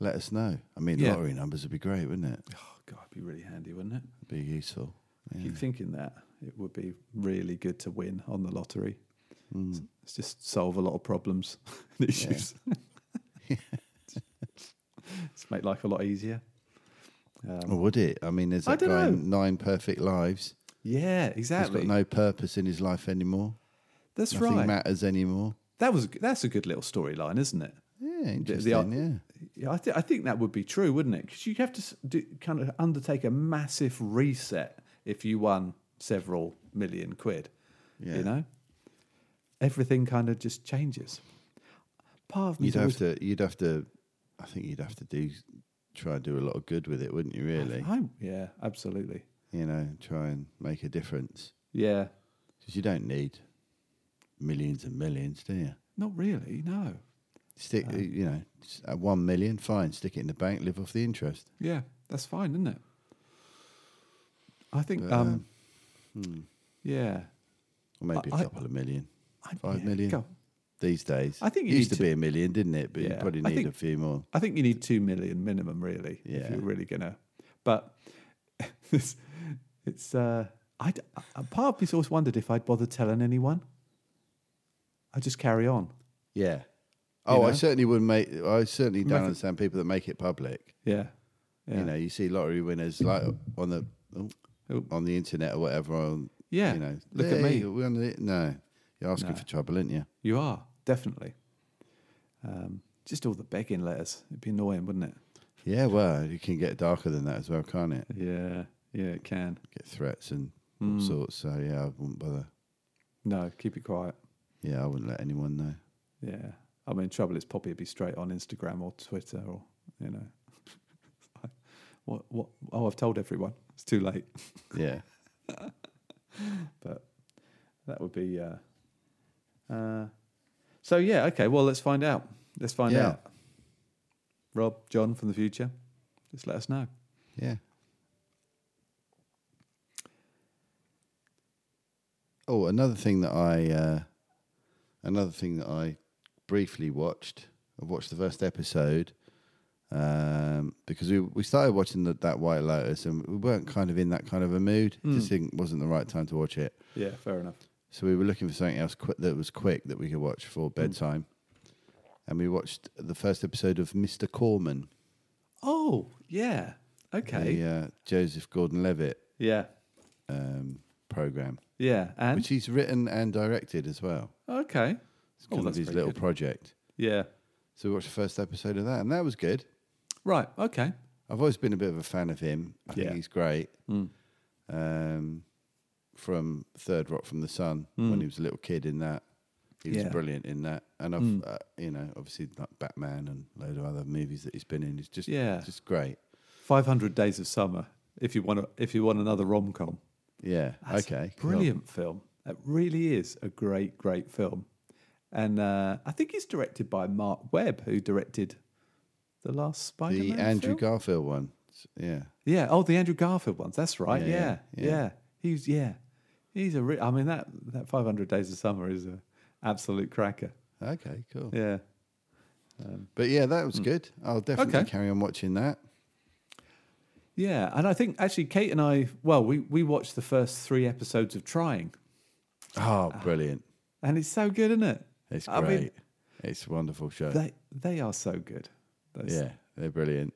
let us know. I mean,
Yeah.
lottery numbers would be great, wouldn't it?
oh god, it'd be really handy, wouldn't it?
It'd be useful.
I keep thinking that it would be really good to win on the lottery.
Mm.
It's just solve a lot of problems *laughs* and issues. Just make life a lot easier. Um,
Or would it? I mean, there's
I
that
don't
guy
know.
in Nine Perfect Lives.
Yeah,
He's
exactly.
got no purpose in his life anymore.
That's
Nothing
right.
matters anymore.
That was that's a good little storyline, isn't it?
Yeah,
The-
interesting.
the-
yeah.
Yeah, I, th- I think that would be true, wouldn't it? Because you have to s- do, kind of undertake a massive reset if you won several million quid.
Yeah.
You know, everything kind of just changes. Part of
You'd
me's
have
always-
to. You'd have to. I think you'd have to do try and do a lot of good with it, wouldn't you? Really,
I'm, yeah, absolutely.
you know, try and make a difference.
Yeah,
Because you don't need millions and millions, do you?
not really. No.
Stick,
Uh.
you know, s- at one million, fine. Stick it in the bank, live off the interest.
Yeah, that's fine, isn't it? I think. um, Yeah.
Or maybe a
Hmm. I-
couple of million.
I,
Five
yeah,
million
go.
these days.
I think
it
you
used
need
to,
to-
be a million, didn't it? But you
Yeah,
probably
I
need
think-
a few more.
I think you need two million minimum, really, if
Yeah.
you're really gonna. But *laughs* it's, it's uh, I part of me's always wondered if I'd bother telling anyone. I just carry on.
Yeah. Oh, I
know?
certainly wouldn't make. I certainly don't understand people that make it public.
Yeah, Yeah.
You know, you see lottery winners like on the oh,
Oh.
on the internet or whatever. On,
Yeah,
you know,
look at
"Hey,
me."
we on the no. You're asking
No.
for trouble, aren't you?
You are definitely. Um, just all the begging letters. It'd be annoying, wouldn't it?
Yeah, well, you can get darker than that as well, can't it?
Yeah, yeah, it can.
Get threats and all sorts. So yeah, I wouldn't bother.
Hmm. No, keep it quiet.
Yeah, I wouldn't let anyone know.
Yeah, I mean, trouble is, Poppy would be straight on Instagram or Twitter or you know, *laughs* what what? Oh, I've told everyone. It's too late.
Yeah,
But that would be. Uh, uh, so yeah, okay. Well, let's find out. Let's find
Yeah.
out. Rob, John from the future, just let us know.
yeah. Oh, another thing that I, uh, another thing that I briefly watched. I watched the first episode um, because we we started watching the, that White Lotus and we weren't kind of in that kind of a mood. Just think wasn't the right time to watch it.
Yeah, fair enough.
So we were looking for something else quick that was quick that we could watch for bedtime, and we watched the first episode of Mister Corman,
Oh yeah, okay.
the uh, Joseph Gordon-Levitt
Yeah,
um, program,
yeah, and
which he's written and directed as well.
okay.
It's
Oh,
kind of
that's
his
very
little
good.
project.
Yeah,
So we watched the first episode of that, and that was good.
right. Okay.
I've always been a bit of a fan of him. I
Yeah. Hmm.
think he's great. Um, from Third Rock from the Sun, when he was a little kid in that, he was
Hmm. Yeah. Hmm.
brilliant in that. And I've, uh, you know, obviously like Batman and a load of other movies that he's been in. He's just,
Yeah.
just great.
Five hundred days of summer. If you want, to, if you want another rom com,
Yeah. okay. cool.
brilliant film. It really is a great, great film. And uh, I think it's directed by Mark Webb, who directed the last
The
Spider-Man.
Andrew
film?
Garfield one. S- Yeah.
yeah. Oh, the Andrew Garfield ones. That's right.
Yeah,
Yeah,
yeah,
yeah.
yeah.
He's yeah. He's a. Re- I mean that that Five Hundred Days of Summer is a absolute cracker.
Okay. Cool.
Yeah.
But yeah, that was good. I'll definitely
Okay.
carry on watching that.
Yeah, and I think actually Kate and I, well, we, we watched the first three episodes of Trying,
Oh, brilliant.
and it's so good, isn't it?
It's great.
I mean,
it's a wonderful show.
They they are so good. Those-
Yeah, they're brilliant.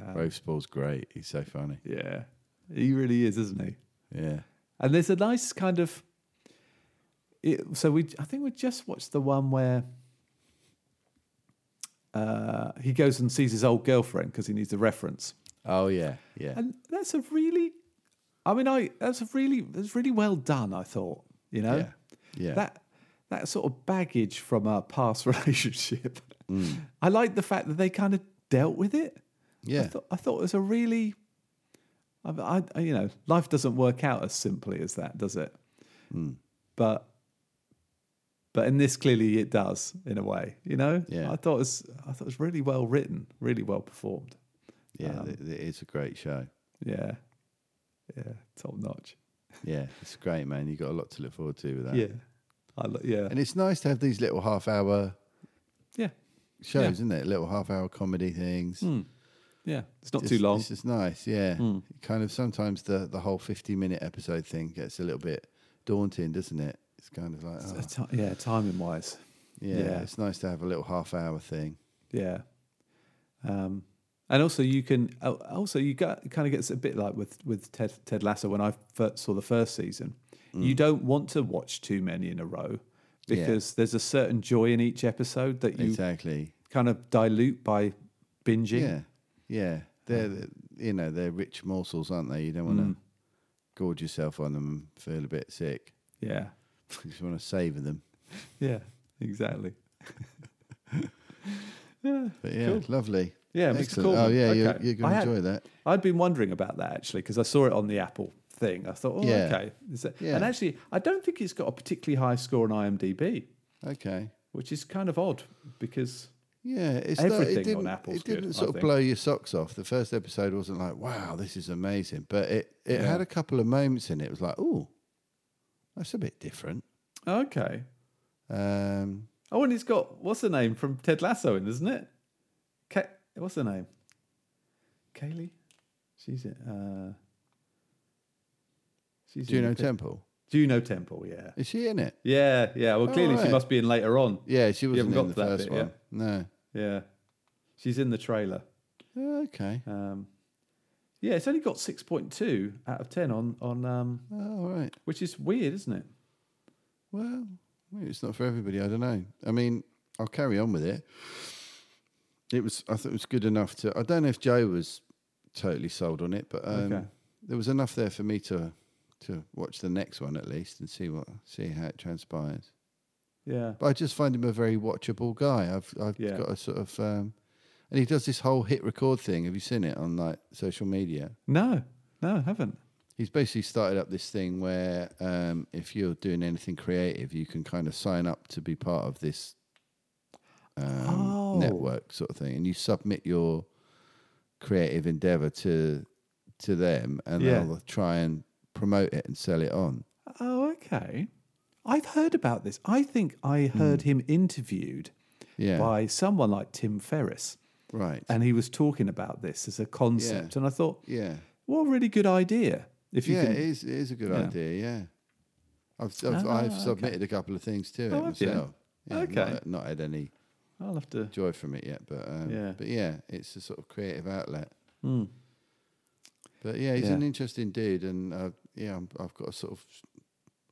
Um,
Rafe Spall's great. He's so funny.
yeah, he really is, isn't he?
Yeah.
And there's a nice kind of. It, so we, I think we just watched the one where uh, he goes and sees his old girlfriend because he needs a reference,
Oh yeah, yeah,
and that's a really, I mean, I that's a really that's really well done. I thought, you know.
yeah, yeah.
that that sort of baggage from our past *laughs* relationship.
Mm.
I like the fact that they kind of dealt with it. I
yeah.
thought, I thought it was a really, I, I- you know, life doesn't work out as simply as that, does it?
Mm.
But but in this, clearly it does in a way. You know,
Yeah.
I thought it was I thought it was really well written, really well performed.
yeah
um,
th- th- it's a great show.
Yeah, yeah, top notch.
Yeah, it's great, man. You got a lot to look forward to with that.
Yeah, I lo- yeah
Uh, and it's nice to have these little half-hour
yeah
shows,
Yeah. Hmm.
isn't it? Little half-hour comedy things.
yeah. It's not
Just-
too long. Hmm.
It's just nice. Yeah, kind of. Sometimes the the whole fifty-minute episode thing gets a little bit daunting, doesn't it? It's kind of like, oh,
Uh, ti- yeah, timing wise.
yeah,
yeah.
It's nice to have a little half-hour thing.
Yeah. Um, and also you can al- also you got kind of gets a bit like with with Ted Ted Lasso when I first saw the first season.
Mm.
You don't want to watch too many in a row because there's a certain joy in each episode that you
Exactly.
kind of dilute by binging.
Yeah, yeah. They're the- you know they're rich morsels, aren't they? You don't want to
Hmm. Mm.
gorge yourself on them and feel a bit sick.
Yeah.
You just want to savor them.
Yeah, exactly.
But yeah, lovely.
Yeah, Mr.
excellent. Oh
Coleman.
yeah, you're,
Okay.
you're
I
going to
had-
enjoy that.
I'd been wondering about that actually because I saw it on the Apple thing. I thought, oh,
Yeah.
okay. Is that-
Yeah.
And actually, I don't think it's got a particularly high score on IMDb.
Okay.
which is kind of odd because
Yeah, it's
Everything
not,
on
it didn't,
Apple's
It didn't
good, I
sort of
think.
blow your socks off. The first episode wasn't like, wow, this is amazing, but it it had a couple of moments in it. It was like, oh, that's a bit different.
okay.
Um,
Oh, and it's got what's the name from Ted Lasso in, isn't it? Ka- what's her name? Kaylee. She's in, uh. She's in
Juno
the pic-
Temple
Juno Temple. Yeah.
is she in it?
Yeah. Yeah. Well, clearly she
right.
must be in later on.
Yeah, she wasn't
haven't got
in the
to that
first
bit
one.
yet.
No. Oh,
Yeah. She's in the trailer.
Okay.
Um, Yeah, it's only got six point two out of ten on on um,
Oh, all right.
which is weird, isn't it?
Well, maybe it's not for everybody. I don't know. I mean, I'll carry on with it. It was. I thought it was good enough to. I don't know if Joe was totally sold on it, but um,
Okay.
there was enough there for me to to watch the next one at least and see what see how it transpires.
Yeah,
But I just find him a very watchable guy. I've I've
Yeah.
got a sort of. Um, and he does this whole hit record thing. Have you seen it on like social media?
no, no, I haven't.
He's basically started up this thing where um, if you're doing anything creative, you can kind of sign up to be part of this um,
Oh.
network sort of thing, and you submit your creative endeavor to to them, and
Yeah.
they'll try and promote it and sell it on.
Oh, okay. I've heard about this. I think I heard him interviewed
Hmm. Yeah,
by someone like Tim Ferriss,
right.
and he was talking about this as a concept.
Yeah.
And I thought,
yeah,
what a really good idea! If you
yeah.
can,
It is. It is a good
Yeah.
idea. Yeah, I've I've, I've submitted a couple of things to it
Oh, have you?
myself. Yeah,
Okay.
not, not had any
I'll have to.
joy from it yet, but um,
Yeah.
but yeah, it's a sort of creative outlet.
Hmm.
But yeah, he's
Yeah.
an interesting dude, and uh, yeah, I'm, I've got a sort of,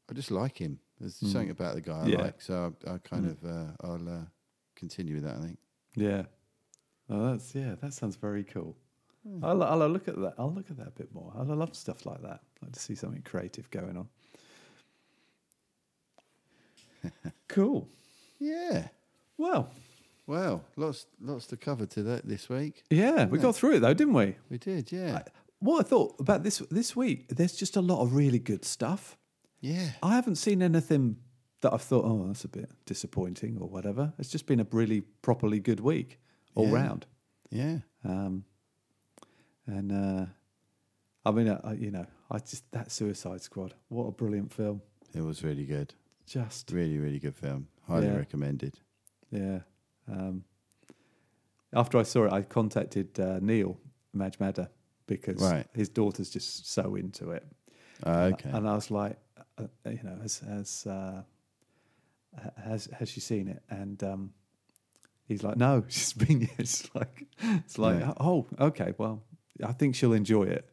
I just like him. There's something about the guy I
Yeah.
like, so I, I kind of uh, I'll uh, continue with that. I think.
Yeah. Oh, that's yeah. That sounds very cool.
Hmm.
I'll, I'll look at that. I'll look at that a bit more. I love stuff like that. I like to see something creative
*laughs*
going on. cool.
Yeah.
Well,
Well, lots lots to cover to that this week.
yeah, we got through it though, didn't we?
We did, yeah,
What I thought about this this week, there's just a lot of really good stuff.
yeah,
I haven't seen anything that I've thought, oh, that's a bit disappointing or whatever. It's just been a really properly good week all
Yeah.
round.
yeah.
Um, and uh, I mean, I, I- you know, I just that Suicide Squad. What a brilliant film!
It was really good,
Just
really really good film. Highly
Yeah.
recommended.
yeah. Um, after I saw it, I contacted uh, Neil Majmada because
Right.
his daughter's just so into it,
Uh, okay,
and I was like, uh, you know, has has uh, ha- has has she seen it? And um, he's like, no, *laughs* she's been. It's like, it's like,
Yeah.
oh, okay, well, I think she'll enjoy it.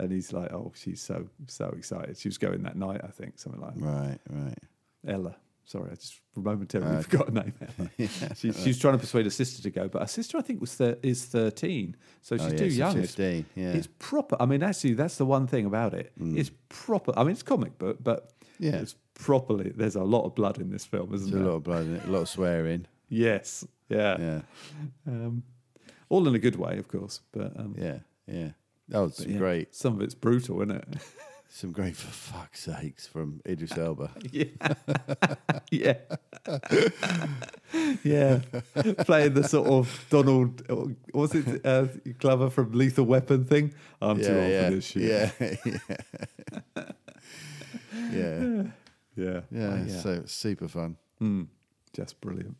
And he's like, oh, she's so so excited. She was going that night, I think, something like
right, right. *laughs*
Ella. Sorry, I just momentarily
Uh,
*laughs* forgot her name. Ella.
Oh,
she, she was trying to persuade her sister to go, but her sister, I think, was thir- is thirteen, so
Oh,
she's
yeah,
too
it's a
young. It's-
15, yeah. Mm.
it's proper. I mean, actually, that's the one thing about it. It's proper. I mean, it's comic book, but
Yeah.
it's properly. There's a lot of blood in this film, isn't
There's
there?
a lot of blood in it, a lot of *laughs* swearing.
Yes, yeah.
Yeah,
Um, all in a good way, of course, but um,
yeah, yeah. That was some
yeah,
great,
Some of it's brutal, isn't
*laughs*
it? *laughs*
some great for fuck's sakes from Idris Elba.
Yeah. yeah. yeah. Playing the sort of Donald, what was it uh, Glover from Lethal Weapon thing? *laughs* I'm too old
yeah,
for this shit.
yeah, *laughs*
*laughs*
yeah, yeah,
Yeah.
yeah.
Oh, yeah.
So it's super fun.
Just brilliant.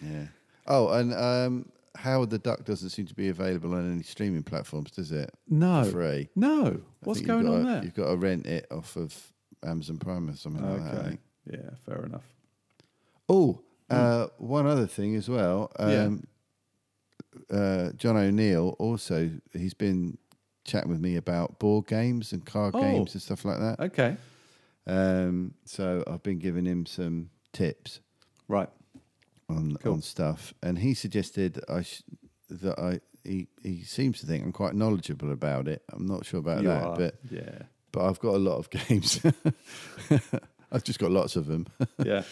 Yeah. Oh, and um, Howard the Duck doesn't seem to be available on any streaming platforms, does it?
No.
For free.
No.
I
Oh, What's
think you've
going on
gotta-
there?
You've got to rent it off of Amazon Prime or something like that. I
Okay.
think.
Yeah, fair enough.
Oh, uh, one other thing as well.
Hmm. Yeah.
Um, uh, John O'Neill also he's been chatting with me about board games and card
Oh.
games and stuff like that.
Okay.
Um, so I've been giving him some tips
Right.
on
Cool.
on stuff, and he suggested I sh- that I he he seems to think I'm quite knowledgeable about it. I'm not sure about
You
that,
are.
but
Yeah.
but I've got a lot of *laughs* games. I've just got lots of them. *laughs*
Yeah.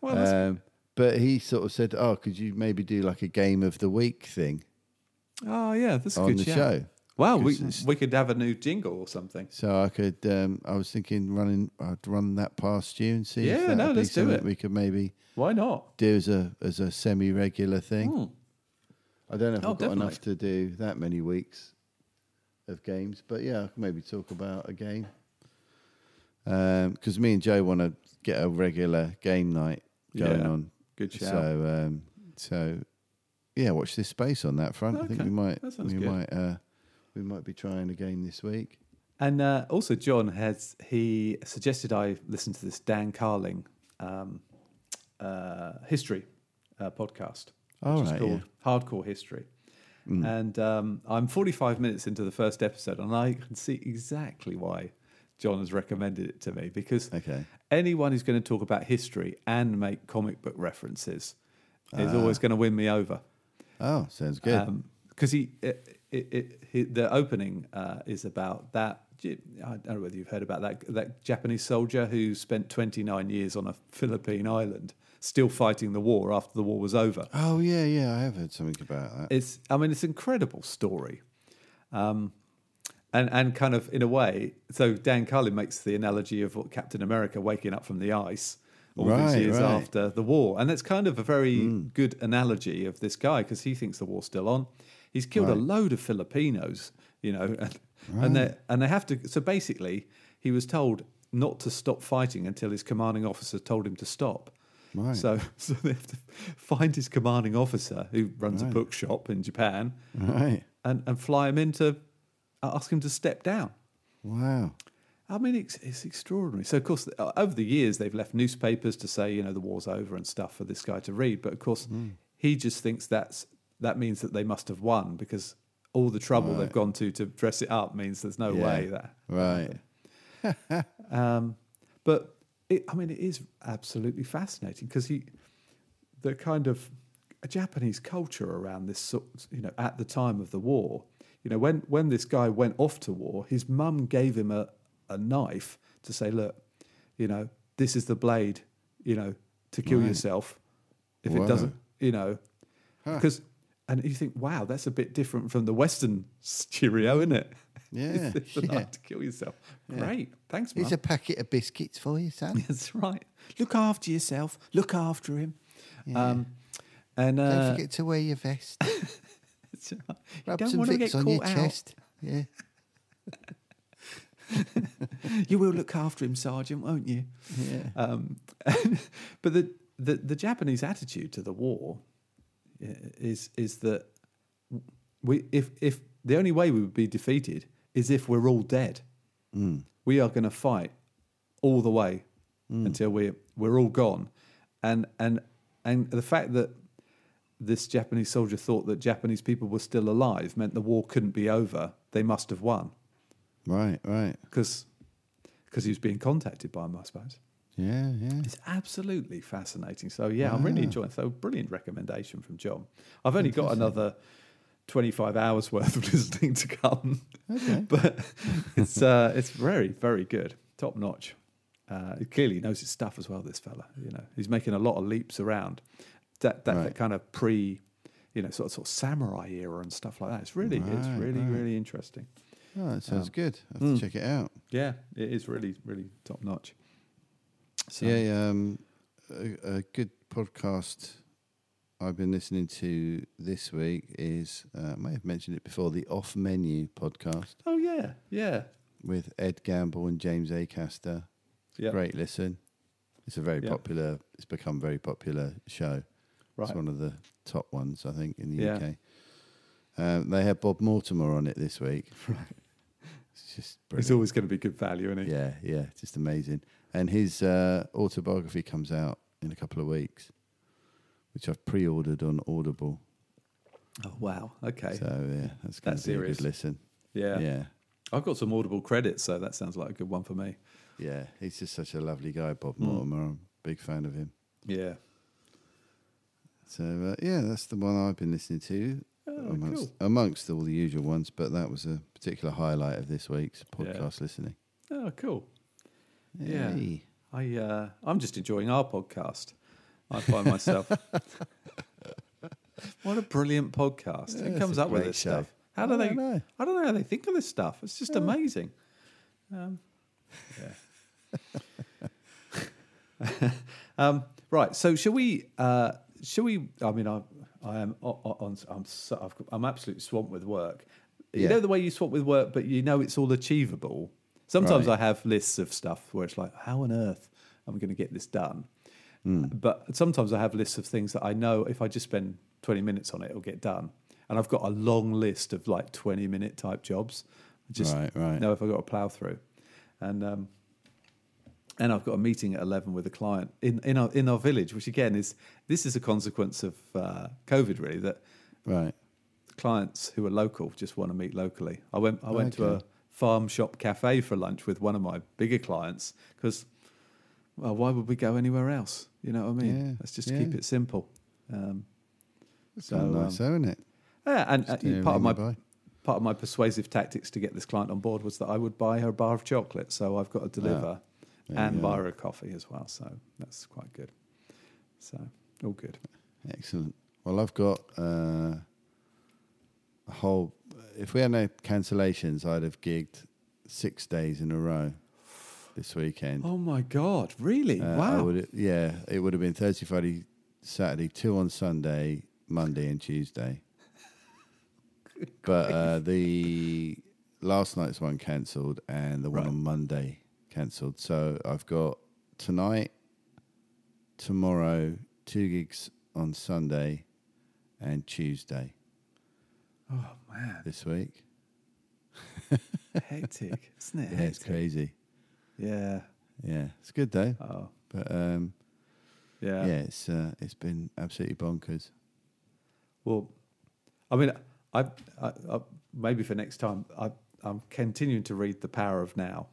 Well, Oh, that's,
Um, but he sort of said, "Oh, could you maybe do like a game of the week thing
oh, yeah, that's a
on
good
the
shout.
show?"
Wow, we,
Because-
we could have a new jingle or something.
So I could. Um, I was thinking running. I'd run that past you and see.
Yeah,
if that
no,
would be
let's do
something
it.
We could maybe
Why not? Hmm.
do as a as a semi regular thing. I don't know if
Oh,
I've got enough to do that many weeks of games, but yeah, I could maybe talk about a game. Because me and Joe want to get a regular game night going
Yeah.
on.
Good shout.
So, um, so yeah, watch this space on that front. I think
Okay,
we might
that sounds
we
good.
might uh, we might be trying a game this week.
And uh, also, John has he suggested I listen to this Dan Carling um, uh, history uh, podcast,
All
which
right,
is
yeah. Mm.
called Hardcore History. And um, I'm 45 minutes into the first episode, and I can see exactly why John has recommended it to me because
Okay.
anyone who's going to talk about history and make comic book references is
Ah.
always going to win me over
Oh, sounds good.
Um, because he it, it, it, he the opening uh, is about that. I don't know whether you've heard about that that Japanese soldier who spent 29 years on a Philippine island, still fighting the war after the war was over.
oh yeah, yeah. I have heard something about that.
It's I mean it's an incredible story, um, and and kind of in a way. So Dan Carlin makes the analogy of what Captain America waking up from the ice all these
Right,
years
right.
after the war, and that's kind of a very good analogy of this guy because he thinks the war's still on. He's killed a load of Filipinos, you know, *laughs* and and they and they have to. So basically, he was told not to stop fighting until his commanding officer told him to stop.
Right.
So, *laughs* so they have to find his commanding officer who runs a bookshop in Japan
Right.
and, and fly him in to ask him to step down.
Wow.
I mean, it's, it's extraordinary. So, of course, uh, over the years, they've left newspapers to say, you know, the war's over and stuff for this guy to read. But of course, he just thinks that's that means that they must have won because all the trouble they've gone to to dress it up means there's no
Yeah.
way that
Right.
*laughs* but it, I mean, it is absolutely fascinating because he, the kind of Japanese culture around this, sort, you know, at the time of the war, you know, when when this guy went off to war, his mum gave him a, a knife to say, look, you know, this is the blade, you know, to kill yourself if
Wow.
it doesn't, you know, because. And you think, wow, that's a bit different from the Western *laughs* cheerio, isn't it? *laughs*
Yeah,
It's the
yeah.
knife to kill yourself. Great, thanks, mum.
Here's a packet of biscuits for you,
*laughs*
son.
That's right. Look after yourself. Look after him. Um, and
Don't
uh,
forget to wear your vest.
*laughs* it's all right. you
Rub
don't
some
want to get
Vicks on your
caught out.
chest.
*laughs*
Yeah.
You will look after him, Sergeant, won't you?
Yeah.
Um, *laughs* but the, the the Japanese attitude to the war i- is is that we if if the only way we would be defeated is if we're all dead. We are going to fight all the way until we we're all gone, and and and the fact that this Japanese soldier thought that Japanese people were still alive meant the war couldn't be over. They must have won
Right. Right.
because because he was being contacted by them, I suppose.
Yeah. Yeah.
It's absolutely fascinating. So yeah, I'm
Ah.
really enjoying. It. So brilliant recommendation from John. I've only got another 25 hours worth of *laughs* listening to come, *laughs* but it's uh, it's very very good, top notch. Uh, he clearly knows his stuff as well. This fella, you know, he's making a lot of leaps around that that, that kind of pre, you know, sort of, sort of samurai era and stuff like that. It's really it's
Right,
really
right.
really interesting.
Oh, that sounds good. I have
Hmm.
to check it out.
Yeah, it is really really top notch. So,
Yeah, um, a, a good podcast I've been listening to this week is uh, I may have mentioned it before the Off Menu podcast
Oh yeah, yeah,
with Ed Gamble and James Acaster.
yeah.
Great listen. It's a very
Yeah.
popular. It's become a very popular show.
Right.
It's one of the top ones I think in the
Yeah.
UK. Um, they had Bob Mortimer on it this
*laughs*
week. Right. It's just brilliant.
It's always going to be good value, isn't it?
Yeah, yeah, just amazing. And his uh, autobiography comes out in a couple of weeks, which I've pre-ordered on Audible.
Oh wow. Okay.
So yeah, that's going
That's
to be a
serious.
good listen.
yeah.
yeah,
I've got some Audible credits, so that sounds like a good one for me.
yeah. He's just such a lovely guy, Bob
Hmm.
Mortimer. I'm a big fan of him.
Yeah.
So uh, yeah, that's the one I've been listening to amongst
Oh, cool.
amongst all the usual ones, but that was a particular highlight of this week's
Yeah.
podcast listening.
Oh, cool. Yeah.
Hey.
I uh, I'm just enjoying our podcast. I
*laughs*
find myself. what a brilliant podcast!
Yeah,
Who
it's
comes
a
up with
great
this
show.
stuff? How do
I
they?
don't know.
I don't know how they think of this stuff. It's just amazing. Um, yeah. *laughs* um, right. So, shall we? Uh, shall we? I mean, I I am o- o- on. I'm so, I've, got- I'm absolutely swamped with work. You
Yeah.
know the way you swap with work, but you know it's all achievable. Sometimes
Right.
I have lists of stuff where it's like, how on earth am I going to get this done?
Hmm.
But sometimes I have lists of things that I know if I just spend 20 minutes on it, it'll get done. And I've got a long list of like 20 minute type jobs. I just
Right, right.
know if I've got to plow through. And, um, and I've got a meeting at 11 with a client in, in, our, in our village, which again is this is a consequence of uh, COVID, really, that
Right.
clients who are local just want to meet locally. I went I went to a
Okay.
farm shop cafe for lunch with one of my bigger clients because well, why would we go anywhere else? You know what I mean?
Yeah,
Let's just
yeah.
keep it simple. Um,
It's
So, um,
so, nice, isn't it?
yeah, and uh,
Just doing
part of my
ring-a-bye.
part of my persuasive tactics to get this client on board was that I would buy her a bar of chocolate, so I've got to deliver
Ah, there
and
you
buy
are.
her a coffee as well. So that's quite good. So all good.
Mm. Excellent. Well, I've got uh, a whole. If we had no cancellations, I'd have gigged six days in a row this weekend.
Oh my god! Really?
Uh, I
wow.
would, yeah, it would have been Thursday, Friday, Saturday, two on Sunday, Monday, and
*laughs*
Tuesday. but uh, the last night's one cancelled and the one
Right.
on Monday cancelled. So I've got tonight, tomorrow, two gigs on Sunday and Tuesday
Oh man,
this week.
hectic,
*laughs*
isn't it?
Yeah, it's
Hectic.
crazy.
Yeah.
Yeah, it's good though.
Oh.
But um,
Yeah.
yeah. it's uh, it's been absolutely bonkers.
Well, I mean, I, I, I maybe for next time, I, I'm continuing to read The Power of Now.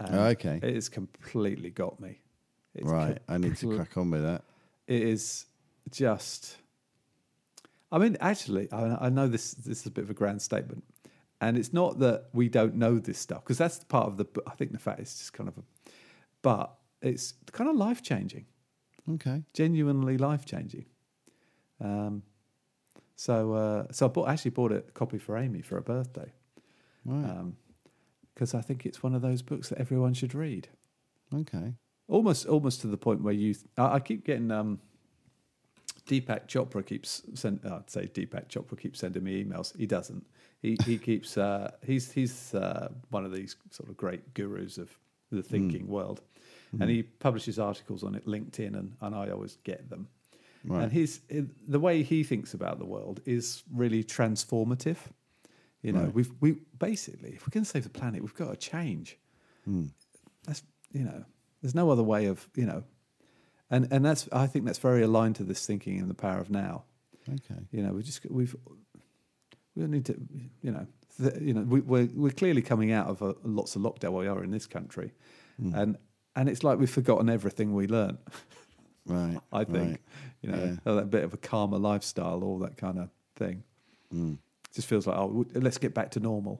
and
Oh, okay.
It has completely got me. It's
right, I need to
*laughs* compl-
crack on with that.
it is just i mean actually i, I know this this is a bit of a grand statement and it's not that we don't know this stuff because that's part of the i think the fact is just kind of a, but it's kind of life changing
Okay.
genuinely life changing um so uh so i bought actually bought a copy for amy for her birthday
Right.
um because i think it's one of those books that everyone should read Uh,
okay.
almost almost to the point where you I, I keep getting um Deepak Chopra keeps send I'd say Deepak Chopra keeps sending me emails he doesn't he he keeps uh he's he's uh one of these sort of great gurus of the thinking world and he publishes articles on it LinkedIn and and I always get them
Right.
and his the way he thinks about the world is really transformative you know
Right.
we've we basically if we're going to save the planet we've got to change
Hmm.
that's you know there's no other way of you know and and that's i think that's very aligned to this thinking in the power of now
Okay.
you know we just we've we need to you know th- you know we, we're we're clearly coming out of a, lots of lockdown we are in this country
Hmm.
and and it's like we've forgotten everything we learnt
Right.
i think
right.
you know
Yeah.
oh, that bit of a calmer lifestyle all that kind of thing
Mm.
just feels like oh w- let's get back to normal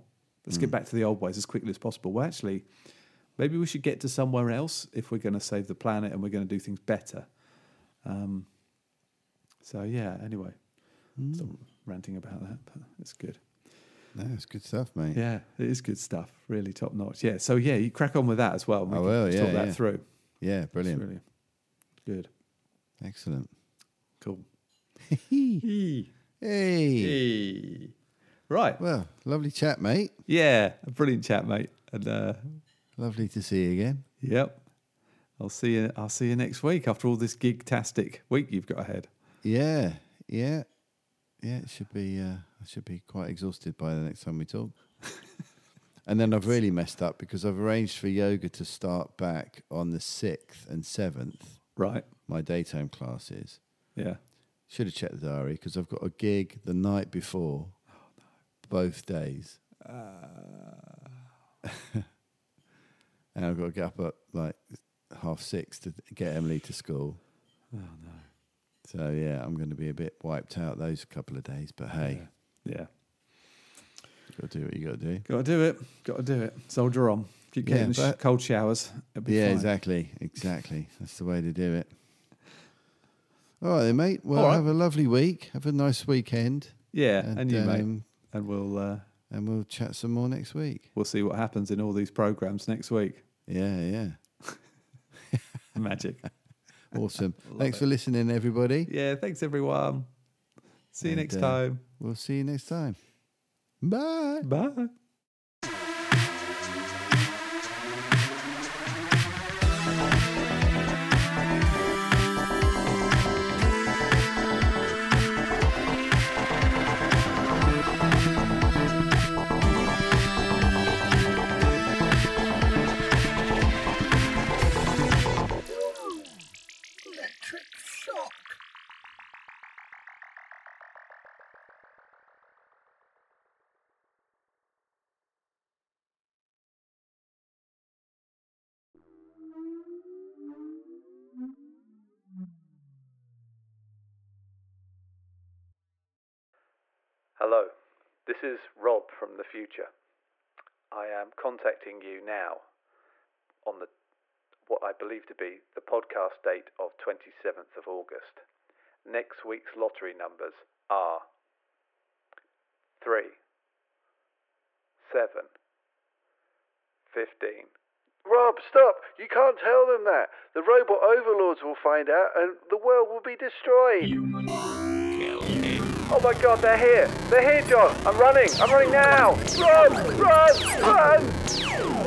let's get back to the old ways as quickly as possible well actually maybe we should get to somewhere else if we're going to save the planet and we're going to do things better um, so yeah anyway Stop ranting about that but it's good
No, it's good stuff, mate.
yeah it is good stuff really top notch yeah so yeah you crack on with that as well and we
I
can
will,
talk
Oh, yeah,
that
yeah.
through
Yeah,
It's
brilliant.
really good
Excellent.
cool
*laughs* Hey.
Hey. Right.
Well, lovely chat, mate.
Yeah. A brilliant chat, mate. And uh,
Lovely to see you again.
yep. I'll see you I'll see you next week after all this gig-tastic week you've got ahead.
Yeah. Yeah. Yeah, it should be uh I should be quite exhausted by the next time we talk.
*laughs*
and then I've really messed up because I've arranged for yoga to start back on the 6th and 7th,
Right.
my daytime classes.
Yeah.
Should have checked the diary because I've got a gig the night before. Both days.
Uh.
and I've got to get up at like half six to get Emily to school. Oh, no. So, yeah, I'm going to be a bit wiped out those couple of days. But hey,
Yeah.
got to do what you got to do.
Got to do it. Got to do it. Soldier on. Keep
Yeah,
getting sh-
but-
cold showers. It'll be
yeah,
fine.
exactly. Exactly. That's the way to do it. All right, then, mate. Well,
All right.
have a lovely week. Have a nice weekend.
Yeah, and, you mate.
um,
And we'll uh,
And we'll chat some more next week.
we'll see what happens in all these programs next week.
Yeah, yeah. *laughs*
Magic.
Awesome. Thanks for listening, everybody.
yeah. Thanks everyone. See you
And,
next
uh,
time.
We'll see you next time. Bye.
Bye.
Electric shock.
Hello, this is Rob from the future. I am contacting you now on the what I believe to be the podcast date of 27th of August. Next week's lottery numbers are 3 7 15
Rob, stop! You can't tell them that. The robot overlords will find out and the world will be destroyed.
Oh my god, they're here! They're here, John! I'm running! I'm running now! Run! Run! Run!